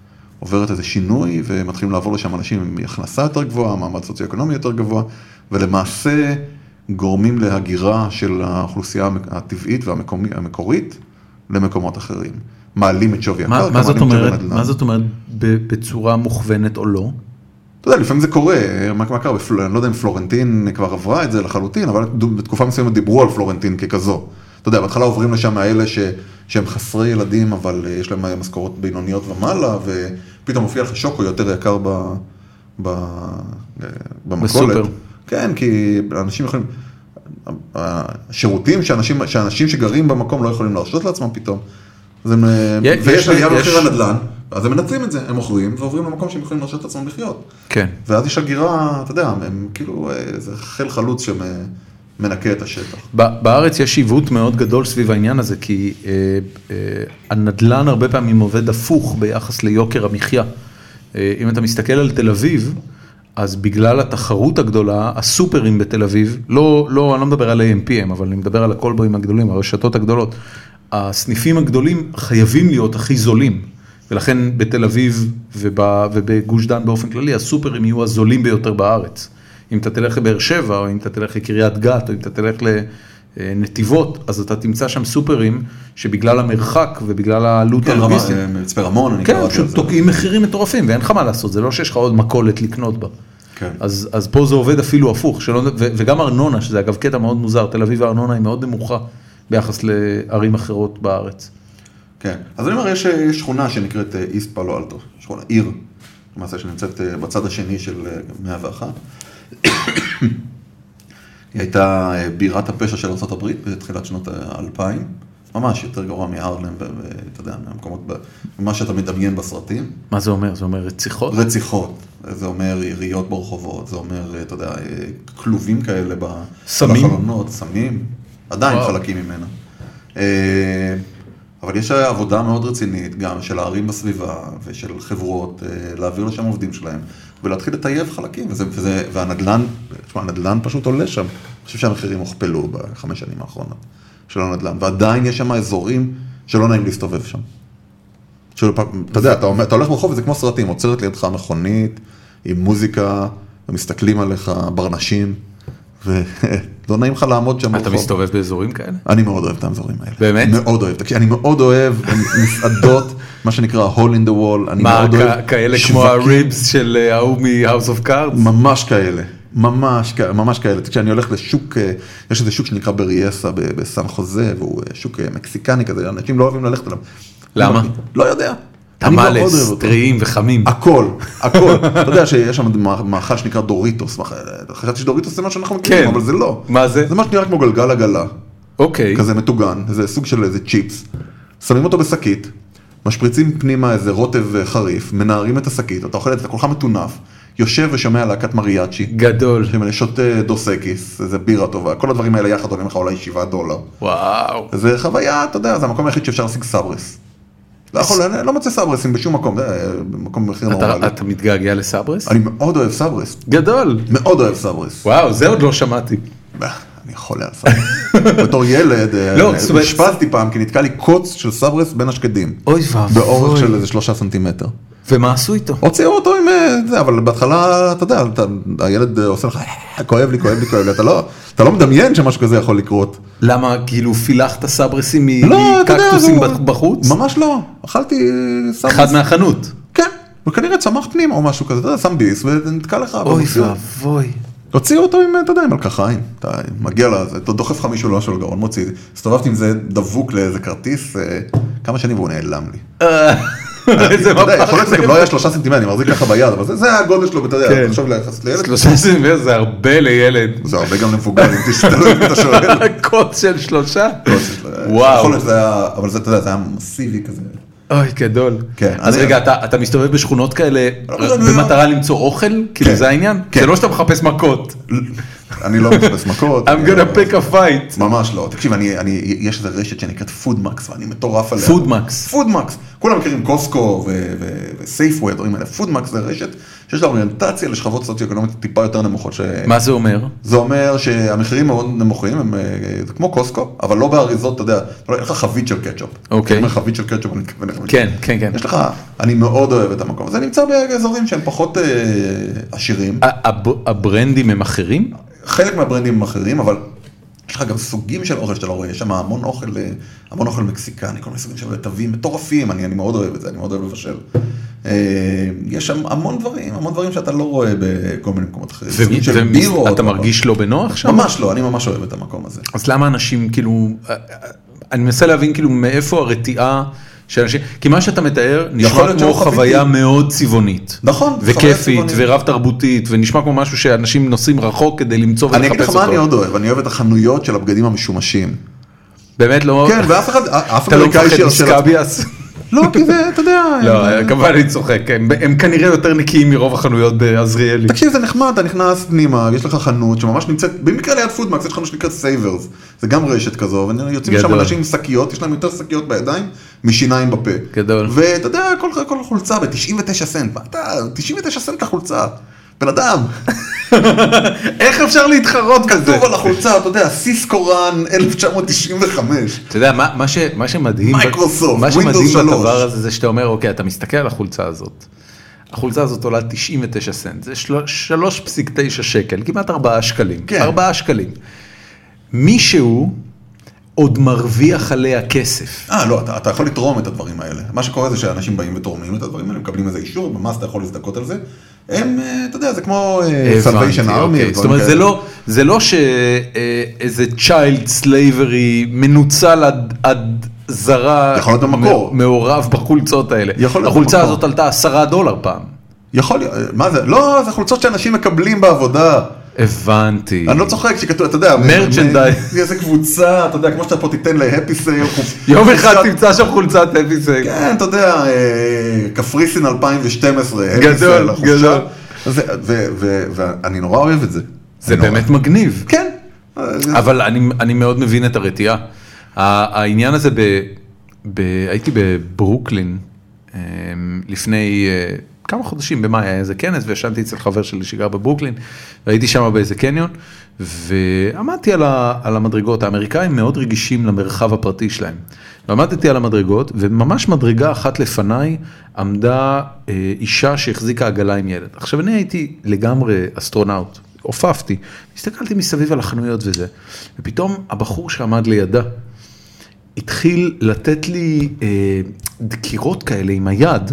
Speaker 2: עוברת איזה שינוי ומתחילים לעבור לשם אנשים עם הכנסה יותר גבוהה, מעמד סוציו-אקונומי יותר גבוה, ולמעשה גורמים להגירה של האוכלוסייה המק- הטבעית והמקורית למקומות אחרים. מעלים את שווי
Speaker 1: מה-
Speaker 2: הקרקע,
Speaker 1: מה זאת
Speaker 2: מעלים את שווי
Speaker 1: אומרת?
Speaker 2: הנדל"ן.
Speaker 1: מה זאת אומרת ב- בצורה מוכוונת או לא?
Speaker 2: אתה יודע, לפעמים זה קורה, מה מה קרה, בפל... אני לא יודע אם פלורנטין כבר עברה את זה לחלוטין, אבל דו- בתקופה מסוימת דיברו על פלורנטין ככזו. אתה יודע, בהתחלה עוברים לשם מאלה ש... שהם חסרי ילדים, אבל אה, יש להם אה, משכורות בינוניות ומעלה, ופתאום מופיע לך שוקו יותר יקר ב... ב... אה, במכולת.
Speaker 1: בסופר.
Speaker 2: כן, כי אנשים יכולים... אה, השירותים שאנשים, שאנשים שגרים במקום לא יכולים להרשות לעצמם פתאום. אז הם, אה,
Speaker 1: יש-
Speaker 2: ויש עלייה
Speaker 1: יש-
Speaker 2: במחיר הנדל"ן, אז הם מנצלים את זה, הם מוכרים ועוברים למקום שהם יכולים להרשות לעצמם לחיות.
Speaker 1: כן.
Speaker 2: ואז יש הגירה, אתה יודע, הם כאילו, אה, זה חיל חלוץ שמנקה את השטח.
Speaker 1: ב- בארץ יש עיוות מאוד גדול סביב העניין הזה, כי אה, אה, הנדלן הרבה פעמים עובד הפוך ביחס ליוקר המחיה. אה, אם אתה מסתכל על תל אביב, אז בגלל התחרות הגדולה, הסופרים בתל אביב, לא, לא, אני לא מדבר על AMPM, אבל אני מדבר על הכולבויים הגדולים, הרשתות הגדולות. הסניפים הגדולים חייבים להיות הכי זולים. ולכן בתל אביב וב, ובגוש דן באופן כללי, הסופרים יהיו הזולים ביותר בארץ. אם אתה תלך לבאר שבע, או אם אתה תלך לקריית גת, או אם אתה תלך לנתיבות, אז אתה תמצא שם סופרים שבגלל המרחק ובגלל העלות
Speaker 2: כן, רמה,
Speaker 1: הלוגיסטית,
Speaker 2: אה, מצפה רמון, אני
Speaker 1: כן,
Speaker 2: קראתי על
Speaker 1: פשוט
Speaker 2: זה.
Speaker 1: תוקעים מחירים מטורפים, ואין לך מה לעשות, זה לא שיש לך עוד מכולת לקנות בה.
Speaker 2: כן.
Speaker 1: אז, אז פה זה עובד אפילו הפוך, שלא, ו, וגם ארנונה, שזה אגב קטע מאוד מוזר, תל אביב הארנונה היא מאוד נמוכה ביחס לערים אחרות בארץ.
Speaker 2: כן. אז אני אומר, יש אה, שכונה שנקראת אה, איסט פלו אלטו, שכונה, עיר, למעשה שנמצאת אה, בצד השני של אה, 101. [COUGHS] היא הייתה אה, בירת הפשע של ארה"ב בתחילת שנות ה-2000, ממש יותר גרוע מהארלם, ו- ואתה יודע, מהמקומות, ב- ממה שאתה מדמיין בסרטים.
Speaker 1: מה זה אומר? זה אומר רציחות?
Speaker 2: רציחות, זה אומר יריות ברחובות, זה אומר, אתה יודע, אה, כלובים כאלה ב-
Speaker 1: סמים?
Speaker 2: בחלונות, סמים, עדיין
Speaker 1: וואו.
Speaker 2: חלקים ממנה. אה, אבל יש עבודה מאוד רצינית גם של הערים בסביבה ושל חברות אה, להעביר לשם עובדים שלהם ולהתחיל לטייב חלקים, וזה, וזה, והנדלן, תשמע, הנדלן פשוט עולה שם. אני חושב שהמחירים הוכפלו בחמש שנים האחרונות של הנדלן, ועדיין יש שם אזורים שלא נעים להסתובב שם. שוב, פעם, אתה יודע, אתה, עומד, אתה הולך ברחוב וזה כמו סרטים, עוצרת לידך מכונית עם מוזיקה, ומסתכלים עליך, ברנשים, [LAUGHS] ולא נעים לך לעמוד שם.
Speaker 1: אתה
Speaker 2: ברחוב.
Speaker 1: מסתובב באזורים כאלה?
Speaker 2: אני מאוד אוהב את האזורים האלה.
Speaker 1: באמת?
Speaker 2: מאוד אוהב. תקשיב, אני מאוד אוהב
Speaker 1: [LAUGHS]
Speaker 2: מסעדות, מה שנקרא hole in the wall. אני
Speaker 1: מה,
Speaker 2: מאוד אוהב
Speaker 1: כ- כאלה כמו
Speaker 2: שווקים.
Speaker 1: הריבס של אה, ההוא מ-house of cards?
Speaker 2: ממש כאלה, ממש, כ- ממש כאלה. כשאני הולך לשוק, אה, יש איזה שוק שנקרא בריאסה ב- בסן חוזה, והוא אה, שוק אה, מקסיקני כזה, אנשים לא אוהבים ללכת אליו.
Speaker 1: למה?
Speaker 2: לא יודע. אני מאוד אוהב
Speaker 1: תמלס,
Speaker 2: אותו. אה.
Speaker 1: טריים וחמים.
Speaker 2: הכל, הכל. [LAUGHS] אתה יודע שיש שם מא- מאכל שנקרא דוריטוס, מאכל- חשבתי שדוריטוס זה מה שאנחנו מכירים,
Speaker 1: כן.
Speaker 2: אבל זה לא.
Speaker 1: מה זה?
Speaker 2: זה מה שנראה כמו גלגל עגלה,
Speaker 1: אוקיי,
Speaker 2: כזה מטוגן, זה סוג של איזה צ'יפס. שמים אותו בשקית, משפריצים פנימה איזה רוטב אה, חריף, מנערים את השקית, אתה אוכל את זה, כולך מטונף, יושב ושומע להקת מריאצ'י.
Speaker 1: גדול.
Speaker 2: שמלא שותה דוסקיס, איזה בירה טובה, כל הדברים האלה יחד עולים לך אולי 7 דולר.
Speaker 1: וואו.
Speaker 2: זה חוויה, אתה יודע, זה המקום היחיד שאפשר להשיג סברס. לא יכול, אני לא מוצא סברסים בשום מקום, זה אה, מקום במחיר
Speaker 1: אתה
Speaker 2: נורמלי.
Speaker 1: אתה מתגעגע לסברס?
Speaker 2: אני מאוד אוהב סברס,
Speaker 1: גדול.
Speaker 2: מאוד אוהב סברס.
Speaker 1: וואו, זה עוד לא שמעתי.
Speaker 2: אה, אני חולה על סברס. [LAUGHS] בתור ילד, אה,
Speaker 1: לא, זאת אומרת-
Speaker 2: אושפזתי פעם כי נתקע לי קוץ של סברס בין השקדים.
Speaker 1: אוי ואבוי.
Speaker 2: באורך של איזה שלושה סנטימטר.
Speaker 1: ומה עשו איתו?
Speaker 2: הוציאו אותו עם אה, זה, אבל בהתחלה, אתה יודע, אתה, הילד אה, עושה לך, "אה, כואב לי, כואב לי, כואב לי, אתה לא, אתה לא מדמיין שמשהו כזה יכול לקרות.
Speaker 1: למה, כאילו פילחת סברסים מ-
Speaker 2: לא, אתה יודע,
Speaker 1: מקקטוסים
Speaker 2: זה-
Speaker 1: בח- בחוץ?
Speaker 2: ממש לא, אכלתי אה,
Speaker 1: אחד
Speaker 2: סברס.
Speaker 1: מהחנות.
Speaker 2: כן, וכנראה צמח פנימה או משהו כזה, אתה יודע, שם ביס ונתקע לך.
Speaker 1: אוי
Speaker 2: והוציאו-
Speaker 1: ואבוי.
Speaker 2: הוציאו אותו עם, אתה יודע, עם מלקחיים. אתה מגיע לזה, אתה דוחף לך מישהו לא של גרון, מוציא. הסתובבתי עם זה דבוק לאיזה כרטיס, אה, כמה שנים והוא נעלם לי.
Speaker 1: [LAUGHS] איזה
Speaker 2: אה. אתה יודע,
Speaker 1: מפח
Speaker 2: יכול להיות שזה
Speaker 1: זה.
Speaker 2: גם לא היה שלושה סנטימטר, אני מחזיק ככה ביד, אבל זה- זה הגודל שלו, אתה
Speaker 1: כן.
Speaker 2: יודע, תחשוב ליחס לילד.
Speaker 1: שלושה סנטימטר זה הרבה לילד.
Speaker 2: זה הרבה גם למבוגר, אם תשתלם, אם אתה שואל.
Speaker 1: [LAUGHS] קוץ של שלושה?
Speaker 2: יכול
Speaker 1: וואו.
Speaker 2: להיות שזה היה, אבל זה, אתה יודע, זה היה מסיבי כזה.
Speaker 1: אוי, גדול.
Speaker 2: כן,
Speaker 1: אז
Speaker 2: אני-
Speaker 1: רגע, אתה אתה מסתובב בשכונות כאלה
Speaker 2: לא יודע, אני-
Speaker 1: במטרה למצוא אוכל? כאילו
Speaker 2: כן.
Speaker 1: זה העניין?
Speaker 2: כן.
Speaker 1: זה לא שאתה מחפש מכות.
Speaker 2: אני לא מחפש מכות. אה,
Speaker 1: I'm gonna pick a fight.
Speaker 2: ממש לא. תקשיב, אני, אני, יש איזה רשת שנקראת פודמקס, ואני מטורף עליה.
Speaker 1: פודמקס.
Speaker 2: פודמקס. כולם מכירים קוסקו ו- ו- וסייפווי, הדברים האלה. פודמקס זה רשת שיש לה אוריינטציה לשכבות סוציו-אקונומית טיפה יותר נמוכות. ש...
Speaker 1: מה זה אומר?
Speaker 2: זה אומר שהמחירים מאוד נמוכים, הם אה, זה כמו קוסקו, אבל לא באריזות, אתה יודע, אתה לא- אין לך חבית של קטשופ.
Speaker 1: אוקיי.
Speaker 2: אני אומר חבית של קטשופ, אני מתכוון לחבית.
Speaker 1: כן, כן, כן.
Speaker 2: יש לך, אני מאוד אוהב את המקום הזה, נמצא באזורים שהם פחות אה, עשירים.
Speaker 1: ה- הב- הברנדים הם אחרים?
Speaker 2: חלק מהברנדים הם אחרים, אבל יש לך גם סוגים של אוכל שאתה לא רואה, יש שם המון אוכל, אה, המון אוכל מקסיקני, כל מיני סוגים של רטבים מטורפים, אני, אני מאוד אוהב את זה, אני מאוד אוהב לבשל. אה, יש שם המון דברים, המון דברים שאתה לא רואה בכל מיני מקומות אחרים.
Speaker 1: ו-
Speaker 2: סוגים של
Speaker 1: ו-
Speaker 2: בירות,
Speaker 1: אתה
Speaker 2: אבל-
Speaker 1: מרגיש לא בנוח שם?
Speaker 2: ממש לא, אני ממש אוהב את המקום הזה.
Speaker 1: אז למה אנשים כאילו, אה, אה, אני מנסה להבין כאילו מאיפה הרתיעה של אנשים, כי מה שאתה מתאר
Speaker 2: יכול
Speaker 1: נשמע כמו
Speaker 2: להיות שלא חוויתי.
Speaker 1: חוויה מאוד צבעונית.
Speaker 2: נכון, חוויה
Speaker 1: וכיפית
Speaker 2: צבעונית.
Speaker 1: ורב תרבותית ונשמע כמו משהו שאנשים נוסעים רחוק כדי למצוא
Speaker 2: אני אגיד
Speaker 1: ולחפש
Speaker 2: לך מה אני
Speaker 1: אותו.
Speaker 2: עוד אוהב, אני אוהב את החנויות של הבגדים המשומשים.
Speaker 1: באמת לא,
Speaker 2: כן, ואף אחד, אף
Speaker 1: אתה לא
Speaker 2: אמריקאי
Speaker 1: מפחד
Speaker 2: של...
Speaker 1: מסקאביאס?
Speaker 2: לא, כי זה, אתה יודע...
Speaker 1: לא,
Speaker 2: הם-
Speaker 1: כמובן אני צוחק, כן. הם- הם כנראה יותר נקיים מרוב החנויות בעזריאלי.
Speaker 2: תקשיב, זה נחמד, אתה נכנס פנימה, יש לך חנות שממש נמצאת, במקרה ליד פודמקס, יש חנות שנקראת סייברס, זה גם רשת כזו, ויוצאים שם
Speaker 1: גדול.
Speaker 2: אנשים עם שקיות, יש להם יותר שקיות בידיים משיניים בפה.
Speaker 1: גדול.
Speaker 2: ואתה יודע, כל, כל חולצה ב-99 סנט, מה אתה, 99 סנט לחולצה, בן
Speaker 1: [LAUGHS]
Speaker 2: אדם,
Speaker 1: איך אפשר להתחרות בזה?
Speaker 2: כתוב על החולצה, אתה יודע, סיסקו רן 1995.
Speaker 1: אתה יודע, מה, מה, ש, מה שמדהים,
Speaker 2: מייקרוסופט,
Speaker 1: מה שמדהים
Speaker 2: Windows 3.
Speaker 1: בדבר הזה זה שאתה אומר, אוקיי, אתה מסתכל על החולצה הזאת. החולצה הזאת עולה 99 סנט, זה של- 3.9 שקל, כמעט 4 שקלים.
Speaker 2: כן.
Speaker 1: 4 שקלים. מישהו עוד מרוויח עליה כסף.
Speaker 2: אה, לא, אתה, אתה יכול לתרום את הדברים האלה. מה שקורה זה שאנשים באים ותורמים את הדברים האלה, מקבלים איזה אישור, במס אתה יכול להזדכות על זה. הם, אה, אתה יודע, זה כמו אה,
Speaker 1: הבנתי,
Speaker 2: Salvation Army.
Speaker 1: אוקיי.
Speaker 2: דברים
Speaker 1: זאת אומרת, זה
Speaker 2: כאלה.
Speaker 1: לא, זה לא שאיזה child slavery מנוצל עד, עד זרה,
Speaker 2: יכול להיות במקור.
Speaker 1: מ- מעורב בחולצות האלה.
Speaker 2: יכול להיות
Speaker 1: החולצה
Speaker 2: במקור.
Speaker 1: הזאת עלתה 10 דולר פעם.
Speaker 2: יכול להיות, מה זה, לא, זה חולצות שאנשים מקבלים בעבודה.
Speaker 1: הבנתי.
Speaker 2: אני לא צוחק שכתוב, אתה יודע,
Speaker 1: Merchandise.
Speaker 2: מ- איזה קבוצה, אתה יודע, כמו שאתה פה תיתן להפי סייל. חופ-
Speaker 1: [LAUGHS] יום
Speaker 2: [LAUGHS]
Speaker 1: אחד
Speaker 2: חופשת-
Speaker 1: תמצא שם חולצת אפיסק.
Speaker 2: כן, אתה יודע, אה, קפריסין 2012. happy
Speaker 1: גדול,
Speaker 2: sale, החופשה.
Speaker 1: גדול.
Speaker 2: זה- ו- ו- ואני נורא אוהב את זה.
Speaker 1: זה
Speaker 2: אני נורא-
Speaker 1: באמת מגניב.
Speaker 2: כן. אה, זה-
Speaker 1: אבל אני, אני מאוד מבין את הרתיעה. ה- העניין הזה, ב, ב, הייתי בברוקלין אמ, לפני אה, כמה חודשים, במאי היה איזה כנס, וישנתי אצל חבר שלי שגר בברוקלין, והייתי שם באיזה קניון, ועמדתי על, ה, על המדרגות, האמריקאים מאוד רגישים למרחב הפרטי שלהם. ועמדתי על המדרגות, וממש מדרגה אחת לפניי עמדה אה, אישה שהחזיקה עגלה עם ילד. עכשיו, אני הייתי לגמרי אסטרונאוט. עופפתי. הסתכלתי מסביב על החנויות וזה, ופתאום הבחור שעמד לידה התחיל לתת לי אה, דקירות כאלה עם היד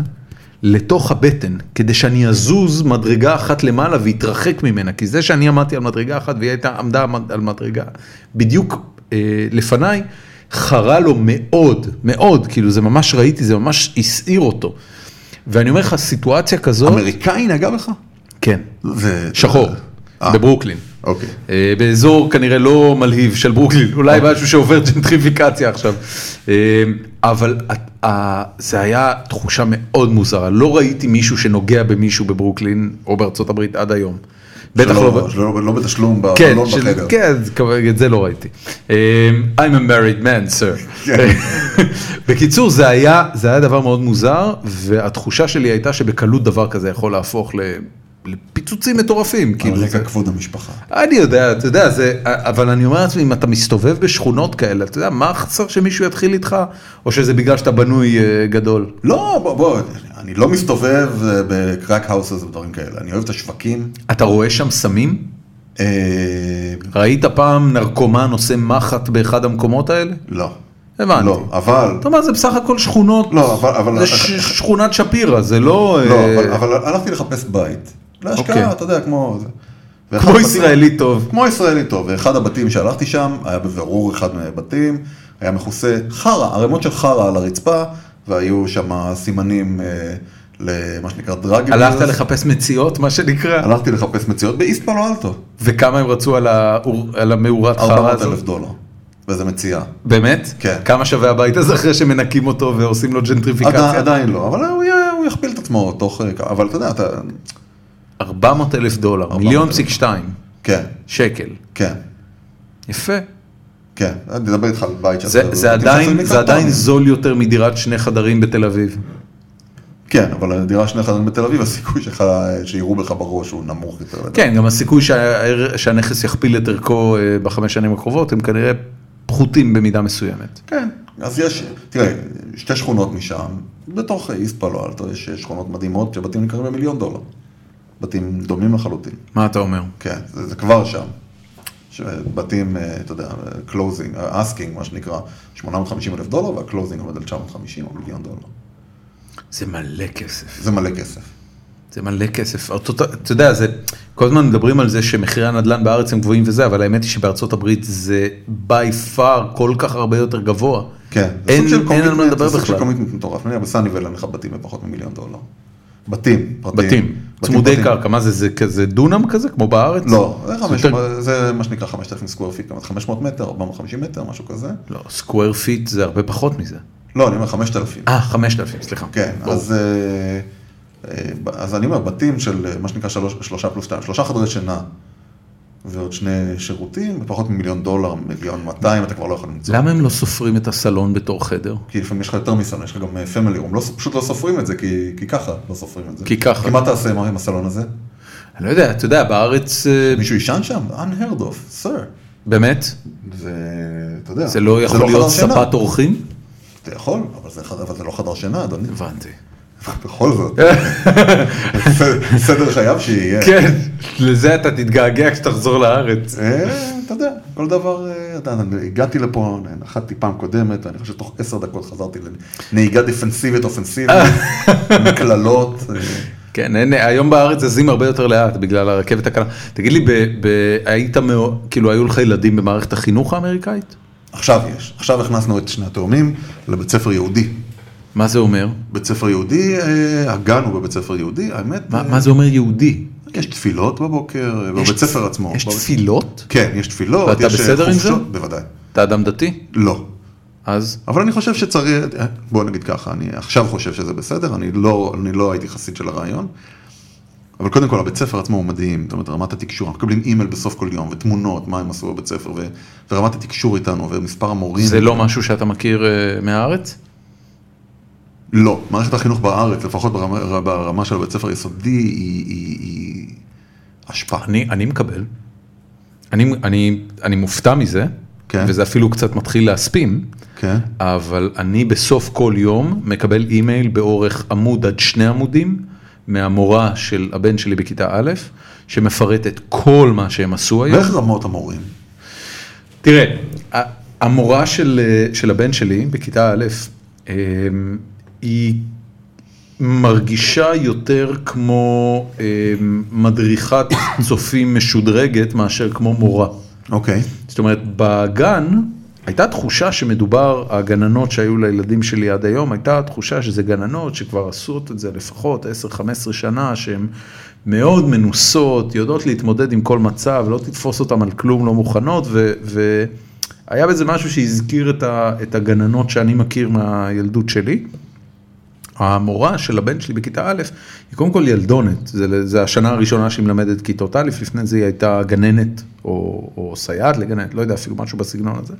Speaker 1: לתוך הבטן, כדי שאני אזוז מדרגה אחת למעלה ואתרחק ממנה, כי זה שאני עמדתי על מדרגה אחת והיא הייתה עמדה על מדרגה בדיוק אה, לפניי, חרה לו מאוד, מאוד, כאילו זה ממש ראיתי, זה ממש הסעיר אותו. ואני אומר לך, סיטואציה כזאת,
Speaker 2: אמריקאי נגע בך?
Speaker 1: כן,
Speaker 2: זה...
Speaker 1: שחור,
Speaker 2: אה.
Speaker 1: בברוקלין.
Speaker 2: אוקיי.
Speaker 1: אה, באזור כנראה לא מלהיב של
Speaker 2: [LAUGHS]
Speaker 1: ברוקלין, אולי משהו שעובר ג'נטריפיקציה עכשיו. אה, אבל ה- ה- זה היה תחושה מאוד מוזרה, לא ראיתי מישהו שנוגע במישהו בברוקלין או בארצות הברית עד היום. בטח לא... ב-
Speaker 2: שלא- שלא לא בתשלום, ב-
Speaker 1: כן,
Speaker 2: לא
Speaker 1: של-
Speaker 2: בחדר.
Speaker 1: כן, זה כבר- את זה לא ראיתי. אמ, I'm a married man, sir.
Speaker 2: כן.
Speaker 1: [LAUGHS] בקיצור, זה היה, זה היה דבר מאוד מוזר, והתחושה שלי הייתה שבקלות דבר כזה יכול להפוך ל- לפיצוצים מטורפים, כאילו.
Speaker 2: על
Speaker 1: זה-
Speaker 2: רקע כבוד המשפחה.
Speaker 1: אני יודע, אתה יודע, זה, אבל אני אומר לעצמי, אם אתה מסתובב בשכונות כאלה, אתה יודע, מה החסר שמישהו יתחיל איתך, או שזה בגלל שאתה בנוי אה, גדול?
Speaker 2: לא, בוא, בוא, אני לא מסתובב אה, בקראק האוסס ודברים כאלה, אני אוהב את השווקים.
Speaker 1: אתה רואה שם סמים?
Speaker 2: אה,
Speaker 1: ראית פעם נרקומן עושה מחט באחד המקומות האלה?
Speaker 2: לא.
Speaker 1: הבנתי.
Speaker 2: לא, אבל...
Speaker 1: אתה אומר, זה בסך הכל שכונות,
Speaker 2: לא, אבל... אבל-
Speaker 1: זה ש- שכונת שפירא, זה לא...
Speaker 2: לא,
Speaker 1: אה,
Speaker 2: אבל- אבל הלכתי לחפש בית.
Speaker 1: אוקיי.
Speaker 2: להשקעה, אתה יודע, כמו... ואחד
Speaker 1: כמו
Speaker 2: הבתים-
Speaker 1: ישראלי טוב.
Speaker 2: כמו ישראלי טוב, ואחד הבתים שהלכתי שם, היה בבירור אחד מהבתים, היה מכוסה חרא, ערימות של חרא על הרצפה, והיו שם סימנים אה, למה שנקרא דרג.
Speaker 1: הלכת
Speaker 2: אביוז.
Speaker 1: לחפש מציאות, מה שנקרא,
Speaker 2: הלכתי לחפש מציאות באיסט פלו אלטו,
Speaker 1: וכמה הם רצו על האור- על המאורת חרא
Speaker 2: 400 אלף
Speaker 1: הזאת?
Speaker 2: דולר, וזה מציאה.
Speaker 1: באמת?
Speaker 2: כן.
Speaker 1: כמה שווה הבית הזה אחרי שמנקים אותו ועושים לו
Speaker 2: עדיין,
Speaker 1: ג'נטריפיקציה?
Speaker 2: עדיין לא, אבל הוא, יהיה, הוא יכפיל את עצמו תוך, אה, אבל אתה יודע, אתה,
Speaker 1: 400 אלף דולר, מיליון פסיק שתיים
Speaker 2: כן,
Speaker 1: שקל.
Speaker 2: כן,
Speaker 1: יפה.
Speaker 2: כן, אני מדבר איתך על בית
Speaker 1: זה-
Speaker 2: שאתה-
Speaker 1: זה
Speaker 2: בתים
Speaker 1: עדיין-
Speaker 2: שעשויים
Speaker 1: זה עדיין
Speaker 2: מקרטון.
Speaker 1: זול יותר מדירת שני חדרים בתל אביב.
Speaker 2: כן, אבל דירה שני חדרים בתל אביב, הסיכוי שלך אה, שיראו בך בראש הוא נמוך יותר. לדעתי.
Speaker 1: כן, גם הסיכוי שה- שהנכס יכפיל את ערכו אה, בחמש שנים הקרובות הם כנראה פחותים במידה מסוימת.
Speaker 2: כן, אז יש, תראה, שתי שכונות משם, בתוך איסט פלו אלטו יש שכונות מדהימות שהבתים נקראים במיליון דולר. בתים דומים לחלוטין,
Speaker 1: מה אתה אומר?
Speaker 2: כן, זה, זה כבר שם. שבתים, אה, אתה יודע, קלוזינג, אסקינג, מה שנקרא, 850 אלף דולר, והקלוזינג עומד על 950 או מיליון דולר.
Speaker 1: זה מלא כסף.
Speaker 2: זה מלא כסף.
Speaker 1: זה מלא כסף. אותו- אתה יודע, זה, כל הזמן מדברים על זה שמחירי הנדלן בארץ הם גבוהים וזה, אבל האמת היא שבארצות הברית זה by far כל כך הרבה יותר גבוה.
Speaker 2: כן, זה
Speaker 1: אין-
Speaker 2: סוג של
Speaker 1: אין על מה
Speaker 2: commitment,
Speaker 1: לדבר
Speaker 2: זה סוג של
Speaker 1: בכלל.
Speaker 2: קומיטמנט מטורף. נניח בסאניבל אין לך בתים בפחות ממיליון דולר. בתים, פרטיים.
Speaker 1: בתים, צמודי
Speaker 2: פרטיים.
Speaker 1: קרקע, מה זה, זה כזה דונם כזה כמו בארץ?
Speaker 2: לא, זה, חמש,
Speaker 1: יותר-
Speaker 2: זה מה שנקרא 5,000 סקוואר פיט, כלומר 500 מטר, 450 מטר, משהו כזה.
Speaker 1: לא, סקוויר פיט זה הרבה פחות מזה.
Speaker 2: לא, אני אומר 5,000.
Speaker 1: אה, 5,000, סליחה.
Speaker 2: כן,
Speaker 1: ברור.
Speaker 2: אז, אה, אה, ב- אז אני אומר, בתים של אה, מה שנקרא שלוש, שלושה פלוס שתיים, שלושה חדרי שינה ועוד שני שירותים, בפחות ממיליון דולר, מיליון 200, אתה כבר לא יכול למצוא.
Speaker 1: למה הם לא סופרים את הסלון בתור חדר?
Speaker 2: כי לפעמים יש לך יותר מסלון, יש לך גם פמילי רום, לא, ס- פשוט לא סופרים את זה, כי, כי ככה לא סופרים את זה.
Speaker 1: כי ככה.
Speaker 2: כי מה תעשה מה עם הסלון הזה?
Speaker 1: אני לא יודע, אתה יודע, בארץ, אה,
Speaker 2: מישהו יישן שם? unheard of, sir.
Speaker 1: באמת,
Speaker 2: זה, אתה יודע.
Speaker 1: זה לא יכול
Speaker 2: חדר
Speaker 1: להיות
Speaker 2: שינה.
Speaker 1: ספת אורחים?
Speaker 2: אתה יכול, אבל זה, חד- אבל זה לא חדר שינה, אדוני.
Speaker 1: הבנתי.
Speaker 2: בכל
Speaker 1: [LAUGHS]
Speaker 2: זאת. סדר חייו שיהיה.
Speaker 1: כן, לזה אתה תתגעגע כשתחזור לארץ.
Speaker 2: אה, אתה יודע, כל דבר, אה, אתה יודע, הגעתי לפה, נחתתי פעם קודמת, ואני חושב שתוך עשר דקות חזרתי לנהיגה דפנסיבית,
Speaker 1: [LAUGHS]
Speaker 2: אופנסיבית, עם קללות. אה,
Speaker 1: כן, אין, היום בארץ זזים הרבה יותר לאט בגלל הרכבת הקלה. תגיד לי, ב, ב, היית, מאו- כאילו, היו לך ילדים במערכת החינוך האמריקאית?
Speaker 2: עכשיו יש, עכשיו הכנסנו את שני התאומים לבית ספר יהודי.
Speaker 1: מה זה אומר?
Speaker 2: בית ספר יהודי, אה, הגן הוא בבית ספר יהודי, האמת,
Speaker 1: מה,
Speaker 2: אה,
Speaker 1: מה זה אומר יהודי?
Speaker 2: יש תפילות בבוקר, אה, בבית ספר עצמו.
Speaker 1: יש
Speaker 2: בבית-
Speaker 1: תפילות?
Speaker 2: כן, יש תפילות.
Speaker 1: ואתה
Speaker 2: יש, אה,
Speaker 1: בסדר עם זה?
Speaker 2: חופשות, בוודאי.
Speaker 1: אתה אדם דתי?
Speaker 2: לא.
Speaker 1: אז?
Speaker 2: אבל אני חושב שצריך, אה, בוא נגיד ככה, אני עכשיו חושב שזה בסדר, אני לא, אני לא הייתי חסיד של הרעיון, אבל קודם כל הבית ספר עצמו הוא מדהים, זאת אומרת רמת התקשור, אנחנו מקבלים אימייל בסוף כל יום, ותמונות, מה הם עשו בבית ספר, ו, ורמת התקשור איתנו, ומספר המורים.
Speaker 1: זה לא משהו שאתה מכיר אה, מהארץ?
Speaker 2: לא, מערכת החינוך בארץ, לפחות ברמה, ברמה של הבית ספר היסודי, היא, היא, היא השפעה. כן?
Speaker 1: אני, אני מקבל. אני, אני, אני מופתע מזה,
Speaker 2: כן.
Speaker 1: וזה אפילו קצת מתחיל להספים,
Speaker 2: כן,
Speaker 1: אבל אני בסוף כל יום מקבל אימייל באורך עמוד עד שני עמודים מהמורה של הבן שלי בכיתה א', שמפרט את כל מה שהם עשו היום.
Speaker 2: ואיך רמות המורים?
Speaker 1: תראה, ה- המורה של, אה, של הבן שלי בכיתה א', אה, היא מרגישה יותר כמו אה, מדריכת צופים משודרגת מאשר כמו מורה.
Speaker 2: אוקיי.
Speaker 1: זאת אומרת, בגן הייתה תחושה שמדובר, הגננות שהיו לילדים שלי עד היום, הייתה תחושה שזה גננות שכבר עשות את זה לפחות 10-15 שנה, שהן מאוד מנוסות, יודעות להתמודד עם כל מצב, לא תתפוס אותן על כלום, לא מוכנות, ו... ו... היה בזה משהו שהזכיר את, ה, את הגננות שאני מכיר מהילדות שלי. המורה של הבן שלי בכיתה א', היא קודם כל ילדונת, זה, זה השנה הראשונה שהיא מלמדת כיתות א', לפני זה היא הייתה גננת או, או סייעת לגננת, לא יודע, אפילו משהו בסגנון הזה.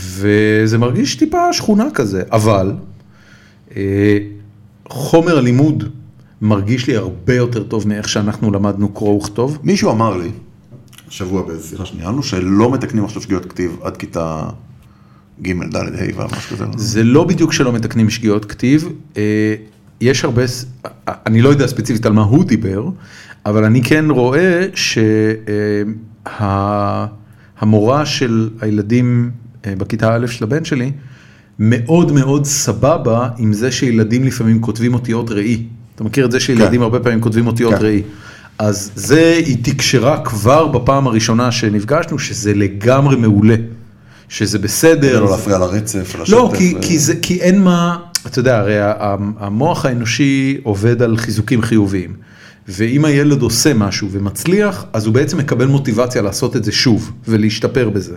Speaker 1: וזה מרגיש טיפה שכונה כזה, אבל אה, חומר הלימוד מרגיש לי הרבה יותר טוב מאיך שאנחנו למדנו קרוא וכתוב.
Speaker 2: מישהו אמר לי, השבוע באיזו שיחה שניהלנו, שלא מתקנים עכשיו שגיאות כתיב עד כיתה ג', ד', ה', ו', משהו כזה.
Speaker 1: זה לא בדיוק שלא מתקנים שגיאות כתיב, אה, יש הרבה, ס- אה, אני לא יודע ספציפית על מה הוא דיבר, אבל אני כן רואה שהמורה של הילדים אה, בכיתה א' של הבן שלי, מאוד מאוד סבבה עם זה שילדים לפעמים כותבים אותיות ראי. אתה מכיר את זה שילדים
Speaker 2: כן.
Speaker 1: הרבה פעמים כותבים אותיות
Speaker 2: כן.
Speaker 1: ראי. אז זה היא תקשרה כבר בפעם הראשונה שנפגשנו, שזה לגמרי מעולה, שזה בסדר.
Speaker 2: לא להפריע לרצף, לשטף.
Speaker 1: לא, כי,
Speaker 2: ו-
Speaker 1: כי, זה, כי אין מה, אתה יודע, הרי ה- ה- המוח האנושי עובד על חיזוקים חיוביים. ואם הילד עושה משהו ומצליח, אז הוא בעצם מקבל מוטיבציה לעשות את זה שוב ולהשתפר בזה.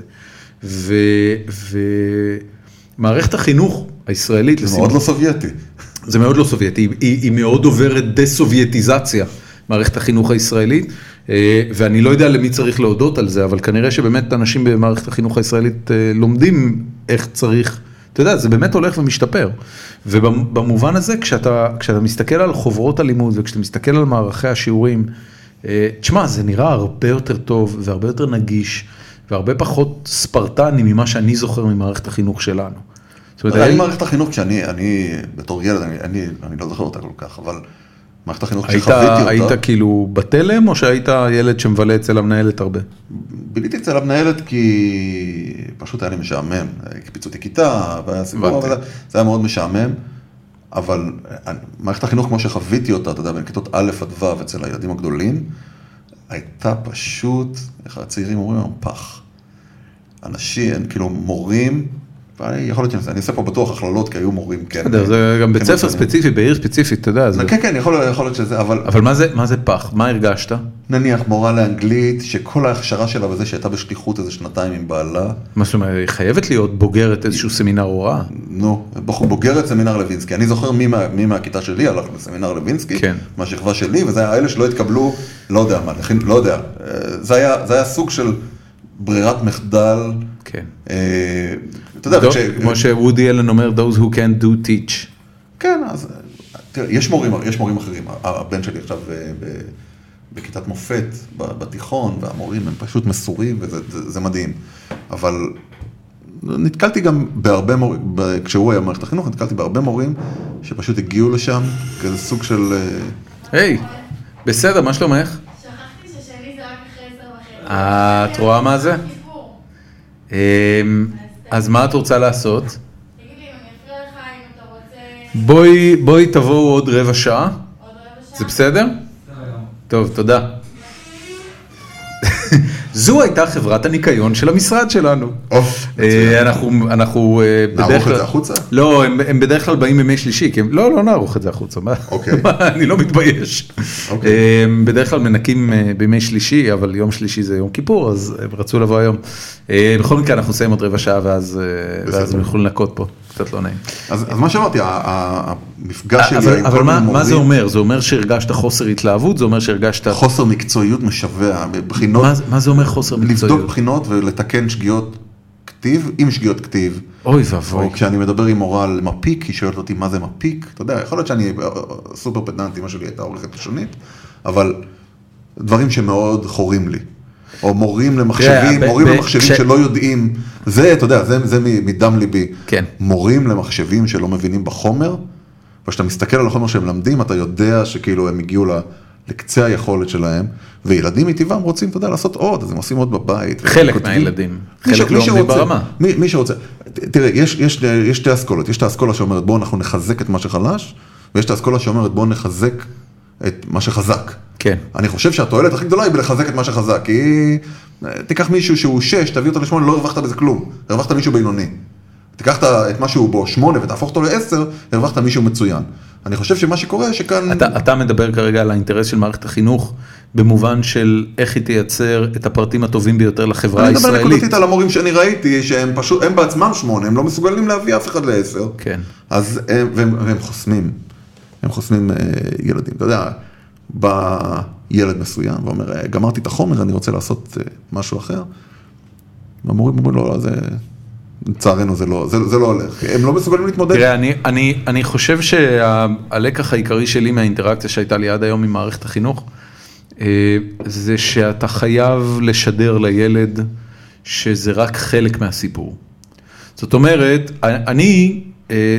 Speaker 1: ומערכת החינוך הישראלית,
Speaker 2: זה
Speaker 1: לשמחתי-
Speaker 2: מאוד לא סובייטי.
Speaker 1: זה מאוד לא סובייטי, היא, היא, היא מאוד עוברת דה-סובייטיזציה, מערכת החינוך הישראלית, אה, ואני לא יודע למי צריך להודות על זה, אבל כנראה שבאמת אנשים במערכת החינוך הישראלית אה, לומדים איך צריך, אתה יודע, זה באמת הולך ומשתפר. ובמובן הזה, כשאתה, כשאתה מסתכל על חוברות הלימוד וכשאתה מסתכל על מערכי השיעורים, אה, תשמע, זה נראה הרבה יותר טוב והרבה יותר נגיש, והרבה פחות ספרטני ממה שאני זוכר ממערכת החינוך שלנו. זאת אומרת,
Speaker 2: אני
Speaker 1: היה-
Speaker 2: מערכת החינוך, כשאני, אני, בתור ילד, אני- אני אני לא זוכר אותה כל כך, אבל מערכת החינוך
Speaker 1: היית,
Speaker 2: שחוויתי אותה,
Speaker 1: היית כאילו בתלם או שהיית ילד שמבלה אצל המנהלת הרבה?
Speaker 2: ביליתי אצל המנהלת כי פשוט היה לי משעמם, הקפיצו אותי כיתה, והיה סיפור,
Speaker 1: הבנתי.
Speaker 2: אבל זה היה מאוד משעמם, אבל אני- מערכת החינוך כמו שחוויתי אותה, אתה יודע, בין כיתות א' עד ו' אצל הילדים הגדולים, הייתה פשוט, איך הצעירים אומרים היום, פח. אנשים, כאילו מורים, ואני יכול להיות שאני אני עושה פה בטוח הכללות, כי היו מורים, כן.
Speaker 1: בסדר, זה גם בית
Speaker 2: כן,
Speaker 1: ספר
Speaker 2: מצוינים.
Speaker 1: ספציפי, בעיר ספציפית, אתה יודע. זה-
Speaker 2: כן, כן, יכול יכול להיות שזה, אבל
Speaker 1: אבל מה זה- מה זה פח? מה הרגשת?
Speaker 2: נניח מורה לאנגלית, שכל ההכשרה שלה בזה שהייתה בשליחות איזה שנתיים עם בעלה,
Speaker 1: מה זאת אומרת, היא חייבת להיות בוגרת איזשהו סמינר הוראה.
Speaker 2: נו, בחור- בוגרת סמינר לוינסקי. אני זוכר מי, מה, מי מהכיתה שלי הלך לסמינר לוינסקי,
Speaker 1: כן.
Speaker 2: מהשכבה שלי, וזה היה אלה שלא התקבלו, לא יודע מה, לכן, לא יודע. אה, זה היה, זה היה סוג של ברירת מחדל.
Speaker 1: כן.
Speaker 2: אה, אתה יודע,
Speaker 1: דו-
Speaker 2: כש...
Speaker 1: כמו שוודי אלן אומר, those who can do teach.
Speaker 2: כן, אז תראה, יש מורים, יש מורים אחרים. הבן שלי עכשיו אה, ב- בכיתת מופת, ב- בתיכון, והמורים הם פשוט מסורים, וזה זה- זה מדהים. אבל נתקלתי גם בהרבה מורים, ב- כשהוא היה במערכת החינוך, נתקלתי בהרבה מורים שפשוט הגיעו לשם, כזה סוג של... אה,
Speaker 1: היי, בסדר, מה שלומך?
Speaker 3: שכחתי ששני זה רק אחרי עשר וחצי.
Speaker 1: אה, את רואה מה זה?
Speaker 3: סיפור.
Speaker 1: אמ, אז מה את רוצה לעשות?
Speaker 3: תגיד לי אם אני אפריע לך, אם אתה רוצה
Speaker 1: בואי בואי תבואו עוד רבע שעה,
Speaker 3: עוד רבע שעה.
Speaker 1: זה בסדר? טוב, תודה. זו הייתה חברת הניקיון של המשרד שלנו.
Speaker 2: אוף,
Speaker 1: אה, אנחנו, אנחנו אה, בדרך כלל...
Speaker 2: נערוך את זה החוצה?
Speaker 1: לא, הם, הם בדרך כלל באים ימי שלישי, כי הם... לא, לא נערוך את זה החוצה, מה?
Speaker 2: אוקיי.
Speaker 1: [LAUGHS] מה, אני לא מתבייש.
Speaker 2: אוקיי.
Speaker 1: אה, הם בדרך כלל מנקים אה, בימי שלישי, אבל יום שלישי זה יום כיפור, אז הם רצו לבוא היום. אה, בכל מקרה, אנחנו נסיים עוד רבע שעה, ואז, אה,
Speaker 2: בסדר.
Speaker 1: ואז הם יוכלו לנקות פה, קצת לא נעים.
Speaker 2: אז, אז מה שאמרתי, ה- ה- המפגש שלי
Speaker 1: אה, אבל,
Speaker 2: עם
Speaker 1: אבל
Speaker 2: כל
Speaker 1: מה,
Speaker 2: מיני
Speaker 1: מה זה
Speaker 2: מורים,
Speaker 1: אומר? זה אומר שהרגשת חוסר התלהבות? זה אומר שהרגשת...
Speaker 2: חוסר מקצועיות משווע, בבחינות
Speaker 1: מה, זה- מה זה אומר חוסר
Speaker 2: לבדוק
Speaker 1: מקצועיות?
Speaker 2: בחינות ולתקן שגיאות כתיב עם שגיאות כתיב.
Speaker 1: אוי
Speaker 2: או
Speaker 1: ואבוי.
Speaker 2: כשאני מדבר עם מורה על מפיק, היא שואלת אותי מה זה מפיק, אתה יודע, יכול להיות שאני אה, אה, סופר פדנטי, אמא שלי הייתה עורכת לשונית, אבל דברים שמאוד חורים לי. או מורים למחשבים,
Speaker 1: ב-
Speaker 2: מורים
Speaker 1: ב-
Speaker 2: למחשבים
Speaker 1: כש-
Speaker 2: שלא יודעים, זה, אתה יודע, זה, זה מ- מדם ליבי.
Speaker 1: כן.
Speaker 2: מורים למחשבים שלא מבינים בחומר, אבל כשאתה מסתכל על החומר שהם מלמדים, אתה יודע שכאילו הם הגיעו ל- לקצה היכולת שלהם, וילדים מטבעם רוצים, אתה יודע, לעשות עוד, אז הם עושים עוד בבית. והם
Speaker 1: חלק
Speaker 2: כותבים.
Speaker 1: מהילדים.
Speaker 2: מי ש-
Speaker 1: חלק
Speaker 2: מי
Speaker 1: לא עומדים
Speaker 2: שרוצה,
Speaker 1: ברמה.
Speaker 2: מי, מי שרוצה, ת- תראה, יש, יש, יש שתי אסכולות, יש את האסכולה שאומרת בואו אנחנו נחזק את מה שחלש, ויש את האסכולה שאומרת בואו נחזק את מה שחזק.
Speaker 1: כן.
Speaker 2: אני חושב שהתועלת הכי גדולה היא בלחזק את מה שחזק, כי אה, תיקח מישהו שהוא 6, תביא אותו לשמונה, לא הרווחת בזה כלום, הרווחת מישהו בינוני. תיקח את ה- את מה שהוא בו 8 ותהפוך אותו ל-10, הרווחת מישהו מצוין. אני חושב שמה שקורה שכאן...
Speaker 1: אתה, אתה מדבר כרגע על האינטרס של מערכת החינוך במובן של איך היא תייצר את הפרטים הטובים ביותר לחברה
Speaker 2: אני מדבר
Speaker 1: הישראלית.
Speaker 2: נקודתית על המורים שאני ראיתי, שהם פשוט, הם בעצמם 8, הם לא מסוגלים להביא אף אחד ל-10.
Speaker 1: כן.
Speaker 2: אז הם, והם, והם חוסמים, הם חוסמים אה, ילדים. אתה יודע, בא ילד מסוים ואומר, "אה, גמרתי את החומר, אני רוצה לעשות אה, משהו אחר. והמורים אומרים, לא, לא, זה, לצערנו זה לא, זה, זה לא הולך. הם לא מסוגלים להתמודד.
Speaker 1: תראה, אני, אני, אני חושב שהלקח העיקרי שלי מהאינטראקציה שהייתה לי עד היום עם מערכת החינוך, אה, זה שאתה חייב לשדר לילד שזה רק חלק מהסיפור. זאת אומרת, אני אה,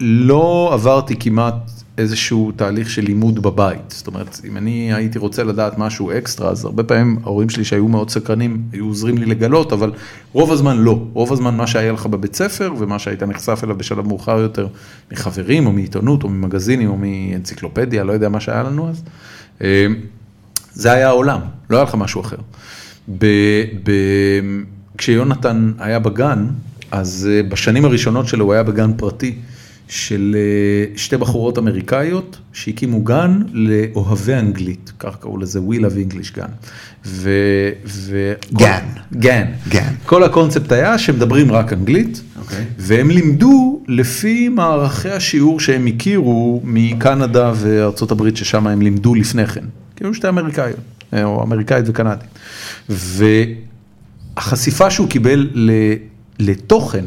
Speaker 1: לא עברתי כמעט איזשהו תהליך של לימוד בבית. זאת אומרת, אם אני הייתי רוצה לדעת משהו אקסטרה, אז הרבה פעמים ההורים שלי שהיו מאוד סקרנים, היו עוזרים לי לגלות, אבל רוב הזמן לא. רוב הזמן מה שהיה לך בבית ספר ומה שהיית נחשף אליו בשלב מאוחר יותר מחברים או מעיתונות או ממגזינים או מאנציקלופדיה, לא יודע מה שהיה לנו אז. אה, זה היה העולם, לא היה לך משהו אחר. ב, ב, כשיונתן היה בגן, אז אה, בשנים הראשונות שלו הוא היה בגן פרטי של אה, שתי בחורות אמריקאיות שהקימו גן לאוהבי אנגלית, כך קראו לזה We Love English גן. ו, ו,
Speaker 2: גן.
Speaker 1: גן.
Speaker 2: גן.
Speaker 1: כל הקונספט היה שמדברים רק אנגלית,
Speaker 2: אוקיי.
Speaker 1: והם לימדו לפי מערכי השיעור שהם הכירו מקנדה וארצות הברית ששם הם לימדו לפני כן. כאילו שתי אמריקאיות, אה, או אמריקאית וקנדית. והחשיפה שהוא קיבל ל- לתוכן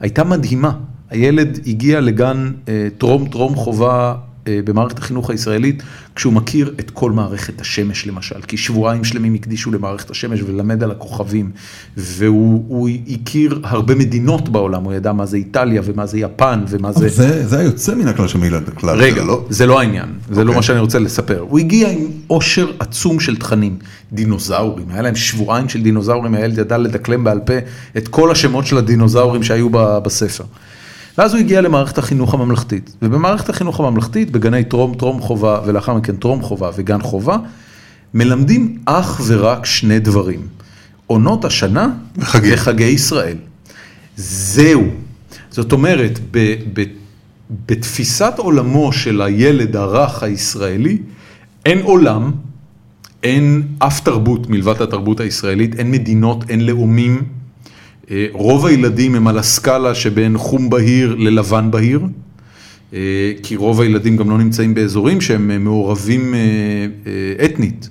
Speaker 1: הייתה מדהימה. הילד הגיע לגן אה, טרום טרום חובה אה, במערכת החינוך הישראלית, כשהוא מכיר את כל מערכת השמש למשל, כי שבועיים שלמים הקדישו למערכת השמש ולמד על הכוכבים, והוא הוא הכיר הרבה מדינות בעולם, הוא ידע מה זה איטליה ומה זה יפן ומה זה...
Speaker 2: אבל זה, זה היוצא מן הכלל של מילד הכלל.
Speaker 1: רגע,
Speaker 2: זה לא?
Speaker 1: זה לא העניין, זה לא
Speaker 2: אוקיי.
Speaker 1: מה שאני רוצה לספר. הוא הגיע עם עושר עצום של תכנים, דינוזאורים, היה להם שבועיים של דינוזאורים, הילד ידע לדקלם בעל פה את כל השמות של הדינוזאורים שהיו ב- בספר. ואז הוא הגיע למערכת החינוך הממלכתית, ובמערכת החינוך הממלכתית, בגני טרום טרום חובה, ולאחר מכן טרום חובה וגן חובה, מלמדים אך ורק שני דברים, עונות השנה
Speaker 2: וחגים.
Speaker 1: וחגי ישראל. זהו. זאת אומרת, ב, ב, בתפיסת עולמו של הילד הרך הישראלי, אין עולם, אין אף תרבות מלבד התרבות הישראלית, אין מדינות, אין לאומים. אה, רוב הילדים הם על הסקאלה שבין חום בהיר ללבן בהיר, אה, כי רוב הילדים גם לא נמצאים באזורים שהם אה, מעורבים אה, אה, אתנית.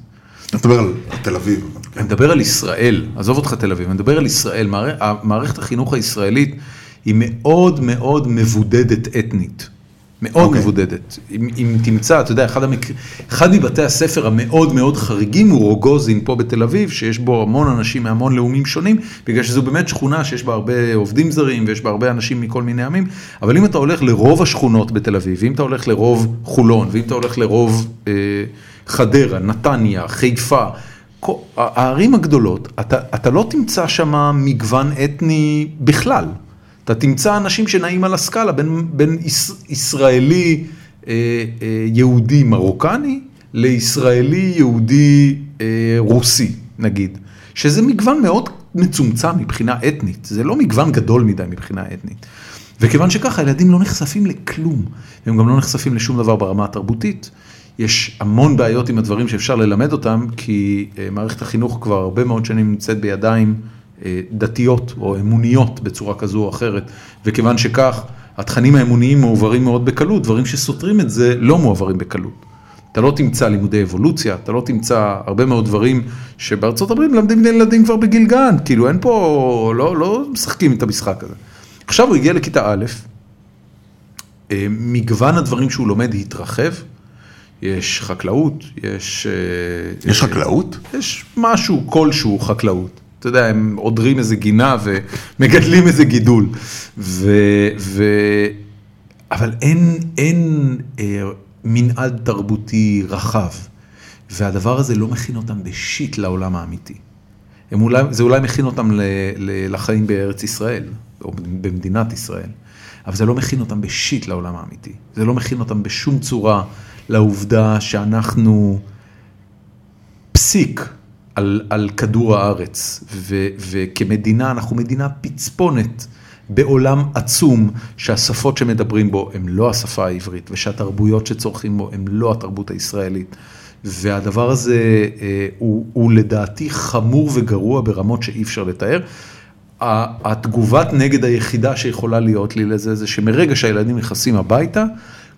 Speaker 2: אתה מדבר על תל אביב.
Speaker 1: אני מדבר על ישראל, עזוב אותך תל אביב, אני מדבר על ישראל, מער- מערכת החינוך הישראלית היא מאוד מאוד מבודדת אתנית. מאוד okay.
Speaker 2: אוקיי.
Speaker 1: מבודדת. אם, אם תמצא, אתה יודע, אחד, המק... אחד מבתי הספר המאוד מאוד חריגים הוא רוגוזין פה בתל אביב, שיש בו המון אנשים מהמון לאומים שונים, בגלל שזו באמת שכונה שיש בה הרבה עובדים זרים ויש בה הרבה אנשים מכל מיני עמים, אבל אם אתה הולך לרוב השכונות בתל אביב, ואם אתה הולך לרוב חולון, ואם אתה הולך לרוב אה, חדרה, נתניה, חיפה, כל- הערים הגדולות, אתה, אתה לא תמצא שם מגוון אתני בכלל. אתה תמצא אנשים שנעים על הסקאלה בין, בין יש, ישראלי אה, אה, יהודי מרוקני לישראלי יהודי אה, רוסי, נגיד. שזה מגוון מאוד מצומצם מבחינה אתנית, זה לא מגוון גדול מדי מבחינה אתנית. וכיוון שככה, הילדים לא נחשפים לכלום, הם גם לא נחשפים לשום דבר ברמה התרבותית. יש המון בעיות עם הדברים שאפשר ללמד אותם, כי אה, מערכת החינוך כבר הרבה מאוד שנים נמצאת בידיים אה, דתיות או אמוניות בצורה כזו או אחרת, וכיוון שכך, התכנים האמוניים מועברים מאוד בקלות, דברים שסותרים את זה לא מועברים בקלות. אתה לא תמצא לימודי אבולוציה, אתה לא תמצא הרבה מאוד דברים שבארצות הברית מלמדים לילדים כבר בגיל גן, כאילו אין פה, לא, לא משחקים את המשחק הזה. עכשיו הוא הגיע לכיתה א', אה, מגוון הדברים שהוא לומד התרחב, יש חקלאות, יש... אה,
Speaker 2: יש
Speaker 1: אה,
Speaker 2: חקלאות?
Speaker 1: יש משהו כלשהו חקלאות. אתה יודע, הם עודרים איזה גינה ומגדלים איזה גידול. ו... ו... אבל אין, אין אה, מנעד תרבותי רחב, והדבר הזה לא מכין אותם בשיט לעולם האמיתי. הם אולי, זה אולי מכין אותם ל, ל, לחיים בארץ ישראל, או במדינת ישראל, אבל זה לא מכין אותם בשיט לעולם האמיתי. זה לא מכין אותם בשום צורה לעובדה שאנחנו פסיק על, על כדור הארץ, ו, וכמדינה אנחנו מדינה פצפונת. בעולם עצום שהשפות שמדברים בו הן לא השפה העברית ושהתרבויות שצורכים בו הן לא התרבות הישראלית. והדבר הזה אה, הוא, הוא לדעתי חמור וגרוע ברמות שאי אפשר לתאר. ה- התגובת נגד היחידה שיכולה להיות לי לזה, זה שמרגע שהילדים נכנסים הביתה,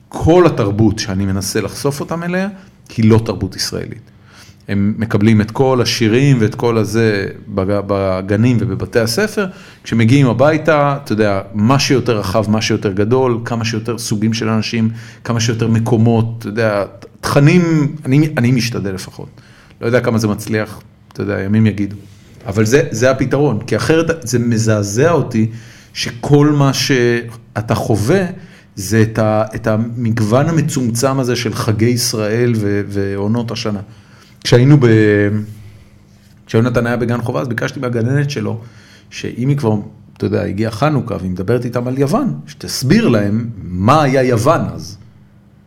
Speaker 1: כל התרבות שאני מנסה לחשוף אותם אליה, היא לא תרבות ישראלית. הם מקבלים את כל השירים ואת כל הזה בג- בגנים ובבתי הספר, כשמגיעים הביתה, אתה יודע, מה שיותר רחב, מה שיותר גדול, כמה שיותר סוגים של אנשים, כמה שיותר מקומות, אתה יודע, תכנים, אני, אני משתדל לפחות, לא יודע כמה זה מצליח, אתה יודע, ימים יגידו, אבל זה, זה הפתרון, כי אחרת זה מזעזע אותי שכל מה שאתה חווה, זה את, ה, את המגוון המצומצם הזה של חגי ישראל ו, ועונות השנה. כשהיינו ב... כשיונתן היה בגן חובה, אז ביקשתי מהגננת שלו, שאם היא כבר, אתה יודע, הגיעה חנוכה והיא מדברת איתם על יוון, שתסביר להם מה היה יוון אז.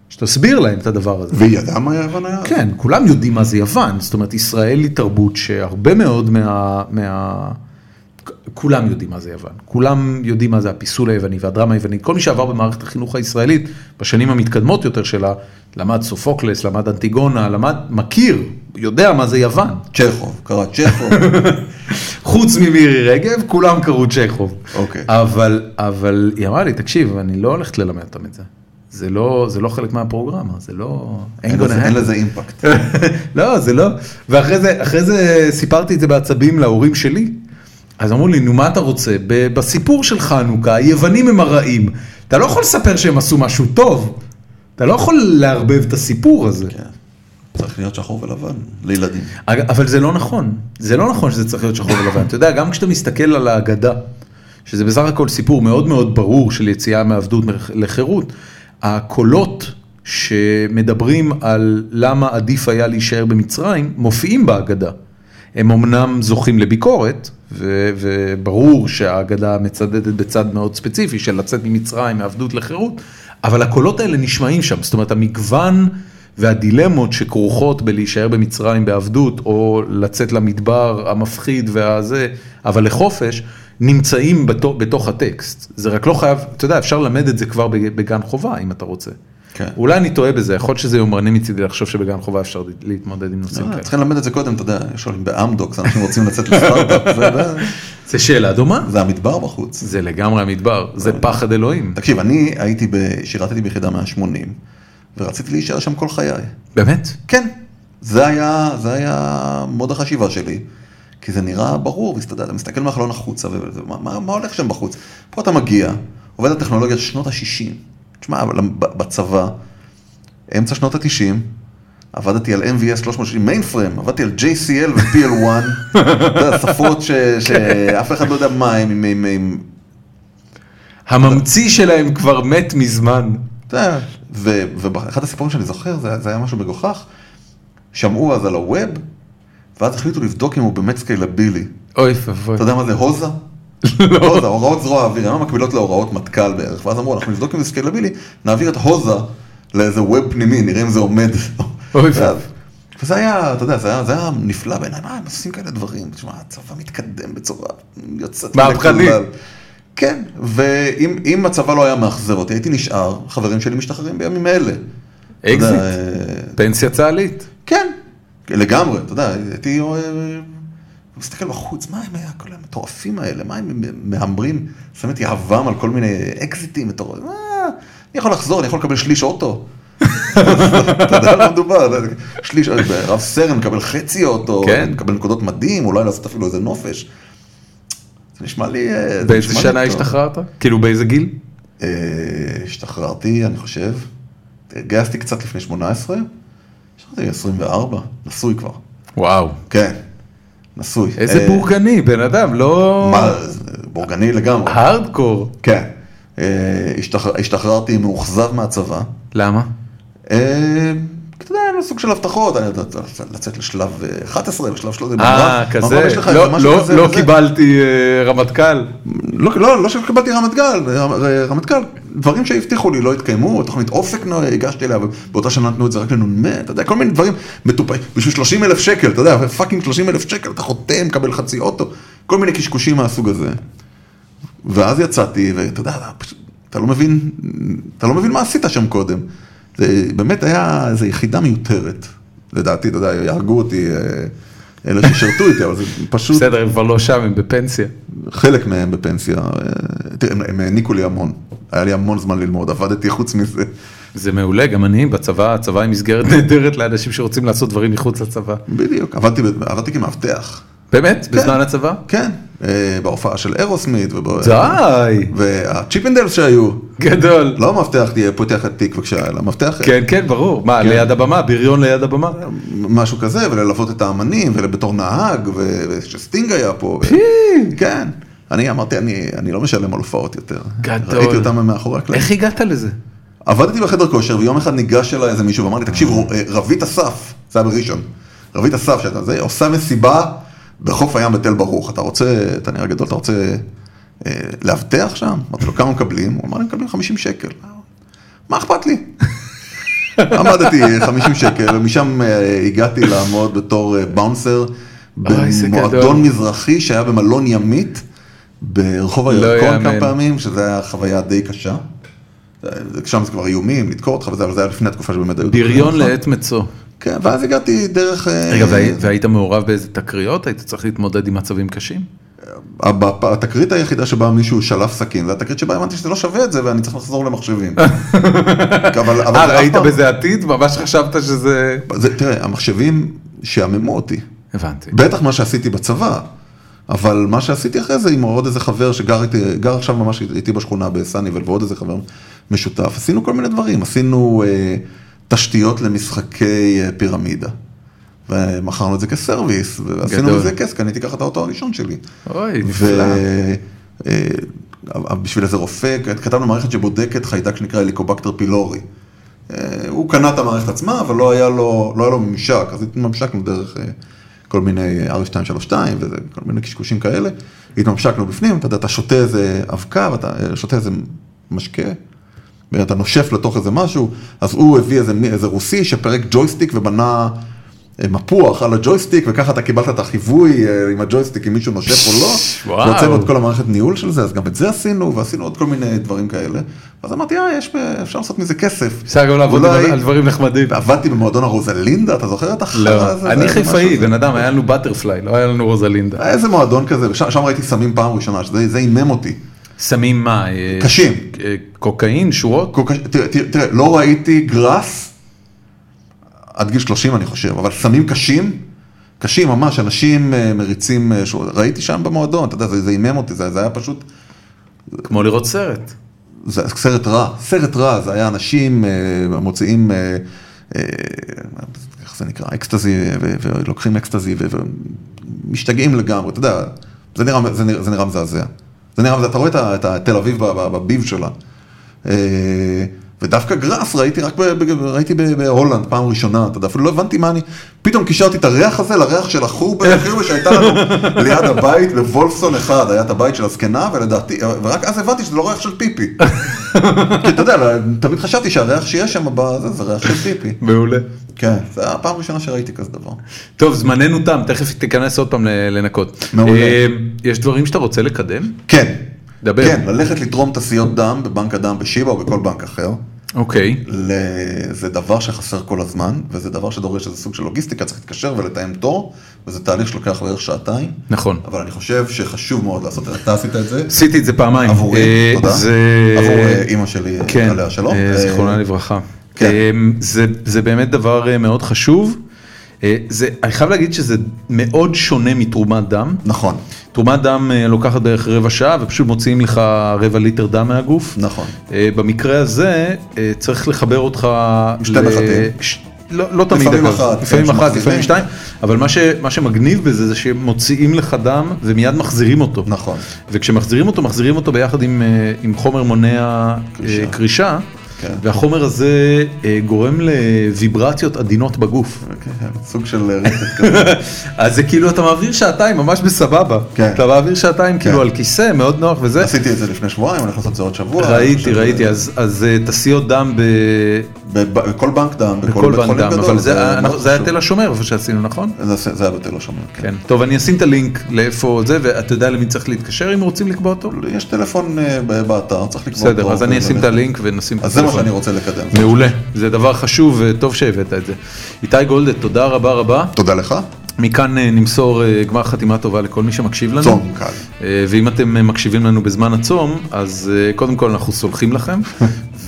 Speaker 1: שתסביר להם את הדבר הזה.
Speaker 2: והיא ידעה מה יוון היה?
Speaker 1: כן, כולם יודעים מה זה יוון, זאת אומרת, ישראל היא תרבות שהרבה מאוד מה... מה... כולם יודעים מה זה יוון, כולם יודעים מה זה הפיסול היווני והדרמה היוונית, כל מי שעבר במערכת החינוך הישראלית בשנים המתקדמות יותר שלה, למד סופוקלס, למד אנטיגונה, למד, מכיר, יודע מה זה יוון.
Speaker 2: צ'כוב, קרא [LAUGHS] צ'כוב.
Speaker 1: חוץ ממירי רגב, כולם קראו צ'כוב.
Speaker 2: אוקיי.
Speaker 1: אבל, אבל היא אמרה לי, תקשיב, אני לא הולכת ללמד אותם את זה. זה לא, זה לא חלק מהפרוגרמה, זה לא...
Speaker 2: אין
Speaker 1: gonna
Speaker 2: לזה- אין
Speaker 1: happen.
Speaker 2: לזה אימפקט.
Speaker 1: [LAUGHS] לא, זה לא. ואחרי זה, אחרי זה סיפרתי את זה בעצבים להורים שלי. אז אמרו לי, נו מה אתה רוצה? ב- בסיפור של חנוכה, היוונים הם הרעים. אתה לא יכול לספר שהם עשו משהו טוב. אתה לא יכול לערבב את הסיפור הזה.
Speaker 2: כן. צריך להיות שחור ולבן, לילדים.
Speaker 1: אג- אבל זה לא נכון, זה לא נכון שזה צריך להיות שחור ולבן. אתה יודע, גם כשאתה מסתכל על ההגדה, שזה בסך הכל סיפור מאוד מאוד ברור של יציאה מעבדות מח- לחירות, הקולות שמדברים על למה עדיף היה להישאר במצרים, מופיעים בהגדה. הם אמנם זוכים לביקורת, ו- וברור שההגדה מצדדת בצד מאוד ספציפי של לצאת ממצרים, מעבדות לחירות, אבל הקולות האלה נשמעים שם, זאת אומרת המגוון והדילמות שכרוכות בלהישאר במצרים בעבדות, או לצאת למדבר המפחיד והזה, אבל לחופש, נמצאים בתוך, בתוך הטקסט. זה רק לא חייב, אתה יודע, אפשר ללמד את זה כבר בג- בגן חובה, אם אתה רוצה.
Speaker 2: כן.
Speaker 1: אולי אני טועה בזה, יכול להיות שזה יומרני מצידי לחשוב שבגן חובה אפשר להתמודד עם נושאים כאלה.
Speaker 2: אה, צריכים ללמד את זה קודם, אתה יודע, יש לנו באמדוקס, אנשים רוצים לצאת לסטארט-אפ, זה-
Speaker 1: זה שאלה דומה.
Speaker 2: זה המדבר בחוץ.
Speaker 1: זה לגמרי המדבר, זה פחד אלוהים.
Speaker 2: תקשיב, אני הייתי, ב- שירתתי ביחידה 180, ורציתי להישאר שם כל חיי.
Speaker 1: באמת?
Speaker 2: כן, זה היה, זה היה מוד החשיבה שלי. כי זה נראה ברור, הסתדר, אתה מסתכל מהחלון החוצה, וזה- מה, מה, מה הולך שם בחוץ? פה אתה מגיע, עובד הטכנולוגיה של שנות ה-60. תשמע, אבל ב- בצבא, אמצע שנות ה-90, עבדתי על MVS 360 מיין פריים, עבדתי על JCL ו-PL1, אתה יודע, שפות ש- שאף אחד לא יודע מה הם, עם- עם- עם
Speaker 1: הממציא שלהם כבר מת מזמן.
Speaker 2: אתה יודע, ו- ואחד הסיפורים שאני זוכר, זה, זה היה משהו מגוחך, שמעו אז על הווב, ואז החליטו לבדוק אם הוא באמת סקיילבילי.
Speaker 1: אוי ואבוי.
Speaker 2: אתה יודע מה זה הוזה?
Speaker 1: לא.
Speaker 2: הוזה, הוראות זרוע האוויר, הן המקבילות להוראות מטכ"ל בערך, ואז אמרו, אנחנו נבדוק אם זה סקיילבילי, נעביר את הוזה לאיזה ווב פנימי, נראה אם זה עומד.
Speaker 1: אוי,
Speaker 2: [LAUGHS] ואז-
Speaker 1: אוי.
Speaker 2: וזה היה, אתה יודע, זה היה, זה היה נפלא בעיניי, מה הם עושים כאלה דברים? תשמע, הצבא מתקדם בצורה יוצאת מן
Speaker 1: מהפכנית.
Speaker 2: הכלל. כן, ואם אם הצבא לא היה מאכזב אותי, הייתי נשאר, חברים שלי משתחררים בימים אלה. אתה יודע,
Speaker 1: אקזיט.
Speaker 2: אה,
Speaker 1: פנסיה צה"לית.
Speaker 2: כן, לגמרי, אתה יודע, הייתי אה, מסתכל בחוץ, מה הם היה, כל המטורפים האלה, מה הם מהמרים, שם את יהבם על כל מיני אקזיטים, מטורפים, מה, אני יכול לחזור, אני יכול לקבל שליש אוטו. [LAUGHS] אתה יודע על מה מדובר, שליש, אה, רב סרן מקבל חצי אוטו,
Speaker 1: כן.
Speaker 2: מקבל נקודות מדהים, אולי לעשות אפילו איזה נופש. זה נשמע לי... אה, זה
Speaker 1: באיזה
Speaker 2: נשמע לי
Speaker 1: שנה
Speaker 2: טוב.
Speaker 1: השתחררת? כאילו באיזה גיל?
Speaker 2: אה, השתחררתי, אני חושב, התגייסתי קצת לפני 18, השתחררתי 24, נשוי כבר.
Speaker 1: וואו.
Speaker 2: כן, נשוי.
Speaker 1: איזה
Speaker 2: אה,
Speaker 1: בורגני, בן אדם, לא...
Speaker 2: מה, בורגני לגמרי.
Speaker 1: הארדקור.
Speaker 2: כן. אה, השתחר- השתחררתי מאוכזב מהצבא.
Speaker 1: למה?
Speaker 2: אה, אתה יודע, היה לו סוג של הבטחות, היה לו לצאת לשלב אה, 11, לשלב 13,
Speaker 1: אה,
Speaker 2: ממש-
Speaker 1: כזה,
Speaker 2: ממש יש לך איזה
Speaker 1: לא-
Speaker 2: משהו
Speaker 1: לא-
Speaker 2: כזה
Speaker 1: לא
Speaker 2: וזה.
Speaker 1: קיבלתי אה, רמטכ"ל.
Speaker 2: לא, לא, לא שקיבלתי רמת גל, ר- רמת גל, דברים שהבטיחו לי לא התקיימו, תוכנית אופק נו- הגשתי אליה, אבל באותה שנה נתנו את זה רק לנ"מ, אתה יודע, כל מיני דברים מטופלים, בשביל 30 אלף שקל, אתה יודע, פאקינג 30 אלף שקל, אתה חותם, מקבל חצי אוטו, כל מיני קשקושים מהסוג הזה. ואז יצאתי, ואתה יודע, אתה פשוט- אתה לא מבין, אתה לא מבין מה עשית שם קודם. זה באמת היה איזו יחידה מיותרת, לדעתי, אתה יודע, יהרגו אותי אה, אלה ששירתו איתי, אבל זה פשוט...
Speaker 1: בסדר, הם כבר לא שם, הם בפנסיה.
Speaker 2: חלק מהם בפנסיה, אה, תראה, הם- הם העניקו לי המון, היה לי המון זמן ללמוד, עבדתי חוץ מזה.
Speaker 1: זה מעולה, גם אני בצבא, הצבא היא מסגרת [LAUGHS] נהדרת לאנשים שרוצים לעשות דברים מחוץ לצבא.
Speaker 2: בדיוק, עבדתי, ב- עבדתי כמאבטח,
Speaker 1: באמת? בזמן הצבא?
Speaker 2: כן, אה, בהופעה של אירוסמית, וב-
Speaker 1: די,
Speaker 2: והצ'יפנדלס שהיו,
Speaker 1: גדול.
Speaker 2: לא המאבטח תהיה פותח את תיק בבקשה, אלא המאבטח, אה,
Speaker 1: כן, כן, ברור. מה,
Speaker 2: כן.
Speaker 1: ליד הבמה, בריון ליד הבמה?
Speaker 2: משהו כזה, וללוות את האמנים, ובתור נהג, ו- ושסטינג היה פה, ו- כן, אני אמרתי, אני אני לא משלם על הופעות יותר,
Speaker 1: גדול.
Speaker 2: ראיתי אותם מאחורי הקלעים.
Speaker 1: איך הגעת לזה?
Speaker 2: עבדתי בחדר כושר, ויום אחד ניגש אליי איזה מישהו ואמר לי, תקשיב, רו- אה, רבית אסף, זה היה בראשון, רבית אסף, שאתה זה, עושה מסיבה בחוף הים בתל ברוך, אתה רוצה, אתה נראה גדול, אתה רוצה אה, לאבטח שם? אמרתי לו, כמה מקבלים? הוא אמר לי, מקבלים 50 שקל. מה אכפת לי? [LAUGHS] עמדתי אה, 50 שקל, ומשם אה, הגעתי לעמוד בתור אה, באונסר
Speaker 1: אוי, זה גדול.
Speaker 2: במועדון מזרחי שהיה במלון ימית ברחוב
Speaker 1: לא
Speaker 2: הירקון
Speaker 1: יאמן.
Speaker 2: כמה פעמים, שזו הייתה חוויה די קשה. שם זה כבר איומים, לדקור אותך וזה, אבל זה היה לפני התקופה שבאמת היו...
Speaker 1: בריון
Speaker 2: דוקרים אותך.
Speaker 1: לעת מצוא.
Speaker 2: כן, ואז הגעתי דרך... אה,
Speaker 1: נכון. רגע, והי- והיית מעורב באיזה תקריות? היית צריך להתמודד עם מצבים קשים?
Speaker 2: הבפ- התקרית היחידה שבה מישהו שלף סכין, זה התקרית שבה הבנתי שזה לא שווה את זה ואני צריך לחזור
Speaker 1: [LAUGHS]
Speaker 2: למחשבים. אבל, אבל
Speaker 1: אה,
Speaker 2: זה נכון. אף
Speaker 1: ראית
Speaker 2: פעם-
Speaker 1: בזה עתיד? ממש חשבת שזה...
Speaker 2: זה, תראה, המחשבים שעממו אותי.
Speaker 1: הבנתי.
Speaker 2: בטח מה שעשיתי בצבא, אבל מה שעשיתי אחרי זה עם עוד איזה חבר שגר איתי, גר עכשיו ממש איתי בשכונה בסאניבל ועוד איזה חבר משותף, עשינו כל מיני דברים, עשינו אה, תשתיות למשחקי אה, פירמידה. ומכרנו את זה כסרוויס, ועשינו
Speaker 1: גדול.
Speaker 2: מזה כסף, קניתי ככה את האוטו הראשון שלי.
Speaker 1: אוי,
Speaker 2: ו...
Speaker 1: נפלא.
Speaker 2: אה, אה, בשביל איזה רופא, כתבנו מערכת שבודקת חיידק שנקרא הליקובקטר פילורי. אה, הוא קנה את המערכת עצמה, אבל לא היה לו, לא היה לו ממשק, אז התממשקנו דרך אה, כל מיני אה, R232 וכל מיני קשקושים כאלה. התממשקנו בפנים, אתה יודע, אתה שותה איזה אבקה, ואתה אה, שותה איזה משקה, ואתה נושף לתוך איזה משהו, אז הוא הביא איזה, מי- איזה רוסי שפרק ג'ויסטיק ובנה... אה, מפוח על הג'ויסטיק וככה אתה קיבלת את החיווי אה, עם הג'ויסטיק אם מישהו נושף או לא,
Speaker 1: [LAUGHS] וואו.
Speaker 2: והוצאנו את כל המערכת ניהול של זה אז גם את זה עשינו ועשינו עוד כל מיני דברים כאלה. אז אמרתי אה, יש, אפשר לעשות מזה כסף.
Speaker 1: אפשר גם לעבוד
Speaker 2: אולי-
Speaker 1: על- על דברים נחמדים.
Speaker 2: עבדתי במועדון הרוזלינדה, אתה זוכר את החרא
Speaker 1: לא,
Speaker 2: הזה?
Speaker 1: אני
Speaker 2: זה היה
Speaker 1: חיפאי,
Speaker 2: משהו- אה.
Speaker 1: בן אדם, היה לנו בטרפליי, לא היה לנו רוזלינדה.
Speaker 2: היה איזה מועדון כזה, שם, שם ראיתי סמים פעם ראשונה, שזה זה הימם אותי.
Speaker 1: שמים מה? אה,
Speaker 2: קשים.
Speaker 1: אה, קוקאין, שורות?
Speaker 2: כל כך- תראה, תראה, תראה, לא ראיתי גראס עד גיל 30 אני חושב, אבל סמים קשים, קשים ממש, אנשים אה, מריצים, אה, שהוא- ראיתי שם במועדון, אתה יודע, זה זה הימם אותי, זה זה היה פשוט,
Speaker 1: כמו לראות סרט.
Speaker 2: זה סרט רע, סרט רע, זה היה אנשים אה, מוציאים, אה, אה, איך זה נקרא, אקסטזי, ו- ולוקחים אקסטזי ו- ומשתגעים לגמרי, אתה יודע, זה נראה- זה נראה- זה נראה מזעזע. זה נראה מזעזע, אתה רואה את ה- את התל אביב ב- ב- בביב שלה. אה, ודווקא גראס ראיתי רק ב- ב- ראיתי ב- בהולנד פעם ראשונה, אתה יודע, אפילו לא הבנתי מה אני, פתאום קישרתי את הריח הזה לריח של החורבה החורבה שהייתה לנו ליד הבית בוולפסון אחד, היה את הבית של הזקנה, ולדעתי, ורק אז הבנתי שזה לא ריח של פיפי. כי אתה יודע, תמיד חשבתי שהריח שיש שם בזה זה ריח של פיפי.
Speaker 1: מעולה.
Speaker 2: כן, זו הייתה הפעם הראשונה שראיתי כזה דבר.
Speaker 1: טוב, זמננו תם, תכף תיכנס עוד פעם ל- לנקות.
Speaker 2: מעולה.
Speaker 1: אה, יש דברים שאתה רוצה לקדם?
Speaker 2: כן.
Speaker 1: דבר.
Speaker 2: כן, ללכת לתרום תעשיות דם בבנק הדם בשיבא או בכל בנק אחר.
Speaker 1: אוקיי.
Speaker 2: ל- זה דבר שחסר כל הזמן, וזה דבר שדורש איזה סוג של לוגיסטיקה, צריך להתקשר ולתאם תור, וזה תהליך שלוקח בערך שעתיים.
Speaker 1: נכון.
Speaker 2: אבל אני חושב שחשוב מאוד לעשות את זה. אתה עשית את זה?
Speaker 1: עשיתי את זה פעמיים.
Speaker 2: עבורי,
Speaker 1: אה,
Speaker 2: תודה.
Speaker 1: זה-
Speaker 2: עבור אה, אימא שלי,
Speaker 1: כן,
Speaker 2: עליה שלום.
Speaker 1: אה,
Speaker 2: אה,
Speaker 1: זיכרונה לברכה.
Speaker 2: כן.
Speaker 1: אה, זה, זה באמת דבר אה, מאוד חשוב. אה, זה, אני חייב להגיד שזה מאוד שונה מתרומת דם.
Speaker 2: נכון,
Speaker 1: תרומת דם אה, לוקחת בערך רבע שעה ופשוט מוציאים לך רבע ליטר דם מהגוף.
Speaker 2: נכון.
Speaker 1: אה, במקרה הזה אה, צריך לחבר אותך...
Speaker 2: שתי מחטים.
Speaker 1: ש... לא, לא תמיד,
Speaker 2: לפעמים
Speaker 1: אגב.
Speaker 2: אחת, כן,
Speaker 1: לפעמים אחת,
Speaker 2: שמחזירים.
Speaker 1: לפעמים שתיים, אבל מה, ש, מה שמגניב בזה זה שמוציאים לך דם ומיד מחזירים אותו.
Speaker 2: נכון.
Speaker 1: וכשמחזירים אותו, מחזירים אותו ביחד עם, אה, עם חומר מונע קרישה,
Speaker 2: קרישה.
Speaker 1: קרישה
Speaker 2: כן.
Speaker 1: והחומר הזה אה, גורם לוויברציות עדינות בגוף.
Speaker 2: אוקיי, סוג של רטט כזה.
Speaker 1: אז זה כאילו אתה מעביר שעתיים ממש בסבבה.
Speaker 2: כן.
Speaker 1: אתה מעביר שעתיים כאילו
Speaker 2: כן.
Speaker 1: על כיסא, מאוד נוח וזה.
Speaker 2: עשיתי את זה לפני שבועיים, אני הולך לעשות את זה עוד שבוע. אני חושב
Speaker 1: ראיתי,
Speaker 2: ש-
Speaker 1: ראיתי, אז- אז אה, תסיעות דם ב-
Speaker 2: ב- ב- בכל בנק דם,
Speaker 1: בכל בן דם, אבל זה היה-
Speaker 2: מאוד
Speaker 1: אנחנו- זה היה
Speaker 2: חשוב.
Speaker 1: תל השומר איפה שעשינו, נכון?
Speaker 2: זה זה היה בתל השומר. כן.
Speaker 1: כן. טוב, אני אשים את הלינק לאיפה זה, ואתה יודע למי צריך להתקשר אם רוצים לקבוע אותו?
Speaker 2: יש טלפון אה, ב- באתר, צריך לקבוע
Speaker 1: בסדר,
Speaker 2: אותו.
Speaker 1: אז אני אשים את
Speaker 2: ובאמת-
Speaker 1: הלינק ונשים את
Speaker 2: לא, אז זה מה
Speaker 1: הטלפון.
Speaker 2: שאני רוצה לקדם.
Speaker 1: מעולה, זה דבר חשוב וטוב שהבאת את זה. איתי גולדד, תודה רבה רבה.
Speaker 2: תודה לך.
Speaker 1: מכאן אה, נמסור אה, גמר חתימה טובה לכל מי שמקשיב לנו.
Speaker 2: צום קל.
Speaker 1: אה, ואם אתם אה, מקשיבים לנו בזמן הצום, אז אה, קודם כל אנחנו סולחים לכם.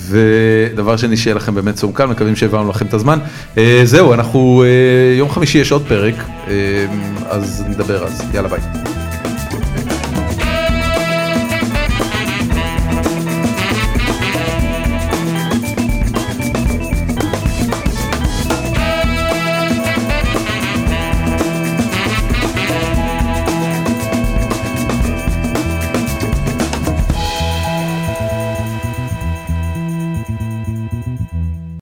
Speaker 1: ודבר שני, שיהיה לכם באמת צום קל, מקווים שהעברנו לכם את הזמן. אה, זהו, אנחנו, אה, יום חמישי יש עוד פרק, אה, אז נדבר אז. יאללה ביי.